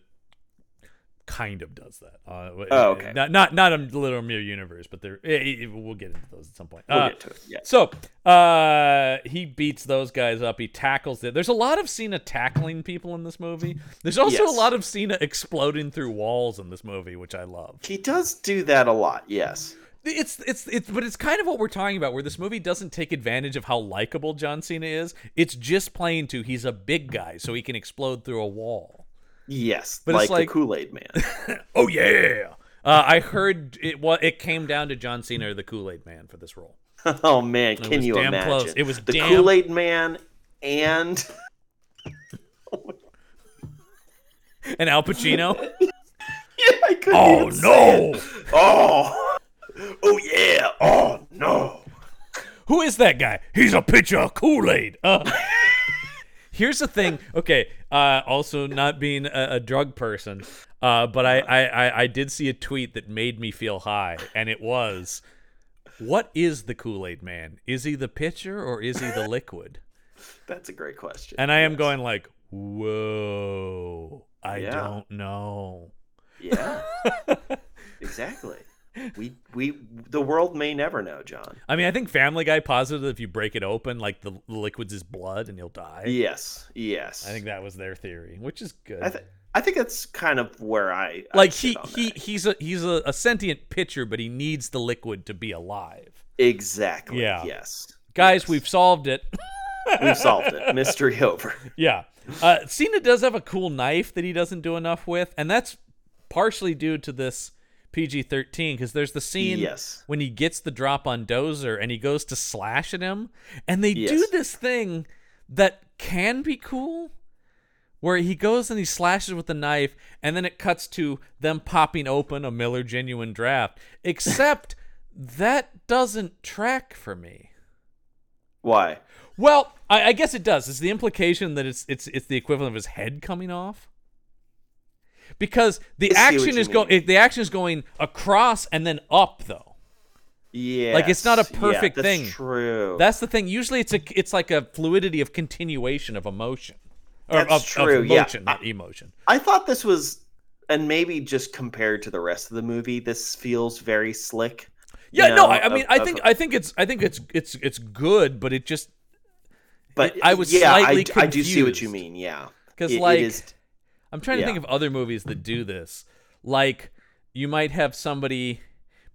kind of does that. Uh, w-
Oh, okay.
Not not not a literal mirror universe, but there eh, eh, we'll get into those at some point.
We'll
Uh,
get to it. Yeah.
So, uh, he beats those guys up. He tackles it. There's a lot of Cena tackling people in this movie. There's also
Yes.
a lot of Cena exploding through walls in this movie, which I love.
He does do that a lot. Yes.
it's it's it's but it's kind of what we're talking about where this movie doesn't take advantage of how likable John Cena is. It's just playing to he's a big guy so he can explode through a wall.
Yes.
But
like,
it's like-
the Kool Aid Man.
Oh yeah. Uh, I heard it wa it came down to John Cena or the Kool-Aid man for this role.
(laughs) Oh man, can
was
you
damn
imagine?
close. It was
the
damn-
Kool Aid Man and (laughs)
And Al Pacino?
yeah, I
(laughs)
couldn't
oh
even say it.
no.
Oh, oh yeah. Oh no.
Who is that guy? He's a pitcher of Kool Aid. Uh, (laughs) here's the thing. Okay. Uh, also, not being a, a drug person, uh, but I, I, I, I did see a tweet that made me feel high, and it was What is the Kool Aid man? Is he the pitcher or is he (laughs) the liquid?
That's a great question.
And I am going, like, Whoa. I
Yeah.
don't know. (laughs)
Yeah. exactly. We we the world may never know, John.
I mean, I think Family Guy posited if you break it open, like the, the liquid's his blood and he'll die.
Yes. Yes.
I think that was their theory, which is good.
I, th- I think that's kind of where I
(laughs)
I
like
sit
he
on
he
that.
he's a he's a, a sentient pitcher, but he needs the liquid to be alive.
exactly.
Yeah.
Yes.
Guys,
Yes.
we've solved it.
we've solved it. Mystery (laughs) over.
yeah, uh, Cena does have a cool knife that he doesn't do enough with, and that's partially due to this PG thirteen because there's the scene
Yes.
when he gets the drop on Dozer and he goes to slash at him, and they do
Yes.
this thing that can be cool. Where he goes and he slashes with the knife, and then it cuts to them popping open a Miller Genuine Draft.
(laughs)
Except that doesn't track for me.
Why?
Well, I, I guess it does. It's the implication that it's it's it's the equivalent of his head coming off. Because the
I see what
action
you
is going
mean.
the action is going across and then up though.
Yeah.
it's not a perfect
yeah, that's
thing.
True.
That's the thing. Usually it's a it's like a fluidity of continuation of emotion. Or
That's
of,
true,
of
yeah.
motion, not emotion.
I thought this was, and maybe just compared to the rest of the movie, this feels very slick.
Yeah, no,
you know,
I, I mean
of-
I
of-
think I think it's I think it's it's it's good, but it just
but
I was
yeah,
slightly
I, I do see what you
confused.
mean. Yeah,
'Cause,
It- it
like,
is-
I'm trying to
Yeah.
think of other movies that do this. Like you might have somebody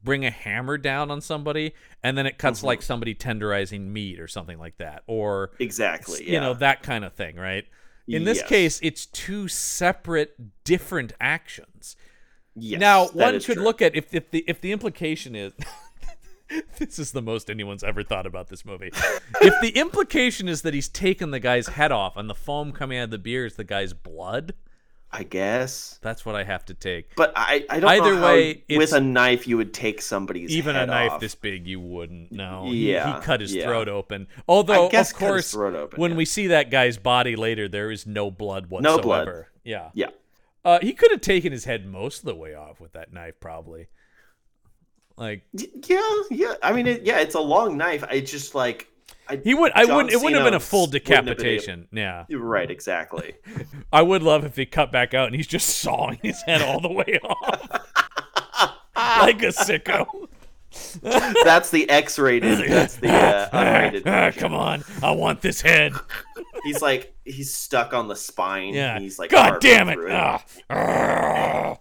bring a hammer down on somebody and then it cuts
Mm-hmm.
like somebody tenderizing meat or something like that or
exactly,
you know
yeah.
that kind of thing, right? In this
Yes.
case, it's two separate different actions.
yes,
now,
that
one
is
could
true.
look at if if the if the implication is (laughs) this is the most anyone's ever thought about this movie. if the implication is that he's taken the guy's head off and the foam coming out of the beer is the guy's blood,
I guess.
that's what I have to take.
But I, I don't
Either
know how
way, it's-
with a knife you would take somebody's
Even a
head
knife
off.
this big, you wouldn't. No, He- he,
Yeah,
cut his
yeah.
throat open. Although,
I guess
of
cut his
course,
throat open,
when
yeah.
we see that guy's body later, there is no blood
blood.
whatsoever. Yeah,
Yeah.
uh, he could have taken his head most of the way off with that knife, probably. Like
Y- Yeah, yeah. I mean, it, yeah, it's a long knife. I just like. I,
he would, I
John
wouldn't. It wouldn't have
Cena
been a full
wouldn't have been able-
decapitation. Yeah,
You're Right, exactly.
I would love if he cut back out and he's just sawing his head all the way off.
(laughs)
like a sicko.
That's
(laughs)
the X-rated. That's the uh, unrated.
Ah,
version.
come on. I want this head.
He's like he's stuck on the spine.
Yeah.
And he's like,
God
carving
damn it.
through
Ah. Ah.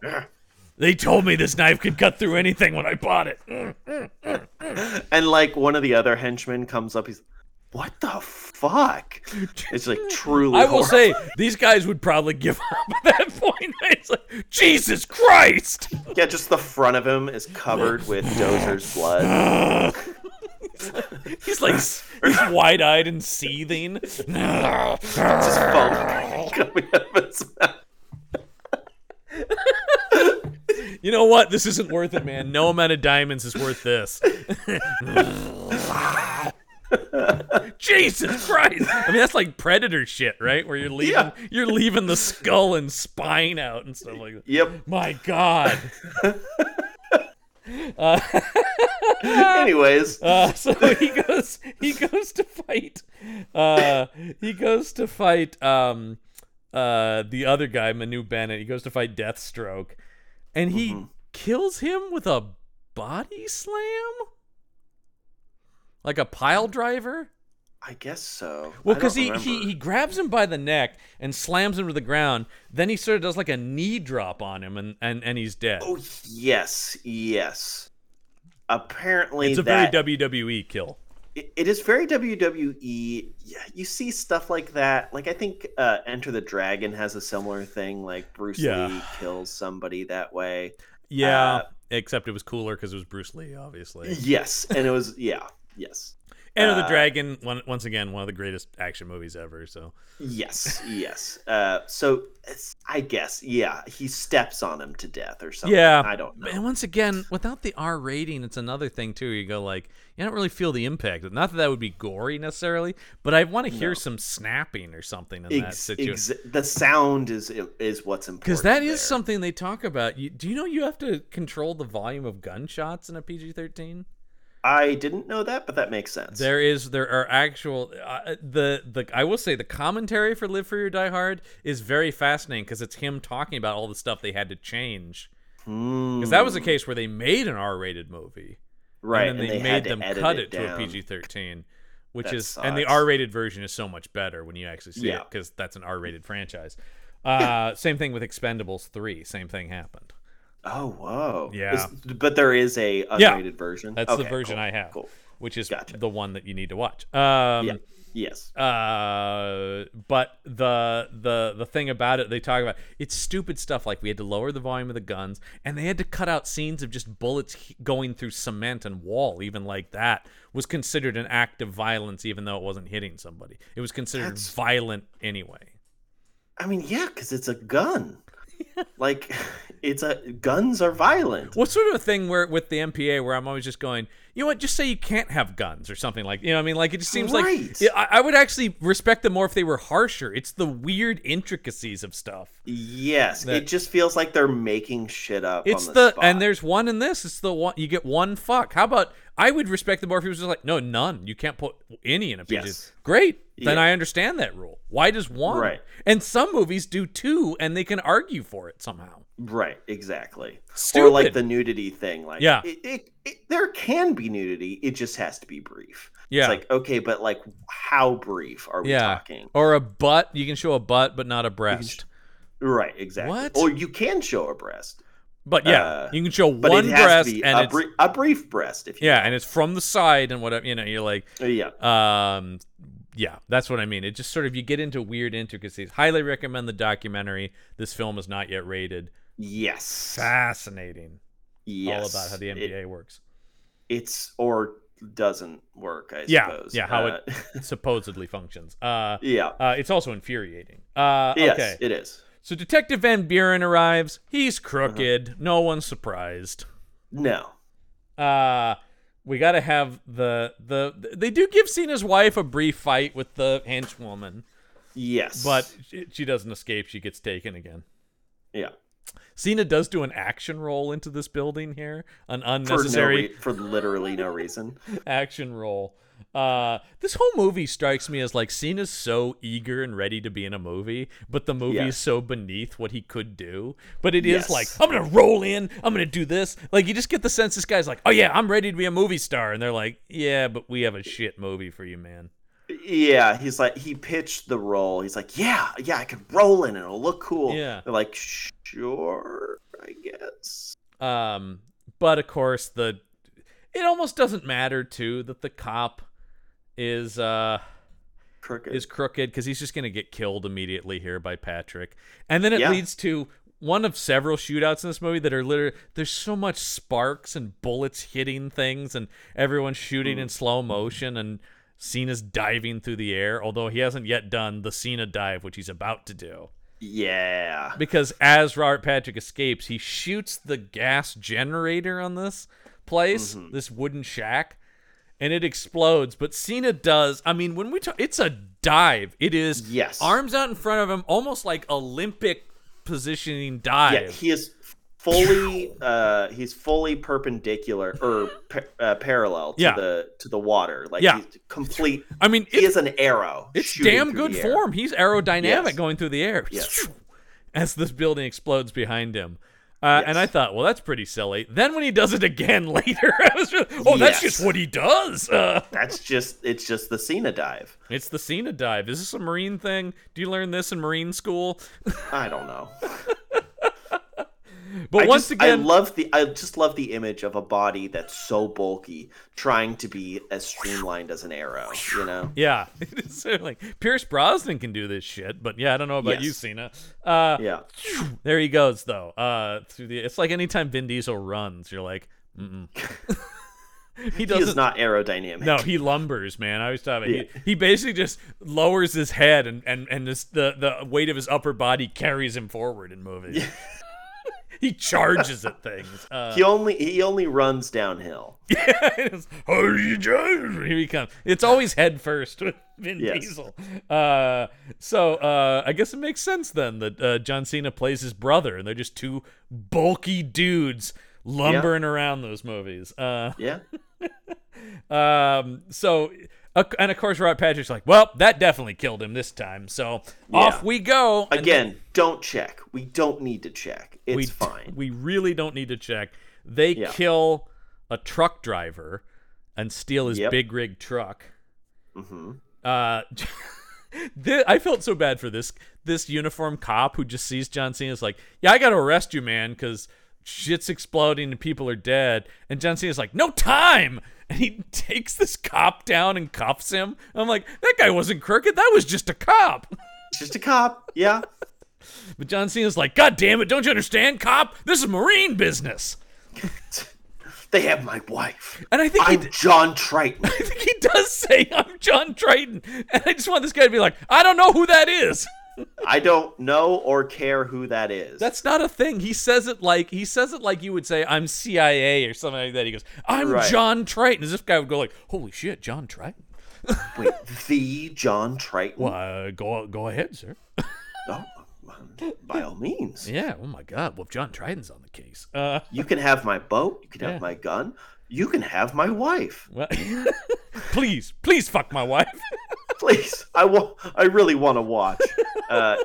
They told me this knife could cut through anything when I bought it. Mm.
And like one of the other henchmen comes up. He's, what the fuck?
(laughs)
It's like truly.
I will
horrible.
say
(laughs)
these guys would probably give up at that point. (laughs) It's like, Jesus Christ.
Yeah, just the front of him is covered with Dozer's blood.
Ah. he's like s- he's wide-eyed and seething. Ah. (laughs)
Just foam (laughs) coming out of his mouth.
You know what? This isn't worth it, man. No amount of diamonds is worth this. (laughs) Jesus Christ! I mean, that's like predator shit, right? Where you're leaving,
Yeah.
you're leaving the skull and spine out and stuff like that. (laughs)
Yep.
My (laughs) God.
Anyways,
Uh, so he goes, he goes to fight. Uh, he goes to fight um, uh, the other guy, Manu Bennett. He goes to fight Deathstroke, and he
Mm-hmm.
kills him with a body slam, like a pile driver.
I guess so.
Well,
I
because
don't
he, he
remember.
he grabs him by the neck and slams him to the ground. Then he sort of does like a knee drop on him, and and, and he's dead.
Oh yes, yes. Apparently,
it's a
that
very WWE kill.
it- it is very WWE. Yeah, you see stuff like that. Like I think uh, Enter the Dragon has a similar thing. Like Bruce
Yeah.
Lee kills somebody
(laughs)
that way.
Yeah,
Uh,
except it was cooler because it was Bruce Lee, obviously.
Yes, and it was yeah, yes,
Enter the
uh,
Dragon, one, once again, one of the greatest action movies ever. So
yes, yes. Uh, so it's, I guess yeah, he steps on him to death or something.
Yeah.
I don't know.
and once again, without the R rating, it's another thing too. You go like, you don't really feel the impact. Not that that would be gory necessarily, but I want to hear
No.
some snapping or something in that
Ex-
situation.
ex- the sound is is what's important
because that is
there.
something they talk about. You, do you know you have to control the volume of gunshots in a PG thirteen?
I didn't know that, but that makes sense.
There is there are actual uh, the the I will say the commentary for Live Free or Die Hard is very fascinating because it's him talking about all the stuff they had to change because that was a
Mm,
case where they made an R-rated movie
right,
and then they,
had
made
to
them
edit
cut it, to a
down.
PG-13 which
That
is and the
sucks.
R-rated version is so much better when you actually see it
Yeah.
because that's an R-rated
(laughs)
franchise. Uh, same thing with Expendables three. Same thing happened.
Oh whoa!
Yeah.
Is- but there is a
Yeah.
unrated version.
That's the
Okay,
version
cool,
I have,
Cool.
which is
Gotcha.
the one that you need to watch. Um,
yeah. Yes.
Uh, but the the the thing about it they talk about it's stupid stuff like we had to lower the volume of the guns and they had to cut out scenes of just bullets he- going through cement and wall even like that was considered an act of violence even though it wasn't hitting somebody it was considered
That's-
violent anyway
I mean, yeah, because it's a gun. Like, it's a guns are violent.
What sort of a thing where with the MPA where I'm always just going, you know what, just say you can't have guns or something like you know what I mean? Like it just seems like
Right.
Yeah, I, I would actually respect them more if they were harsher. It's the weird intricacies of stuff.
Yes,
That-
it just feels like they're making shit up.
It's
on
the,
spot.
and there's one in this. It's the one you get one fuck. How about I would respect the more if he was just like, no, none. You can't put any in a PG.
Yes.
Great, then
Yeah.
I understand that rule. Why does one?
Right.
And some movies do two, and they can argue for it somehow.
right exactly. Or
Stupid.
like the nudity thing. Like,
Yeah.
it, it, it, there can be nudity. It just has to be brief.
Yeah.
It's like okay, but like how brief are we
yeah.
talking?
Or a butt. You can show a butt, but not a breast.
Right, exactly.
What?
Or you can show a breast,
But yeah,
Uh,
you can show
but
one
it has
breast,
to be
and
a,
it's
bri- a brief breast. If you
yeah, and it's from the side and whatever. You know, you're like,
yeah.
um, yeah, that's what I mean. It just sort of you get into weird intricacies. Highly recommend the documentary. This film is not yet rated.
Yes.
Fascinating.
yes.
All about how the
It- (laughs)
NBA works.
it's or doesn't work. I
Yeah,
suppose.
yeah, how it-
Uh, (laughs)
supposedly functions. Uh,
yeah.
uh, it's also infuriating. Uh,
Yes,
Okay.
it is.
So Detective Van Buren arrives. He's crooked.
Uh-huh.
No one's surprised.
No.
Uh, we got to have the, the They do give Cena's wife a brief fight with the henchwoman,
Yes.
but she, she doesn't escape. She gets taken again.
yeah,
Cena does do an action roll into this building here, an
for no
unnecessary
re- for literally no reason.
(laughs) action roll. Uh, this whole movie strikes me as like Cena's so eager and ready to be in a movie, but the movie is
Yes.
so beneath what he could do. But it is
Yes.
like I'm gonna roll in, I'm gonna do this. Like you just get the sense this guy's like, oh yeah, I'm ready to be a movie star, and they're like, yeah, but we have a shit movie for you, man.
Yeah, he's like he pitched the role. He's like, yeah, yeah, I could roll in it. It'll look cool.
Yeah.
They're like, sure, I guess.
Um, but of course the it almost doesn't matter too that the cop is uh
Crooked.
is crooked because he's just going to get killed immediately here by Patrick. And then it
Yeah.
leads to one of several shootouts in this movie that are literally there's so much sparks and bullets hitting things and everyone shooting
Mm.
in slow motion and Cena's diving through the air, although he hasn't yet done the Cena dive, which he's about to do.
yeah.
Because as Robert Patrick escapes, he shoots the gas generator on this place,
Mm-hmm.
this wooden shack, and it explodes. But Cena does. I mean, when we talk, it's a dive. It is
Yes.
arms out in front of him, almost like Olympic positioning dive.
Yeah, he is fully uh he's fully perpendicular or pa- uh, parallel to
Yeah.
the to the water. Like
Yeah.
he's complete
I mean,
he
it's,
is an arrow.
it's
shooting
damn
through
good
the air.
form. He's aerodynamic
Yes.
going through the air.
Yes.
As this building explodes behind him. Uh, And
Yes.
I thought, well, that's pretty silly. Then when he does it again (laughs) later, I was just, oh, that's
Yes.
just what he does. Uh,
That's just it's just the Cena dive.
It's the Cena dive. Is this a Marine thing? Do you learn this in Marine school?
I don't know.
But
I
once
just,
again,
I love the I just love the image of a body that's so bulky trying to be as streamlined as an arrow, you know.
yeah, (laughs) it's sort of like Pierce Brosnan can do this shit. But yeah, I don't know about you,
Yes.
Cena. Uh,
Yeah.
There he goes, though. Uh, through the it's like anytime Vin Diesel runs, you're like, mm. (laughs) he
He
doesn't.
is not aerodynamic.
no, he lumbers, man. I always thought about it.
Yeah.
He, he basically just lowers his head, and and and this, the the weight of his upper body carries him forward in movies. (laughs) he charges at things. Uh,
He only he only runs downhill.
(laughs) It's, "How are you doing?" Here he comes. It's always head first with Vin
Yes.
Diesel. Uh, so uh, I guess it makes sense then that uh, John Cena plays his brother, and they're just two bulky dudes lumbering around those movies. Uh,
Yeah.
um, so, uh, and of course, Robert Patrick's like, "Well, that definitely killed him this time." So off
Yeah.
we go And
Again, don't check. We don't need to check. It's
we
fine.
We really don't need to check. They
Yeah.
kill a truck driver and steal his
Yep.
big rig truck.
hmm
Uh, (laughs) thi- I felt so bad for this this uniform cop who just sees John Cena is like, yeah, I gotta arrest you, man, because shit's exploding and people are dead. And John Cena's like, no time, and he (laughs) takes this cop down and cuffs him. I'm like, that guy wasn't crooked, that was just a cop. (laughs)
It's just a cop. Yeah.
But John Cena's like, God damn it, don't you understand, cop? This is marine business.
They have my wife.
And I think he
I'm John
(laughs)
Triton.
I think he does say I'm John Triton, and I just want this guy to be like, I don't know who that is. (laughs)
I don't know or care who that is.
That's not a thing. He says it like he says it like you would say I'm CIA or something like that. He goes, I'm
Right.
John Triton. As if guy would go like, Holy shit, John Triton.
Wait, the John Triton.
Well, uh, go go ahead, sir.
Oh, by all means.
yeah. Oh my God. Well, if John Triton's on the case. Uh,
You can have my boat. You can
Yeah.
have my gun. You can have my wife.
well, (laughs) please, please fuck my wife. (laughs)
Please. I wa- I really want to watch. Uh,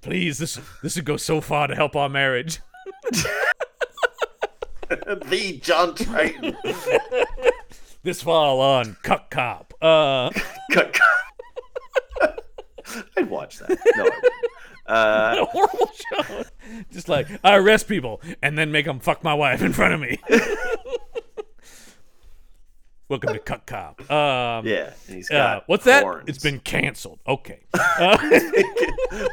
please, this this would go so far to help our marriage.
the John Triton. (laughs)
This fall on cuck cop. Uh, (laughs)
I'd watch that. No. I wouldn't. Uh,
a horrible show. Just like I arrest people and then make them fuck my wife in front of me. (laughs) Welcome to Cut Cop. Um,
Yeah, and he's
uh,
got
what's that?
horns.
It's
(laughs)
been canceled. Okay. Uh,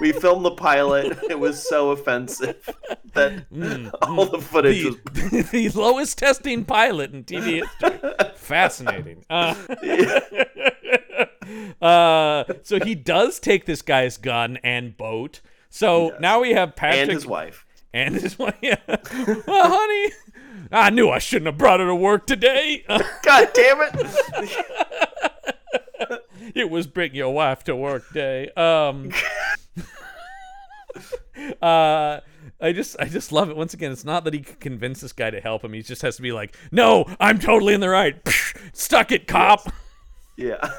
we filmed the pilot. It was
(laughs)
so offensive that all the footage was.
Mm, the, (laughs) the lowest testing pilot in TV history. Fascinating. Uh, (laughs) uh, so he does take this guy's gun and boat. So now we have Patrick
And his wife.
and his (laughs) wife. Yeah. well, honey, I knew I shouldn't have brought her to work today. (laughs)
God damn it!
it was bring your wife to work day. Um, (laughs) uh, I just I just love it. Once again, it's not that he can convince this guy to help him. He just has to be like, "No, I'm totally in the right." Stuck it, cop.
Yeah.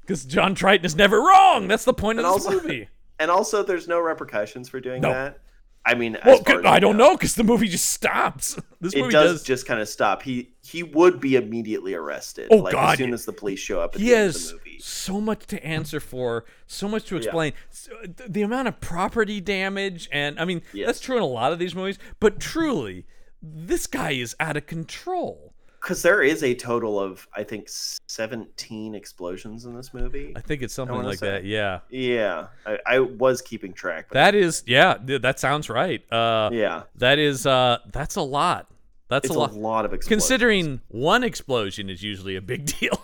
Because John Triton is never wrong. That's the point of
And
this
also-
movie.
And also, there's no repercussions for doing
No.
that. I mean, as
Well,
far as
I
we
don't know because the movie just stops. (laughs) This
It
movie
does,
does
just kind of stop. He he would be immediately arrested.
Oh,
like,
God,
As soon
yeah.
as the police show up at
he
the end of
has
the movie.
so much to answer for, so much to explain. So, th- the amount of property damage, and I mean,
Yes.
that's true in a lot of these movies, but truly, this guy is out of control.
Because there is a total of, I think, 17 explosions in this movie.
I think it's something
wanna
like
say-
that. Yeah.
Yeah. I, I was keeping track. But
That is, yeah, th- that sounds right. Uh,
yeah.
That is, uh, that's a lot. That's
It's
a lot.
of explosions.
Considering one explosion is usually a big (laughs) deal.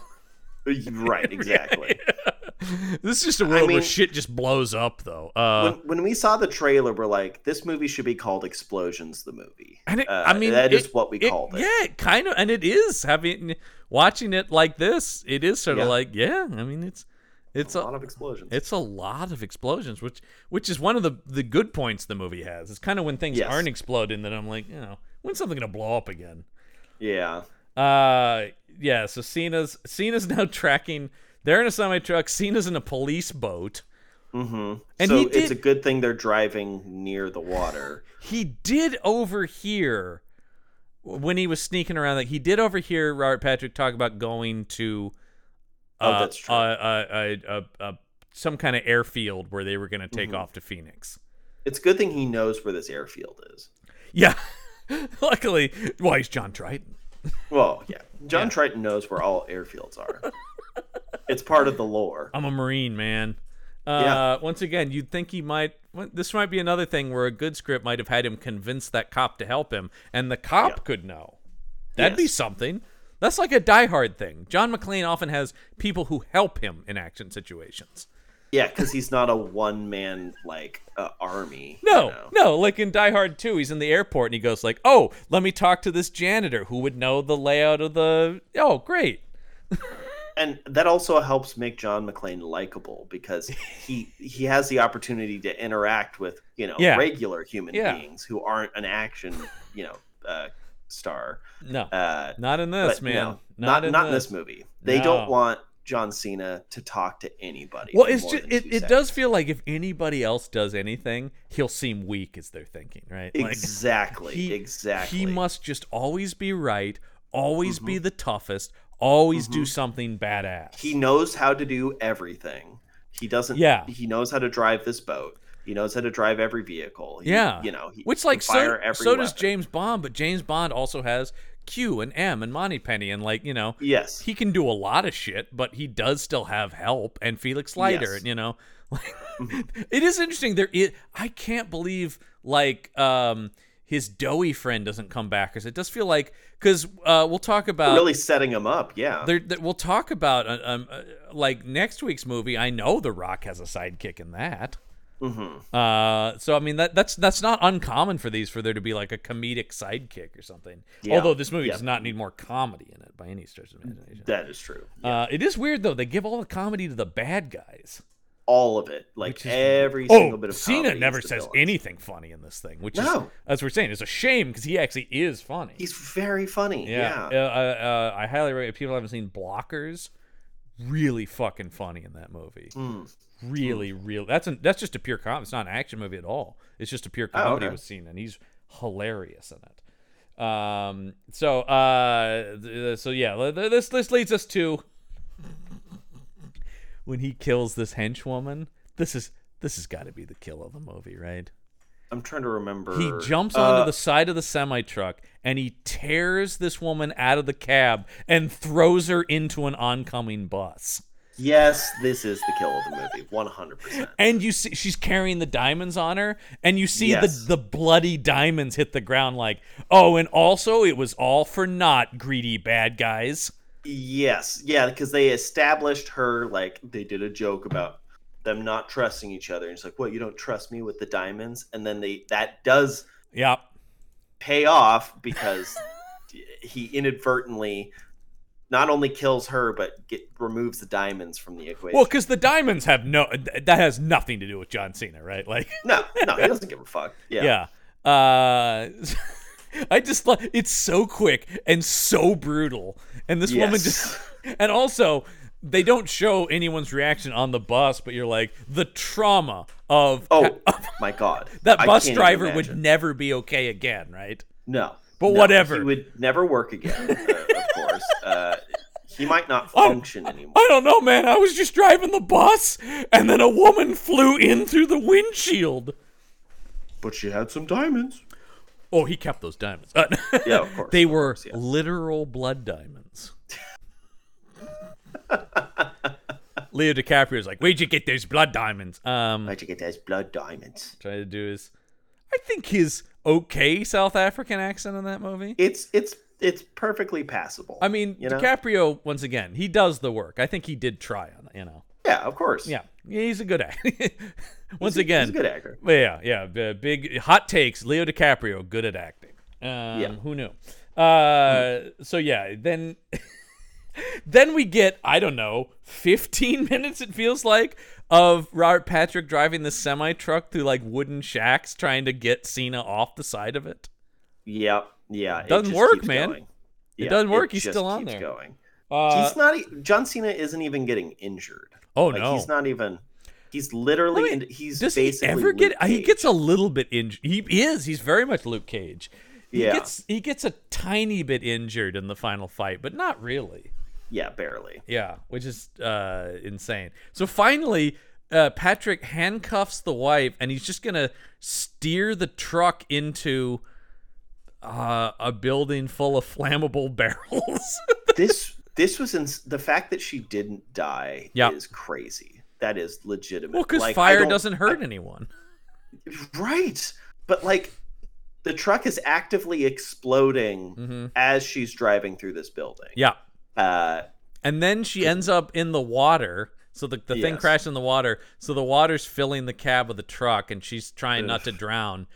Right, exactly.
this is just a world where
mean-
shit just blows up, though. Uh,
(laughs) when, when we saw the trailer, we're like, this movie should be called Explosions the Movie.
And it,
Uh,
I mean,
that is
it-
what we called it.
Yeah, it kind of, and it is having watching it like this. It is sort of
Yeah.
like, yeah. I mean, it's it's
A
a,
lot of explosions.
it's a lot of explosions, which which is one of the the good points the movie has. It's kind of when things
Yes.
aren't exploding that I'm like, you know, when's something gonna blow up again?
yeah.
Uh, yeah. So Cena's Cena's (laughs) now tracking. They're in a semi truck. Cena's in a police boat.
hmm
And
so
he
it's a
did-
good thing they're driving near the water.
He did overhear when he was sneaking around. Like he did overhear Robert Patrick talk about going to.
Oh,
uh,
that's true.
Uh, uh, uh, uh, uh, some kind of airfield where they were going to take
Mhm.
off to Phoenix.
It's a good thing he knows where this airfield is.
Yeah. (laughs) Luckily, well, he's John Triton.
Well, yeah. John
Yeah.
Triton knows where all airfields are. it's part of
(laughs)
the lore.
I'm a Marine, man. Uh,
Yeah.
Once again, you'd think he might. well, This might be another thing where a good script might have had him convince that cop to help him, and the cop
Yeah.
could know. That'd be
Yes.
something. That's like a diehard thing. John McClane often has people who help him in action situations.
Yeah, because he's not a one man like uh, army. you
No,
know?
no, like in Die Hard 2, he's in the airport and he goes like, "Oh, let me talk to this janitor who would know the layout of the Oh, great.
and that also helps make John McClane likable because
(laughs)
he he has the opportunity to interact with you know
Yeah.
regular human
Yeah.
beings who aren't an action you know uh, star.
No.
Uh,
not in this,
but
man.
no,
not
not
in
in
this.
this movie. They don't
No.
want John Cena to talk to anybody.
Well,
for
it's
more
just
than
it,
two
it
seconds.
does feel like if anybody else does anything, he'll seem weak is their thinking, right?
exactly
like he,
exactly. Mm-hmm.
He must just always be right, always be the toughest, always do something badass.
he knows how to do everything. He doesn't.
Yeah.
He knows how to drive this boat. He knows how to drive every vehicle. He-
yeah.
You know. He
Which
can
like so,
fire every
so does
weapon.
James Bond, but James Bond also has Q and M and Monty Penny and like, you know,
Yes.
he can do a lot of shit, but he does still have help and Felix Leiter,
Yes. Mm-hmm.
and you know, (laughs) it is interesting. There, is, I can't believe like um his doughy friend doesn't come back because it does feel like because uh, we'll talk about
really setting him up. Yeah.
there, there- we'll talk about uh, um uh, like next week's movie. I know The Rock has a sidekick in that.
hmm
Uh, so I mean that that's that's not uncommon for these for there to be like a comedic sidekick or something.
Yeah.
Although this movie
Yeah.
does not need more comedy in it by any stretch of imagination.
That is true.
Uh, it is weird though. They give all the comedy to the bad guys.
All of it, like
Which is-
every
Oh,
single bit of.
Cena
comedy is
never
the
says
villain.
anything funny in this thing, which is
No.
as we're saying, it's a shame because he actually is funny.
He's very funny. Yeah.
Uh, uh, uh, I highly recommend. People haven't seen Blockers. Really fucking funny in that movie.
Mm.
Really, real. That's an, that's just a pure comedy. It's not an action movie at all. It's just a pure comedy
Oh, okay.
with Cena, and he's hilarious in it. Um. So, uh, th- so yeah, th- th- this this leads us to when he kills this henchwoman. This is this has got to be the kill of the movie, right?
I'm trying to remember.
He jumps onto
Uh,
the side of the semi truck and he tears this woman out of the cab and throws her into an oncoming bus.
Yes, this is the kill of the movie, 100. percent
And you see she's carrying the diamonds on her, and you see
Yes.
the, the bloody diamonds hit the ground like, oh, and also it was all for not greedy bad guys.
Yes, yeah, because they established her like they did a joke about them not trusting each other. And it's like, what? You don't trust me with the diamonds? And then they that does
Yep.
pay off because (laughs) he inadvertently not only kills her but get removes the diamonds from the equation.
Well, because the diamonds have no, th- that has nothing to do with John Cena, right? Like,
no, no, he doesn't give a fuck. Yeah.
(laughs) yeah. Uh, (laughs) I just love, it's so quick and so brutal. And this woman
Yes.
just, and also, they don't show anyone's reaction on the bus, but you're like, the trauma of (laughs)
Oh my god.
that
I
bus
can't even
driver would
imagine.
never be okay again, right?
No.
But
no,
whatever.
He would never work again, uh, of
(laughs)
course. Uh, he might not
I'm-
function anymore.
I don't know, man. I was just driving the bus, and then a woman flew in through the windshield.
But she had some diamonds.
Oh, he kept those diamonds. Uh,
Yeah, of course.
(laughs) they
of
were
course, yeah.
literal blood diamonds. (laughs) Leo DiCaprio's like, where'd you get those blood diamonds? Um,
Where'd you get those blood diamonds?
trying to do his, I think his okay South African accent in that movie.
It's it's it's perfectly passable.
I mean,
you know?
DiCaprio once again, he does the work. I think he did try on, it, you know.
yeah, of course.
Yeah, he's a good actor. (laughs) Once
He's a-
again,
he's a good actor.
yeah, yeah. b- Big hot takes. Leo DiCaprio, good at acting. Um, Who knew? Uh, so yeah, then, (laughs) then we get I don't know, fifteen (laughs) minutes. It feels like of Robert Patrick driving the semi truck through like wooden shacks, trying to get Cena off the side of it.
Yeah, yeah. It
Doesn't
just
work,
keeps
man.
going.
It
Yeah,
doesn't work, he's
just
still on
keeps
there.
Going.
Uh,
he's not. e- John Cena isn't even getting injured.
oh
like,
no,
he's not even. He's literally.
Wait,
in, he's
Does he
basically
ever get?
Luke
He
Cage.
gets a little bit injured. He is. He's very much Luke Cage. He
Yeah.
gets he gets a tiny bit injured in the final fight, but not really. (laughs)
Yeah, barely.
Yeah, which is uh, insane. So finally, uh, Patrick handcuffs the wife, and he's just gonna steer the truck into uh, a building full of (laughs) flammable barrels. (laughs)
this this was in the fact that she didn't die
Yeah.
is crazy. That is legitimate.
well, because
Like, I
fire
don't-
doesn't hurt anyone.
(laughs) Right. But like the truck is actively exploding
hmm
as she's driving through this building.
Yeah.
Uh
And then she ends up in the water. So the, the thing
Yes.
crashed in the water. So the water's filling the cab of the truck and she's trying not to drown.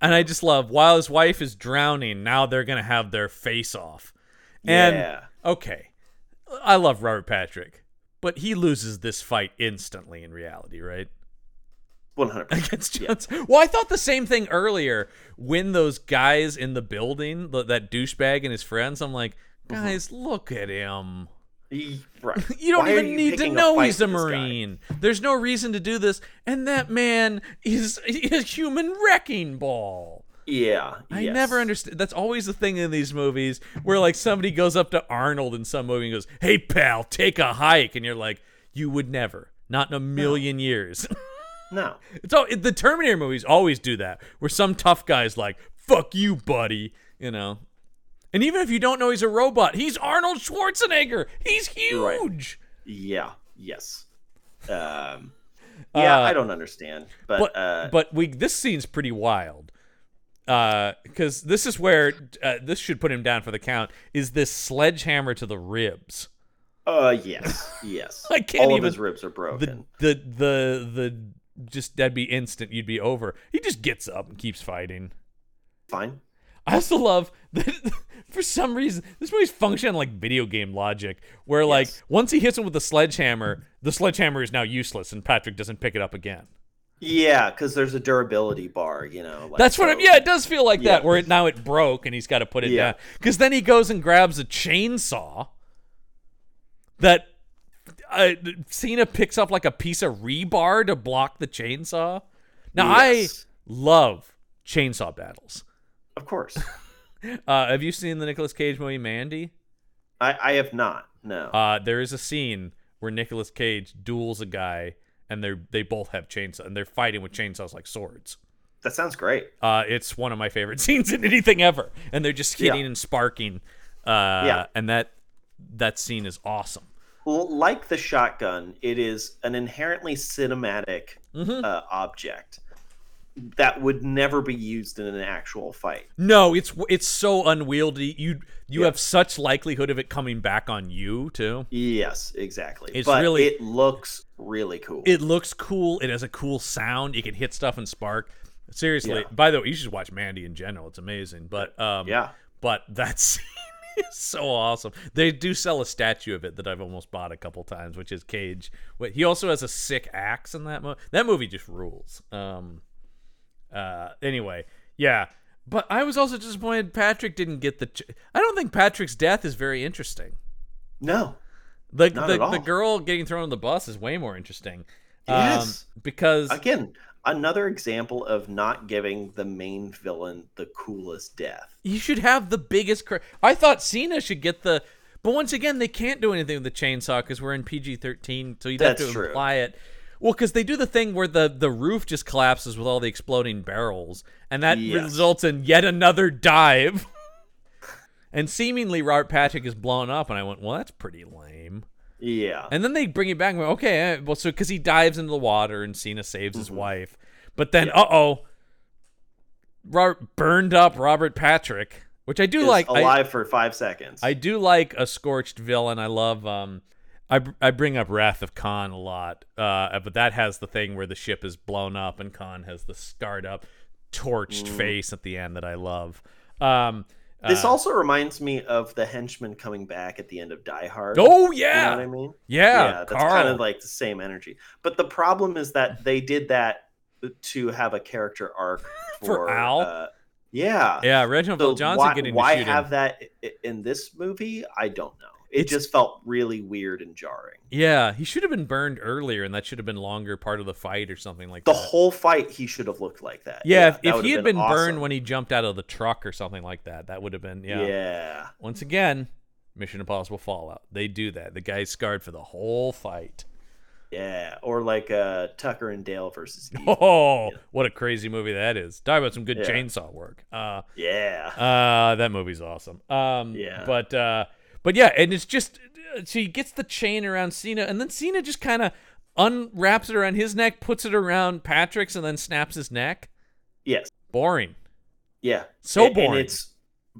And I just love while his wife is drowning, now they're going to have their face off. And
Uh, yeah.
okay, I love Robert Patrick, but he loses this fight instantly in reality, right? (laughs)
100%.
against Jones. Well, I thought the same thing earlier when those guys in the building, th- that douchebag and his friends, I'm like, guys, look at him.
Ye- right.
(laughs) You don't
Why are
even need to
picking a
know
fight
he's a
with this guy?
marine. There's no reason to do this, and that man is (laughs) a human wrecking ball.
Yeah.
I
yes.
never understood. That's always the thing in these movies where like somebody goes up to Arnold in some movie and goes, "Hey pal, take a hike," and you're like, "You would never, not in a million years." (laughs)
No.
It's all the Terminator movies always do that, where some tough guy's like, "Fuck you, buddy," you know. And even if you don't know he's a robot, he's Arnold Schwarzenegger. He's
right.
huge.
Yeah. Yes. Um yeah,
Uh,
I don't understand, but,
But
uh,
but we this scene's pretty wild. Uh, because this is where uh, this should put him down for the count. Is this sledgehammer to the ribs?
uh,
(laughs)
yes, yes.
I can't
All
even-
of his ribs are
The
broken.
the the the just that'd be instant. You'd be over. He just gets up and keeps fighting.
Fine.
I also love that (laughs) for some reason this movie's functioning like video game logic, where like
Yes.
once he hits him with the sledgehammer, the sledgehammer is now useless, and Patrick doesn't pick it up again.
Yeah, because there's a durability bar, you know. Like,
That's what I'm.
so-
Yeah, it does feel like that.
Yeah.
Where it, now it broke, and he's got to put it
Yeah.
down. Because then he goes and grabs a chainsaw that uh, Cena picks up like a piece of rebar to block the chainsaw. Now
Yes.
I love chainsaw battles.
Of course.
Uh, have you seen the Nicolas Cage movie Mandy?
I, I have not. No.
Uh, there is a scene where Nicolas Cage duels a guy, and they are they both have chainsaws, and they're fighting with chainsaws like swords.
That sounds great.
Uh, it's one of my favorite (laughs) scenes in anything ever, and they're just hitting
Yeah.
and sparking. Uh,
Yeah.
and that that scene is awesome.
Well, like the shotgun, it is an inherently cinematic
Mm-hmm.
uh, object that would never be used in an actual fight.
No, it's it's so unwieldy. You you
Yeah.
have such likelihood of it coming back on you too.
Yes, exactly.
It's
but
really-
it looks really cool.
It looks cool. It has a cool sound. You can hit stuff and spark. Seriously,
Yeah.
by the way, you should watch Mandy in general. It's amazing. But um,
yeah.
But that (laughs) scene is so awesome. They do sell a statue of it that I've almost bought a couple times, which is Cage. Wait, he also has a sick axe in that movie. That movie just rules. Um. Uh. Anyway, yeah. But I was also disappointed Patrick didn't get the. Ch- I don't think Patrick's death is very interesting.
No.
The
Not
the,
at all.
the girl getting thrown on the bus is way more interesting.
Yes.
Um, because
Again, another example of not giving the main villain the coolest death.
You should have the biggest. Cra- I thought Cena should get the. But once again, they can't do anything with the chainsaw because we're in PG thirteen, so you'd have
That's
to
true.
imply it. Well, because they do the thing where the the roof just collapses with all the exploding barrels, and that
Yes.
results in yet another dive. (laughs) and seemingly, Robert Patrick is blown up, and I went, "Well, that's pretty lame."
Yeah.
And then they bring it back. And we're, okay, eh, well, so because he dives into the water and Cena saves
Mm-hmm.
his wife, but then uh oh, Robert burned up Robert Patrick, which I do
Is
like. I,
alive for five seconds.
I do like a scorched villain. I love. Um, I br- I bring up Wrath of Khan a lot, uh, but that has the thing where the ship is blown up and Khan has the scarred up, torched
Mm.
face at the end that I love. Um,
this also reminds me of the henchman coming back at the end of Die Hard.
oh
You know
yeah,
what I mean?
yeah,
that's
Carl.
kind of like the same energy. But the problem is that they did that to have a character arc
For
for,
Al?
Uh, yeah.
yeah, Reginald
So
Bill Johnson
why,
getting to
why
shoot him.
have that i- in this movie? I don't know. It
It's-
just felt really weird and jarring.
Yeah, he should have been burned earlier, and that should have been longer part of the fight or something like
The
that.
whole fight, he should have looked like that.
yeah, if-
that
if,
would
he
have
had been, burned
awesome.
when he jumped out of the truck or something like that, that would have been yeah.
yeah.
Once again, Mission Impossible Fallout. They do that. The guy's scarred for the whole fight.
Yeah, or like uh, Tucker and Dale
(laughs)
versus Evil.
Oh, what a crazy movie that is! Talk about some good
Yeah.
chainsaw work. Uh,
Yeah,
Uh, that movie's awesome. Um,
Yeah.
But uh, but yeah, and it's just so he gets the chain around Cena, and then Cena just kind of unwraps it around his neck, puts it around Patrick's, and then snaps his neck.
yes,
Boring.
yeah.
So
A- and,
boring.
it's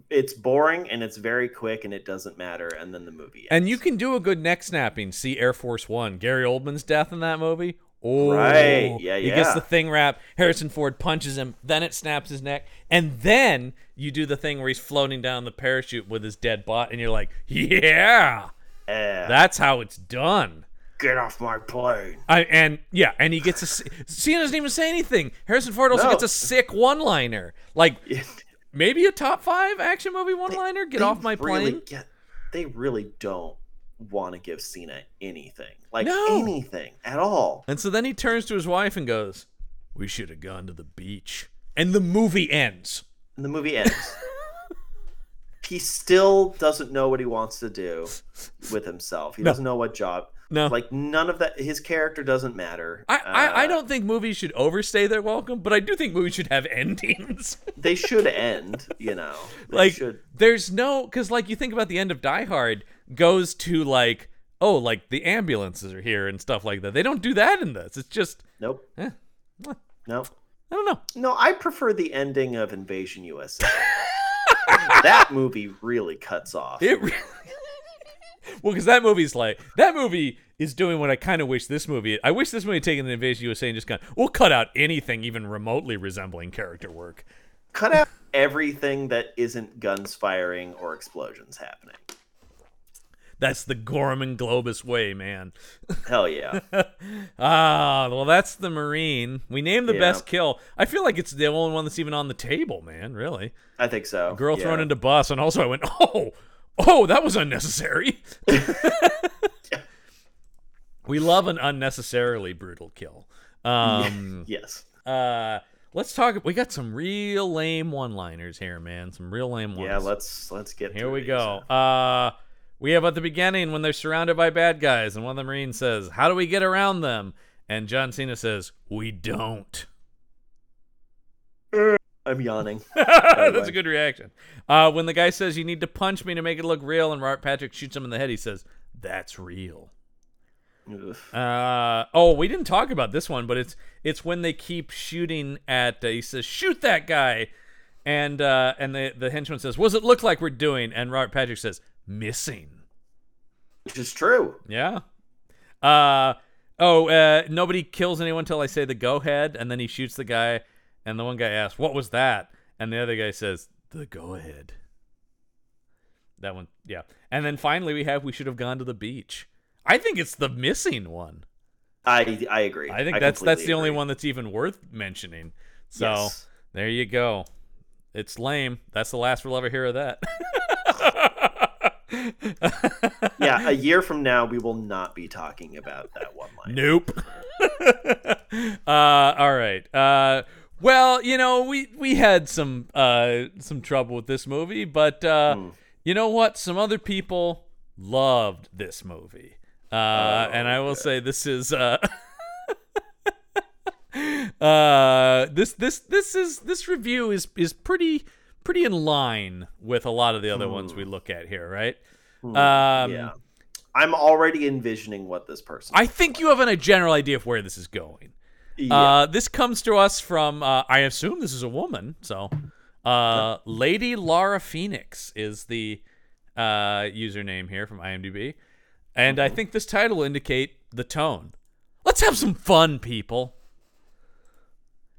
it's boring and it's very quick and it doesn't matter. And then the movie.
And
ends.
you can do a good neck snapping. See Air Force One. Gary Oldman's death in that movie. Oh,
Right. Yeah,
He gets
yeah.
the thing wrap. Harrison Ford punches him. Then it snaps his neck, and then you do the thing where he's floating down the parachute with his dead bot, and you're like, yeah,
Yeah.
that's how it's done.
get off my plane. (laughs)
I, and yeah, and he gets a s- Cena doesn't even say anything. Harrison Ford also
No.
gets a sick one-liner, like
Get
maybe a top five action movie one-liner. Get off my
really
plane.
Get, they really don't want to give Cena anything, like
No.
anything at all.
And so then he turns to his wife and goes, "We should have gone to the beach." And the movie ends.
And the movie ends. he still doesn't know what he wants to do with himself. He doesn't know what job.
No.
Like none of that. His character doesn't matter.
I, I, I
Uh,
don't think movies should overstay their welcome, but I do think movies should have (laughs) endings.
They should end. You know. They
like
should.
there's no because like you think about the end of Die Hard goes to like oh like the ambulances are here and stuff like that. They don't do that in this. It's just
Nope.
eh,
No.
I don't know.
No, I prefer the ending of Invasion USA. that movie really cuts off.
It really... (laughs) well, because that movie's like that movie is doing what I kind of wish this movie. I wish this movie had taken the Invasion USA and just gone. We'll cut out anything even remotely resembling character work.
Cut out everything that isn't guns firing or explosions happening.
That's the Gorman Globus way, man. (laughs)
Hell yeah.
Ah, well, that's the Marine. We named the
Yeah.
best kill. I feel like it's the only one that's even on the table, man. Really,
I think so.
girl
yeah.
thrown into bus, and also I went, oh, oh, that was unnecessary. (laughs) we love an unnecessarily brutal kill. Um,
Yes.
Uh, let's talk. We got some real lame one-liners here, man. Some real lame ones.
Yeah, let's let's get
Here
through
we
these.
go. Uh, we have at the beginning when they're surrounded by bad guys, and one of the Marines says, "How do we get around them?" And John Cena says, "We don't." (laughs)
I'm yawning.
That's
way.
a good reaction. Uh, when the guy says you need to punch me to make it look real, and Robert Patrick shoots him in the head, he says, "That's real."
Oof.
Uh, oh, we didn't talk about this one, but it's it's when they keep shooting at. Uh, he says, "Shoot that guy," and uh, and the the henchman says, "What does it look like we're doing?" And Robert Patrick says, "Missing."
Which is true.
Yeah. Uh oh. Uh, nobody kills anyone till I say the go ahead, and then he shoots the guy, and the one guy asks, "What was that?" And the other guy says, "The go ahead." That one, yeah. And then finally, we have we should have gone to the beach. I think it's the missing one.
I I agree.
I think that's that's
completely
the only
agree.
one that's even worth mentioning. So
Yes.
there you go. It's lame. That's the last we'll ever hear of that. (laughs)
yeah, a year from now we will not be talking about that one line.
Nope. (laughs) uh, all right. Uh, well, you know, we we had some uh, some trouble with this movie, but uh, you know what? Some other people loved this movie, uh, and I will say this is. Uh, (laughs) Uh, this this this is this review is is pretty pretty in line with a lot of the other ones we look at here, right? Um,
yeah. I'm already envisioning what this person
I think you have an- a general idea of where this is going.
Yeah.
Uh, this comes to us from, uh, I assume this is a woman. So, uh, Lady Lara Phoenix is the uh, username here from IMDb. And I think this title will indicate the tone. Let's have some fun, people.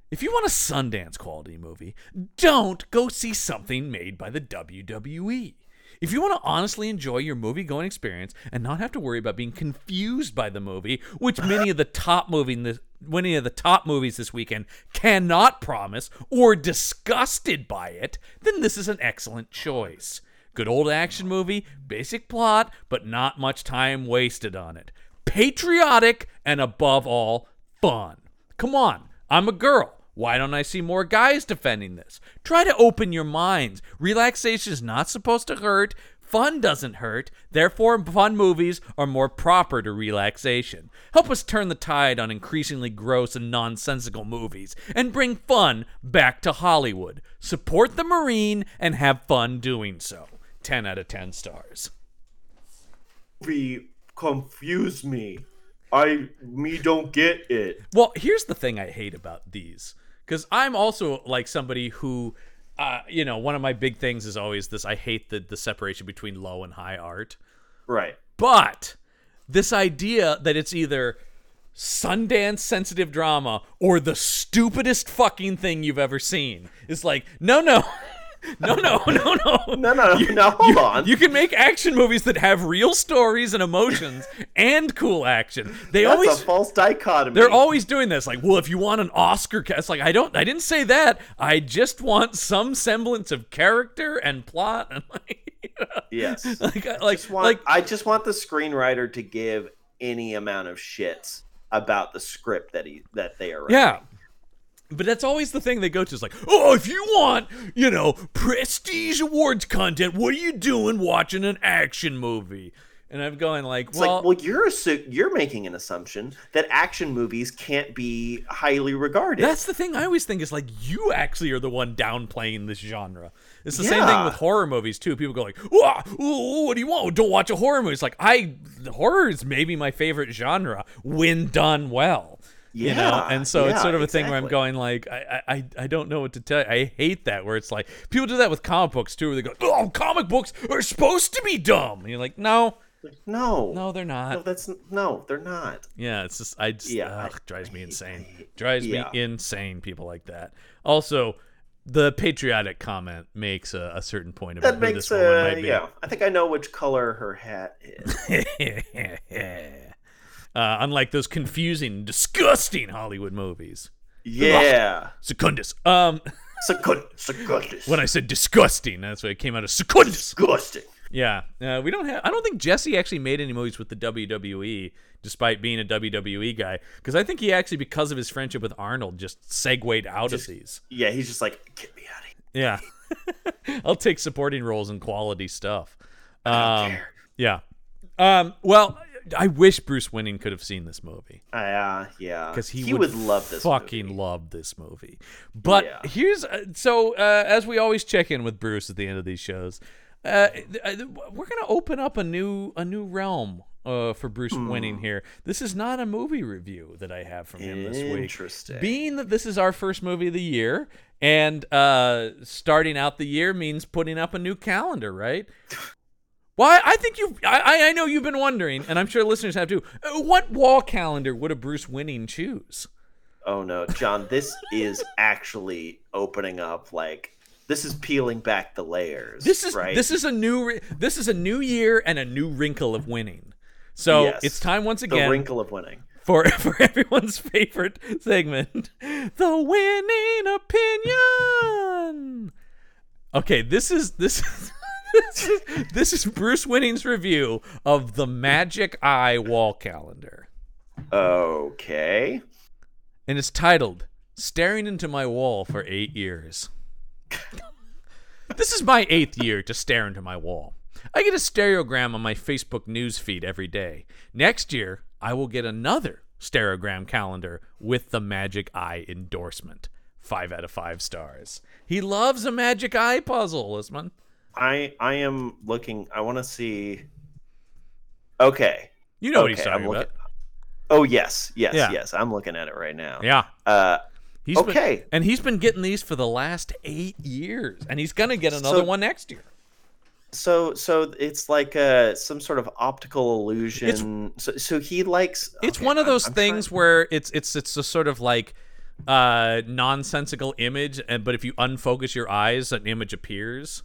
If you want a Sundance quality movie, don't go see something made by the WWE. If you want to honestly enjoy your movie going experience and not have to worry about being confused by the movie, which many of the top movie this, many of the top movies this weekend cannot promise or disgusted by it, then this is an excellent choice. Good old action movie, basic plot, but not much time wasted on it. Patriotic and above all, fun. Come on, I'm a girl. Why don't I see more guys defending this? Try to open your minds. Relaxation is not supposed to hurt. Fun doesn't hurt. Therefore, fun movies are more proper to relaxation. Help us turn the tide on increasingly gross and nonsensical movies and bring fun back to Hollywood. Support the Marine and have fun doing so. 10 out of 10 stars.
be confuse me. I me don't get it.
Well, here's the thing I hate about these because I'm also like somebody who, uh, you know, one of my big things is always this. I hate the the separation between low and high art,
Right.
but this idea that it's either Sundance sensitive drama or the stupidest fucking thing you've ever seen is like no no. (laughs) No, no, no, no.
No, no, no. now hold on.
You can make action movies that have real stories and emotions and cool action. They
That's
always
a false dichotomy.
they're always doing this, like, well, if you want an Oscar, ca-" it's like I don't, I didn't say that. I just want some semblance of character and plot, (laughs) and like, (laughs)
yes.
like, I- like,
just want-
like,
I just want the screenwriter to give any amount of shits about the script that he that they are writing.
yeah. But that's always the thing they go to is like, oh, if you want, you know, prestige awards content, what are you doing watching an action movie? And I'm going like,
It's
well,
like, well, you're assu- you're making an assumption that action movies can't be highly regarded.
That's the thing I always think is like you actually are the one downplaying this genre. It's the same thing
Yeah.
with horror movies too. People go like, "Wah, ooh, what do you want? Don't watch a horror movie." It's like I horror is maybe my favorite genre when done well. you know,
Yeah,
and so it's
yeah,
sort of a thing where I'm
exactly.
going like, I, I, I- I don't know what to tell you. I hate that where it's like people do that with comic books too, where they go, "Oh, comic books are supposed to be dumb," and you're like, "No,
no,
no, they're
no,
not."
that's no, they're not.
Yeah, it's just I just
Yeah, I-
ugh, drives me insane. Drives
yeah.
me insane. People like that. Also, the patriotic comment makes a, a certain point about
That
who
makes
this woman
uh,
might be.
yeah. I think I know which color her hat
(laughs)
is.
uh, unlike those confusing, disgusting Hollywood movies.
yeah,
Secundus. Um,
second, second,
when I said disgusting, that's why it came out of Secundus.
disgusting.
Yeah, uh, we don't have. I don't think Jesse actually made any movies with the WWE, despite being a WWE guy, because I think he actually, because of his friendship with Arnold, just segued out of these.
Yeah, he's just like, get me out of here.
Yeah. (laughs) I'll take supporting roles and quality stuff. Um,
care.
yeah. Um, well, I wish Bruce Winning could have seen this movie
Uh, yeah,
because he,
would, love this.
fucking
movie.
love this movie. But
Yeah.
here's uh, so uh, as we always check in with Bruce at the end of these shows, uh, th- uh, th- we're gonna open up a new a new realm. Uh, for Bruce
Hmm.
winning here. This is not a movie review that I have from him this week.
Interesting.
Being that this is our first movie of the year, and uh, starting out the year means putting up a new calendar,
(laughs)
right? Why? I think you. I, I- I know you've been wondering, and I'm sure listeners have too. Uh, What wall calendar would a Bruce Winning choose?
Oh no, John, this is actually opening up like this is peeling back the layers.
This is
right.
this is a new re- this is a new year and a new wrinkle of winning. So
Yes.
it's time once
the
again
wrinkle of winning.
for (laughs) for everyone's favorite segment, the winning opinion. Okay, this is this is (laughs) this is, this is Bruce Winning's review of the Magic Eye wall calendar,
Okay.
and it's titled "Staring into My Wall for Eight Years." this is my eighth year to stare into my wall. I get a stereogram on my Facebook news feed every day. Next year, I will get another stereogram calendar with the Magic Eye endorsement. Five out of five stars. He loves a Magic Eye puzzle, Lisman.
I I am looking I want to see Okay.
You know what
okay,
he's talking
I'm looking
about.
Oh yes, yes,
Yeah.
yes. I'm looking at it right now.
Yeah.
Uh
He's
Okay.
Been, and he's been getting these for the last eight years, and he's going to get another
So-
one next year.
so so it's like uh some sort of optical illusion. so so he likes
it's
okay,
one of
I'm-
those
I'm trying-
things where it's it's it's a sort of like uh nonsensical image and but if you unfocus your eyes an image appears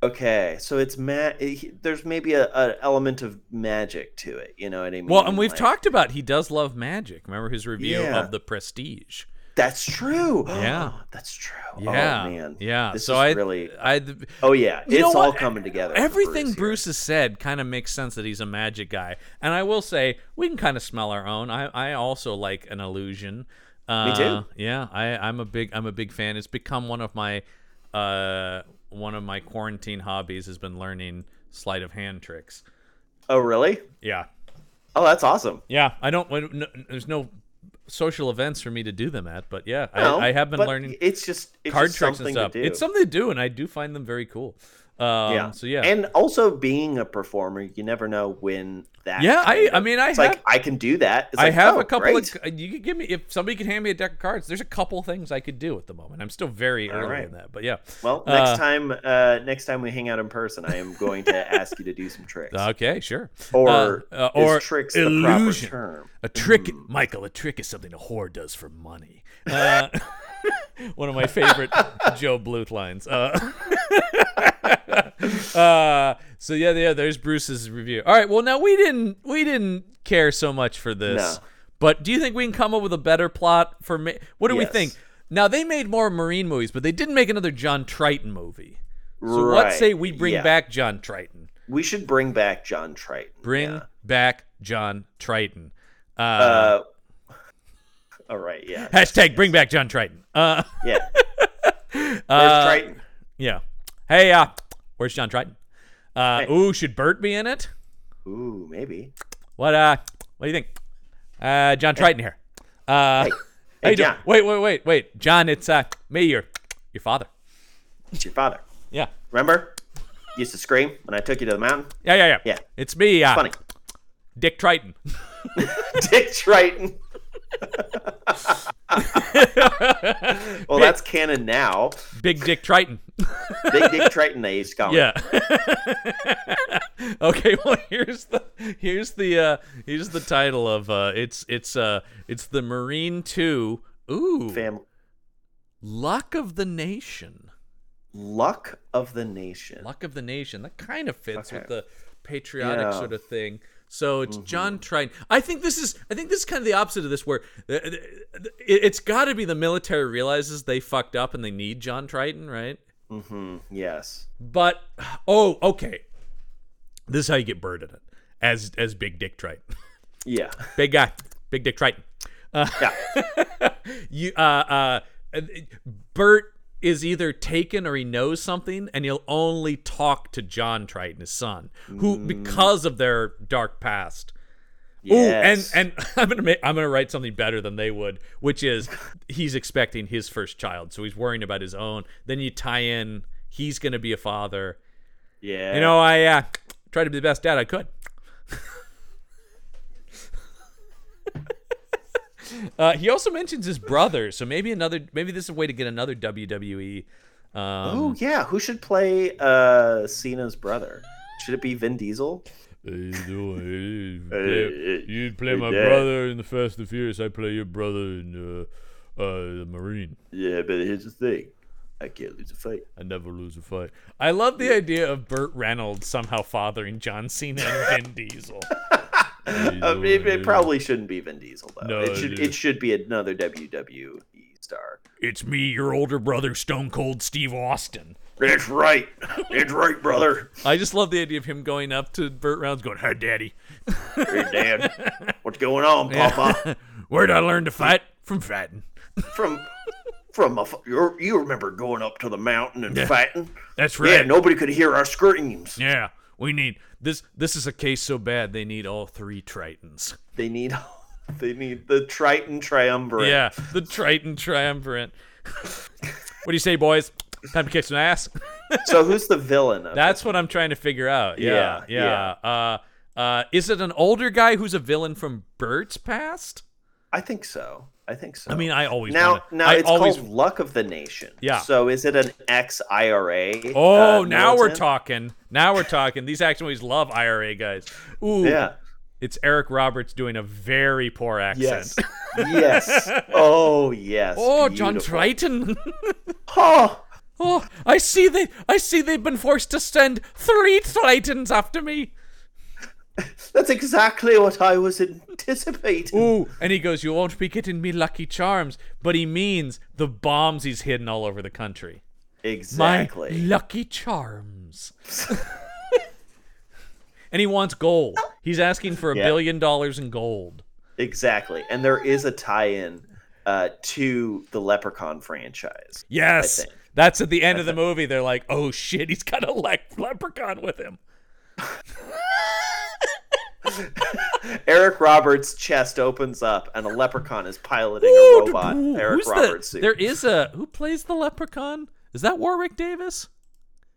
Okay, so it's ma- he- there's maybe a, a element of magic to it, you know what I mean?
well and we've
Like,
talked about he does love magic remember his review
Yeah.
of the prestige
That's true.
(gasps)
Oh,
Yeah.
that's true.
yeah
oh, man,
yeah
This
so
is
i
really.
i
Oh yeah,
You
it's
know
all
what?
coming together. for
Everything Bruce,
here.
has said kind of makes sense that he's a magic guy, and I will say we can kind of smell our own. I, I also like an illusion. Uh,
too.
Yeah, I, I'm a big I'm a big fan. It's become one of my uh, one of my quarantine hobbies has been learning sleight of hand tricks.
Oh really?
Yeah,
Oh, that's awesome.
yeah. I don't. I don't- No, there's no social events for me to do them at, but yeah,
No,
I, I have been
but
learning
It's just it's
card
just
tricks and
something
stuff.
To do.
It's something to do, and I do find them very cool. Um,
yeah.
So yeah.
and also being a performer, you never know when that.
yeah, I,
kind
I
of-
mean, I
it's
have
like I can do that. It's
I
like,
have
oh,
a couple
great.
of. You could give me if somebody could hand me a deck of cards. There's a couple things I could do at the moment. I'm still very early
right.
in that, but yeah.
Well, next
Uh,
time, uh, next time we hang out in person, I am going to ask you to do some tricks.
Okay, sure.
or
Uh, uh, or
is tricks
illusion.
the proper term?
A trick,
Mm.
Michael. A trick is something a whore does for money. Uh, (laughs) one of my favorite Joe Bluth lines. Uh, (laughs) uh, so yeah, yeah. There's Bruce's review. All right. Well, now we didn't we didn't care so much for this,
No.
but do you think we can come up with a better plot for ma- What do we
Yes.
think? Now they made more Marine movies, but they didn't make another John Triton movie. So
Right,
let's say we bring
yeah.
back John Triton.
We should bring back John Triton.
Bring
yeah.
back John Triton.
Uh, (laughs) all right. Yeah.
Hashtag bring back John Triton. Uh,
Yeah. Where's Triton?
yeah. Hey, uh, where's John Triton? Uh,
Hey.
Ooh, should Bert be in it?
Ooh, maybe.
What uh, what do you think? Uh, John Triton here. Uh, how
Hey, hey
you doing?
John,
Wait, wait, wait, wait, John. It's uh, me, your your father.
it's your father.
Yeah,
Remember? Used to scream when I took you to the mountain.
yeah, yeah, yeah.
Yeah.
It's me, uh,
Funny. (laughs)
Dick Triton. (laughs)
Dick Triton. (laughs) well, that's canon now.
Big Dick Triton.
Big Dick Triton, they used to call him.
Yeah. (laughs) okay, well here's the here's the uh here's the title of uh it's it's uh it's the Marine 2 Ooh
Fam-
Luck of the Nation.
Luck of the Nation.
Luck of the Nation. That kind of fits
Okay.
with the patriotic
Yeah. Mm-hmm.
sort of thing. So it's John Triton. I think this is I think this is kind of the opposite of this where uh, uh, it- it's got to be the military realizes they fucked up and they need John Triton, right?
Mm-hmm. Yes.
But oh, okay. This is how you get bird in it. As as Big Dick Triton.
Yeah.
Big guy. Big Dick Triton. Uh, (laughs) you uh uh Bert is either taken or he knows something and he'll only talk to John Triton, his son, who because of their dark past
Yes.
Ooh, and (laughs) and I'm gonna make, I'm gonna write something better than they would, which is he's expecting his first child, so he's worrying about his own. Then you tie in he's gonna be a father.
yeah,
You know, I uh, tried to be the best dad I could. (laughs) uh, he also mentions his brother, so maybe another maybe this is a way to get another E. WWE. Um,
Oh yeah, who should play uh Cena's brother? Should it be Vin Diesel?
Hey, you (laughs)
Hey,
play, you play my
Dad.
brother in the Fast and Furious. I play your brother in uh, uh, the Marine.
Yeah, but here's the thing. I can't lose a fight.
I never lose a fight. I love the idea of Burt Reynolds somehow fathering John Cena and Vin (laughs) Diesel.
I mean, Um, it probably shouldn't be Vin Diesel though.
No,
it should
it-
it should be another WWE star.
It's me, your older brother, Stone Cold Steve Austin. (laughs)
It's right. It's right, brother.
I just love the idea of him going up to Burt Reynolds, going, "Hey, Daddy,
Hey, Dad. What's going on, Papa?
(laughs) where'd I learn to fight from fighting?
From from a f- you're- you remember going up to the mountain and fighting?
That's
Yeah,
right.
nobody could hear our screams.
yeah, we need this. This is a case so bad they need all three Tritons."
They need (laughs) they need the Triton triumvirate.
Yeah, the Triton triumvirate. what do you say, boys? Time to kick some ass.
So who's the villain of
That's what I'm trying to figure out. Yeah,
Yeah,
yeah. Uh, uh, is it an older guy who's a villain from Bert's past?
I think so. I think so.
I mean, I always
now
wanna-
now
I
it's
always.
called Luck of the Nation.
Yeah.
So is it an ex IRA? uh,
oh, now we're talking. Now we're talking. These action movies love IRA guys. Ooh,
Yeah.
It's Eric Roberts doing a very poor accent.
Yes.
(laughs)
yes. Oh yes.
Oh, John
Beautiful.
Triton. (laughs)
Oh,
oh, I see they. I see they've been forced to send three Tritons after me.
that's exactly what I was anticipating.
Ooh, and he goes, "You won't be getting me Lucky Charms," but he means the bombs he's hidden all over the country.
Exactly.
My Lucky Charms. (laughs) and he wants gold. He's asking for a
Oh. Yeah.
billion dollars in gold.
Exactly. And there is a tie-in uh, to the Leprechaun franchise.
Yes,
think.
that's at the end of the movie. They're like, "Oh shit, he's got a (laughs) le- leprechaun with him."
Eric Roberts' chest opens up, and a leprechaun is piloting a robot.
Ooh,
Eric
who's the-
Roberts. suit.
There is a who plays the leprechaun. Is that Warwick Davis?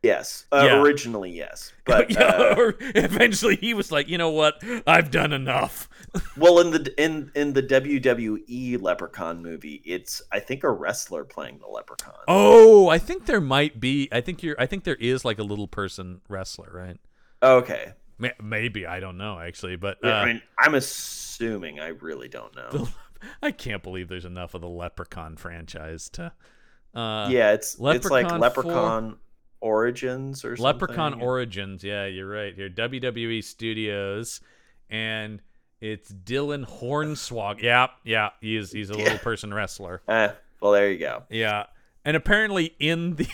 Yes. Uh,
Yeah.
Originally,
(laughs)
yes. (laughs) But
Yeah,
uh,
or eventually he was like, you know what? I've done enough. (laughs)
well, in the in in the WWE Leprechaun movie, it's I think a wrestler playing the leprechaun.
Oh, I think there might be. I think you're. I think there is like a little person wrestler, right?
Okay.
Ma- Maybe I don't know actually, but Oh, uh,
I mean, I'm assuming. I really don't know.
I can't believe there's enough of the Leprechaun franchise to. Uh,
yeah, it's it's
Leprechaun
like Leprechaun Origins or
Leprechaun
something.
Origins. Yeah, you're right. Here, WWE Studios, and it's Dylan Hornswoggle. Yeah, yeah, he is.
(laughs)
He's a little person wrestler.
Eh, well, there you go.
Yeah, and apparently in the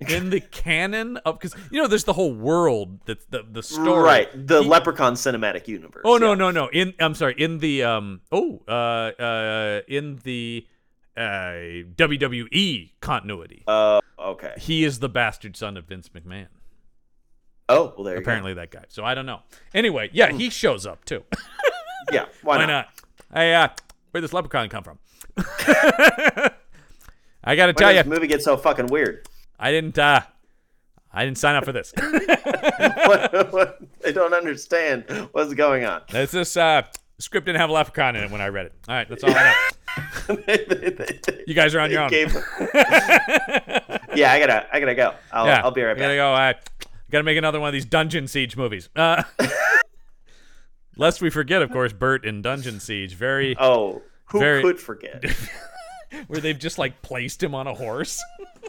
(laughs) in the canon of because you know there's the whole world that the the story
Right, the
He-
Leprechaun cinematic universe.
Oh no
yeah.
no no! In I'm sorry. In the um oh uh uh in the uh WWE continuity,
Uh, okay.
he is the bastard son of Vince McMahon.
Oh, well, there you
Apparently that guy. So I don't know. Anyway, yeah, he shows up too.
go. Yeah, why,
Why
not?
not? Hey, uh, where'd this leprechaun come from? (laughs) I gotta
Why
tell
did
you,
this movie gets so
(laughs)
fucking weird?
I didn't uh I didn't sign up for this.
What- what- I don't understand what's going on. (laughs)
this is uh script didn't have a leprechaun in it when I read it. All right, that's all I know. You guys
(laughs)
are on your own.
Game-
(laughs)
yeah, I gotta, I gotta go. I'll,
Yeah,
I'll be right
I gotta
back.
go. I gotta make another one of these dungeon siege movies. Uh, (laughs) lest we forget, of course, Bert in Dungeon Siege, very
Oh, who
Very- (laughs)
could forget?
where they've just like placed him on a horse.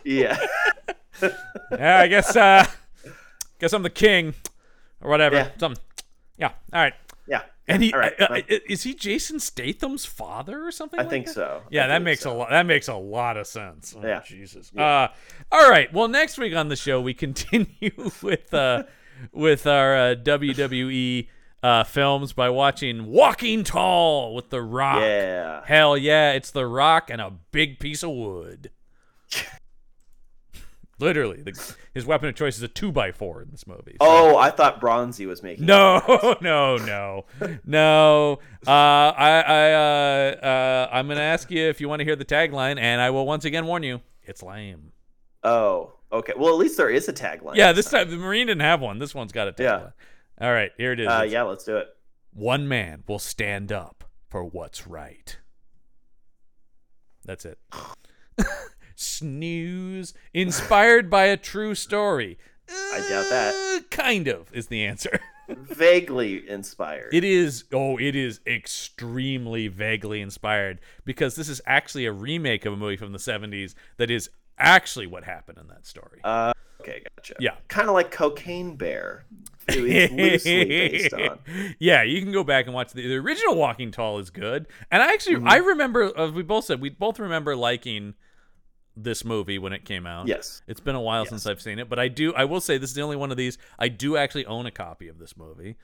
yeah,
yeah, I guess. Uh, guess I'm the king, or whatever.
Yeah.
Something. Yeah. All right.
yeah.
And he
All right,
uh, uh,
well,
is he Jason Statham's father or something?
I
like
think
that?
so. I
Yeah, that
think
makes
so.
a lot. That makes a lot of sense. Oh,
Yeah.
Jesus. Uh, all right. Well, next week on the show we (laughs) continue with uh, with our uh, WWE uh, films by watching Walking Tall with The Rock.
Yeah.
Hell yeah, it's The Rock and a big piece of wood. Literally, the, his weapon of choice is a two by four in this movie. so-
Oh, I thought Bronzy was making.
No, (laughs) no, no, no. Uh, I, I, uh, uh, I'm gonna ask you if you want to hear the tagline, and I will once again warn you, it's lame.
Oh, okay. Well, at least there is a tagline.
Yeah, this time the Marine didn't have one. This one's got a tagline.
Yeah.
All right, here it is.
Uh,
It's,
yeah, let's do it.
One man will stand up for what's right. That's it. (laughs) Snooze. Inspired by a true story. I
doubt that.
Kind of is the answer. (laughs)
Vaguely inspired.
It is oh, it is extremely vaguely inspired because this is actually a remake of a movie from the 70s that is actually what happened in that story.
Uh, okay, gotcha.
Yeah.
Kind of like Cocaine Bear. who
(laughs)
It's loosely based on.
yeah, you can go back and watch the, the original Walking Tall is good, and I actually
Mm-hmm.
I remember uh, we both said we both remember liking this movie when it came out.
Yes.
It's been a while since I've seen it, but I do. I will say this is the only one of these I do actually own a copy of this movie,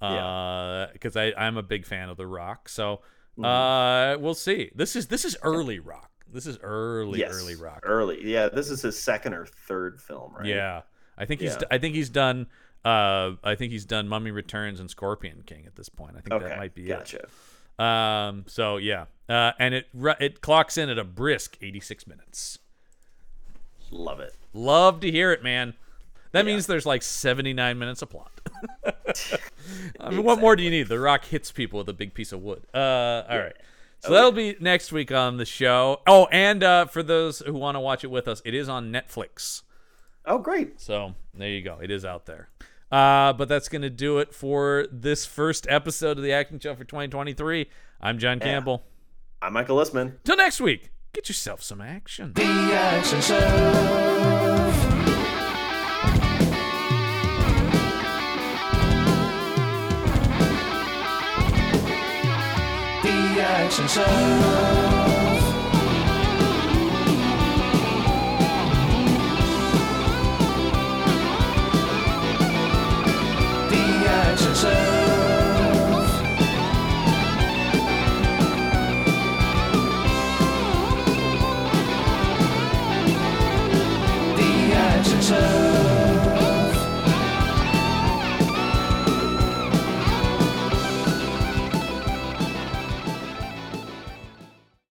because I I'm a big fan of The Rock. So
Mm-hmm.
uh, we'll see. This is this is early Rock. This is early
yes.
early Rock.
Early. Yeah, this is his second or third film, right?
Yeah, I think he's
Yeah.
I think he's done. Uh, I think he's done Mummy Returns and Scorpion King at this point. I think
Okay.
that might be
gotcha.
it. Um, so yeah, uh, and it ru- it clocks in at a brisk 86 minutes.
Love it.
Love to hear it, man. That means there's like 79 minutes of plot. (laughs) I mean, what more do you need? The Rock hits people with a big piece of wood. Uh, all right. So
Oh,
that'll be next week on the show. Oh, and uh, for those who want to watch it with us, it is on Netflix.
Oh, great.
So there you go. It is out there. Uh, but that's going to do it for this first episode of the Acting Show for 2023. I'm John Campbell.
I'm Michael Lisman.
Till next week, get yourself some action.
The action show. The action show.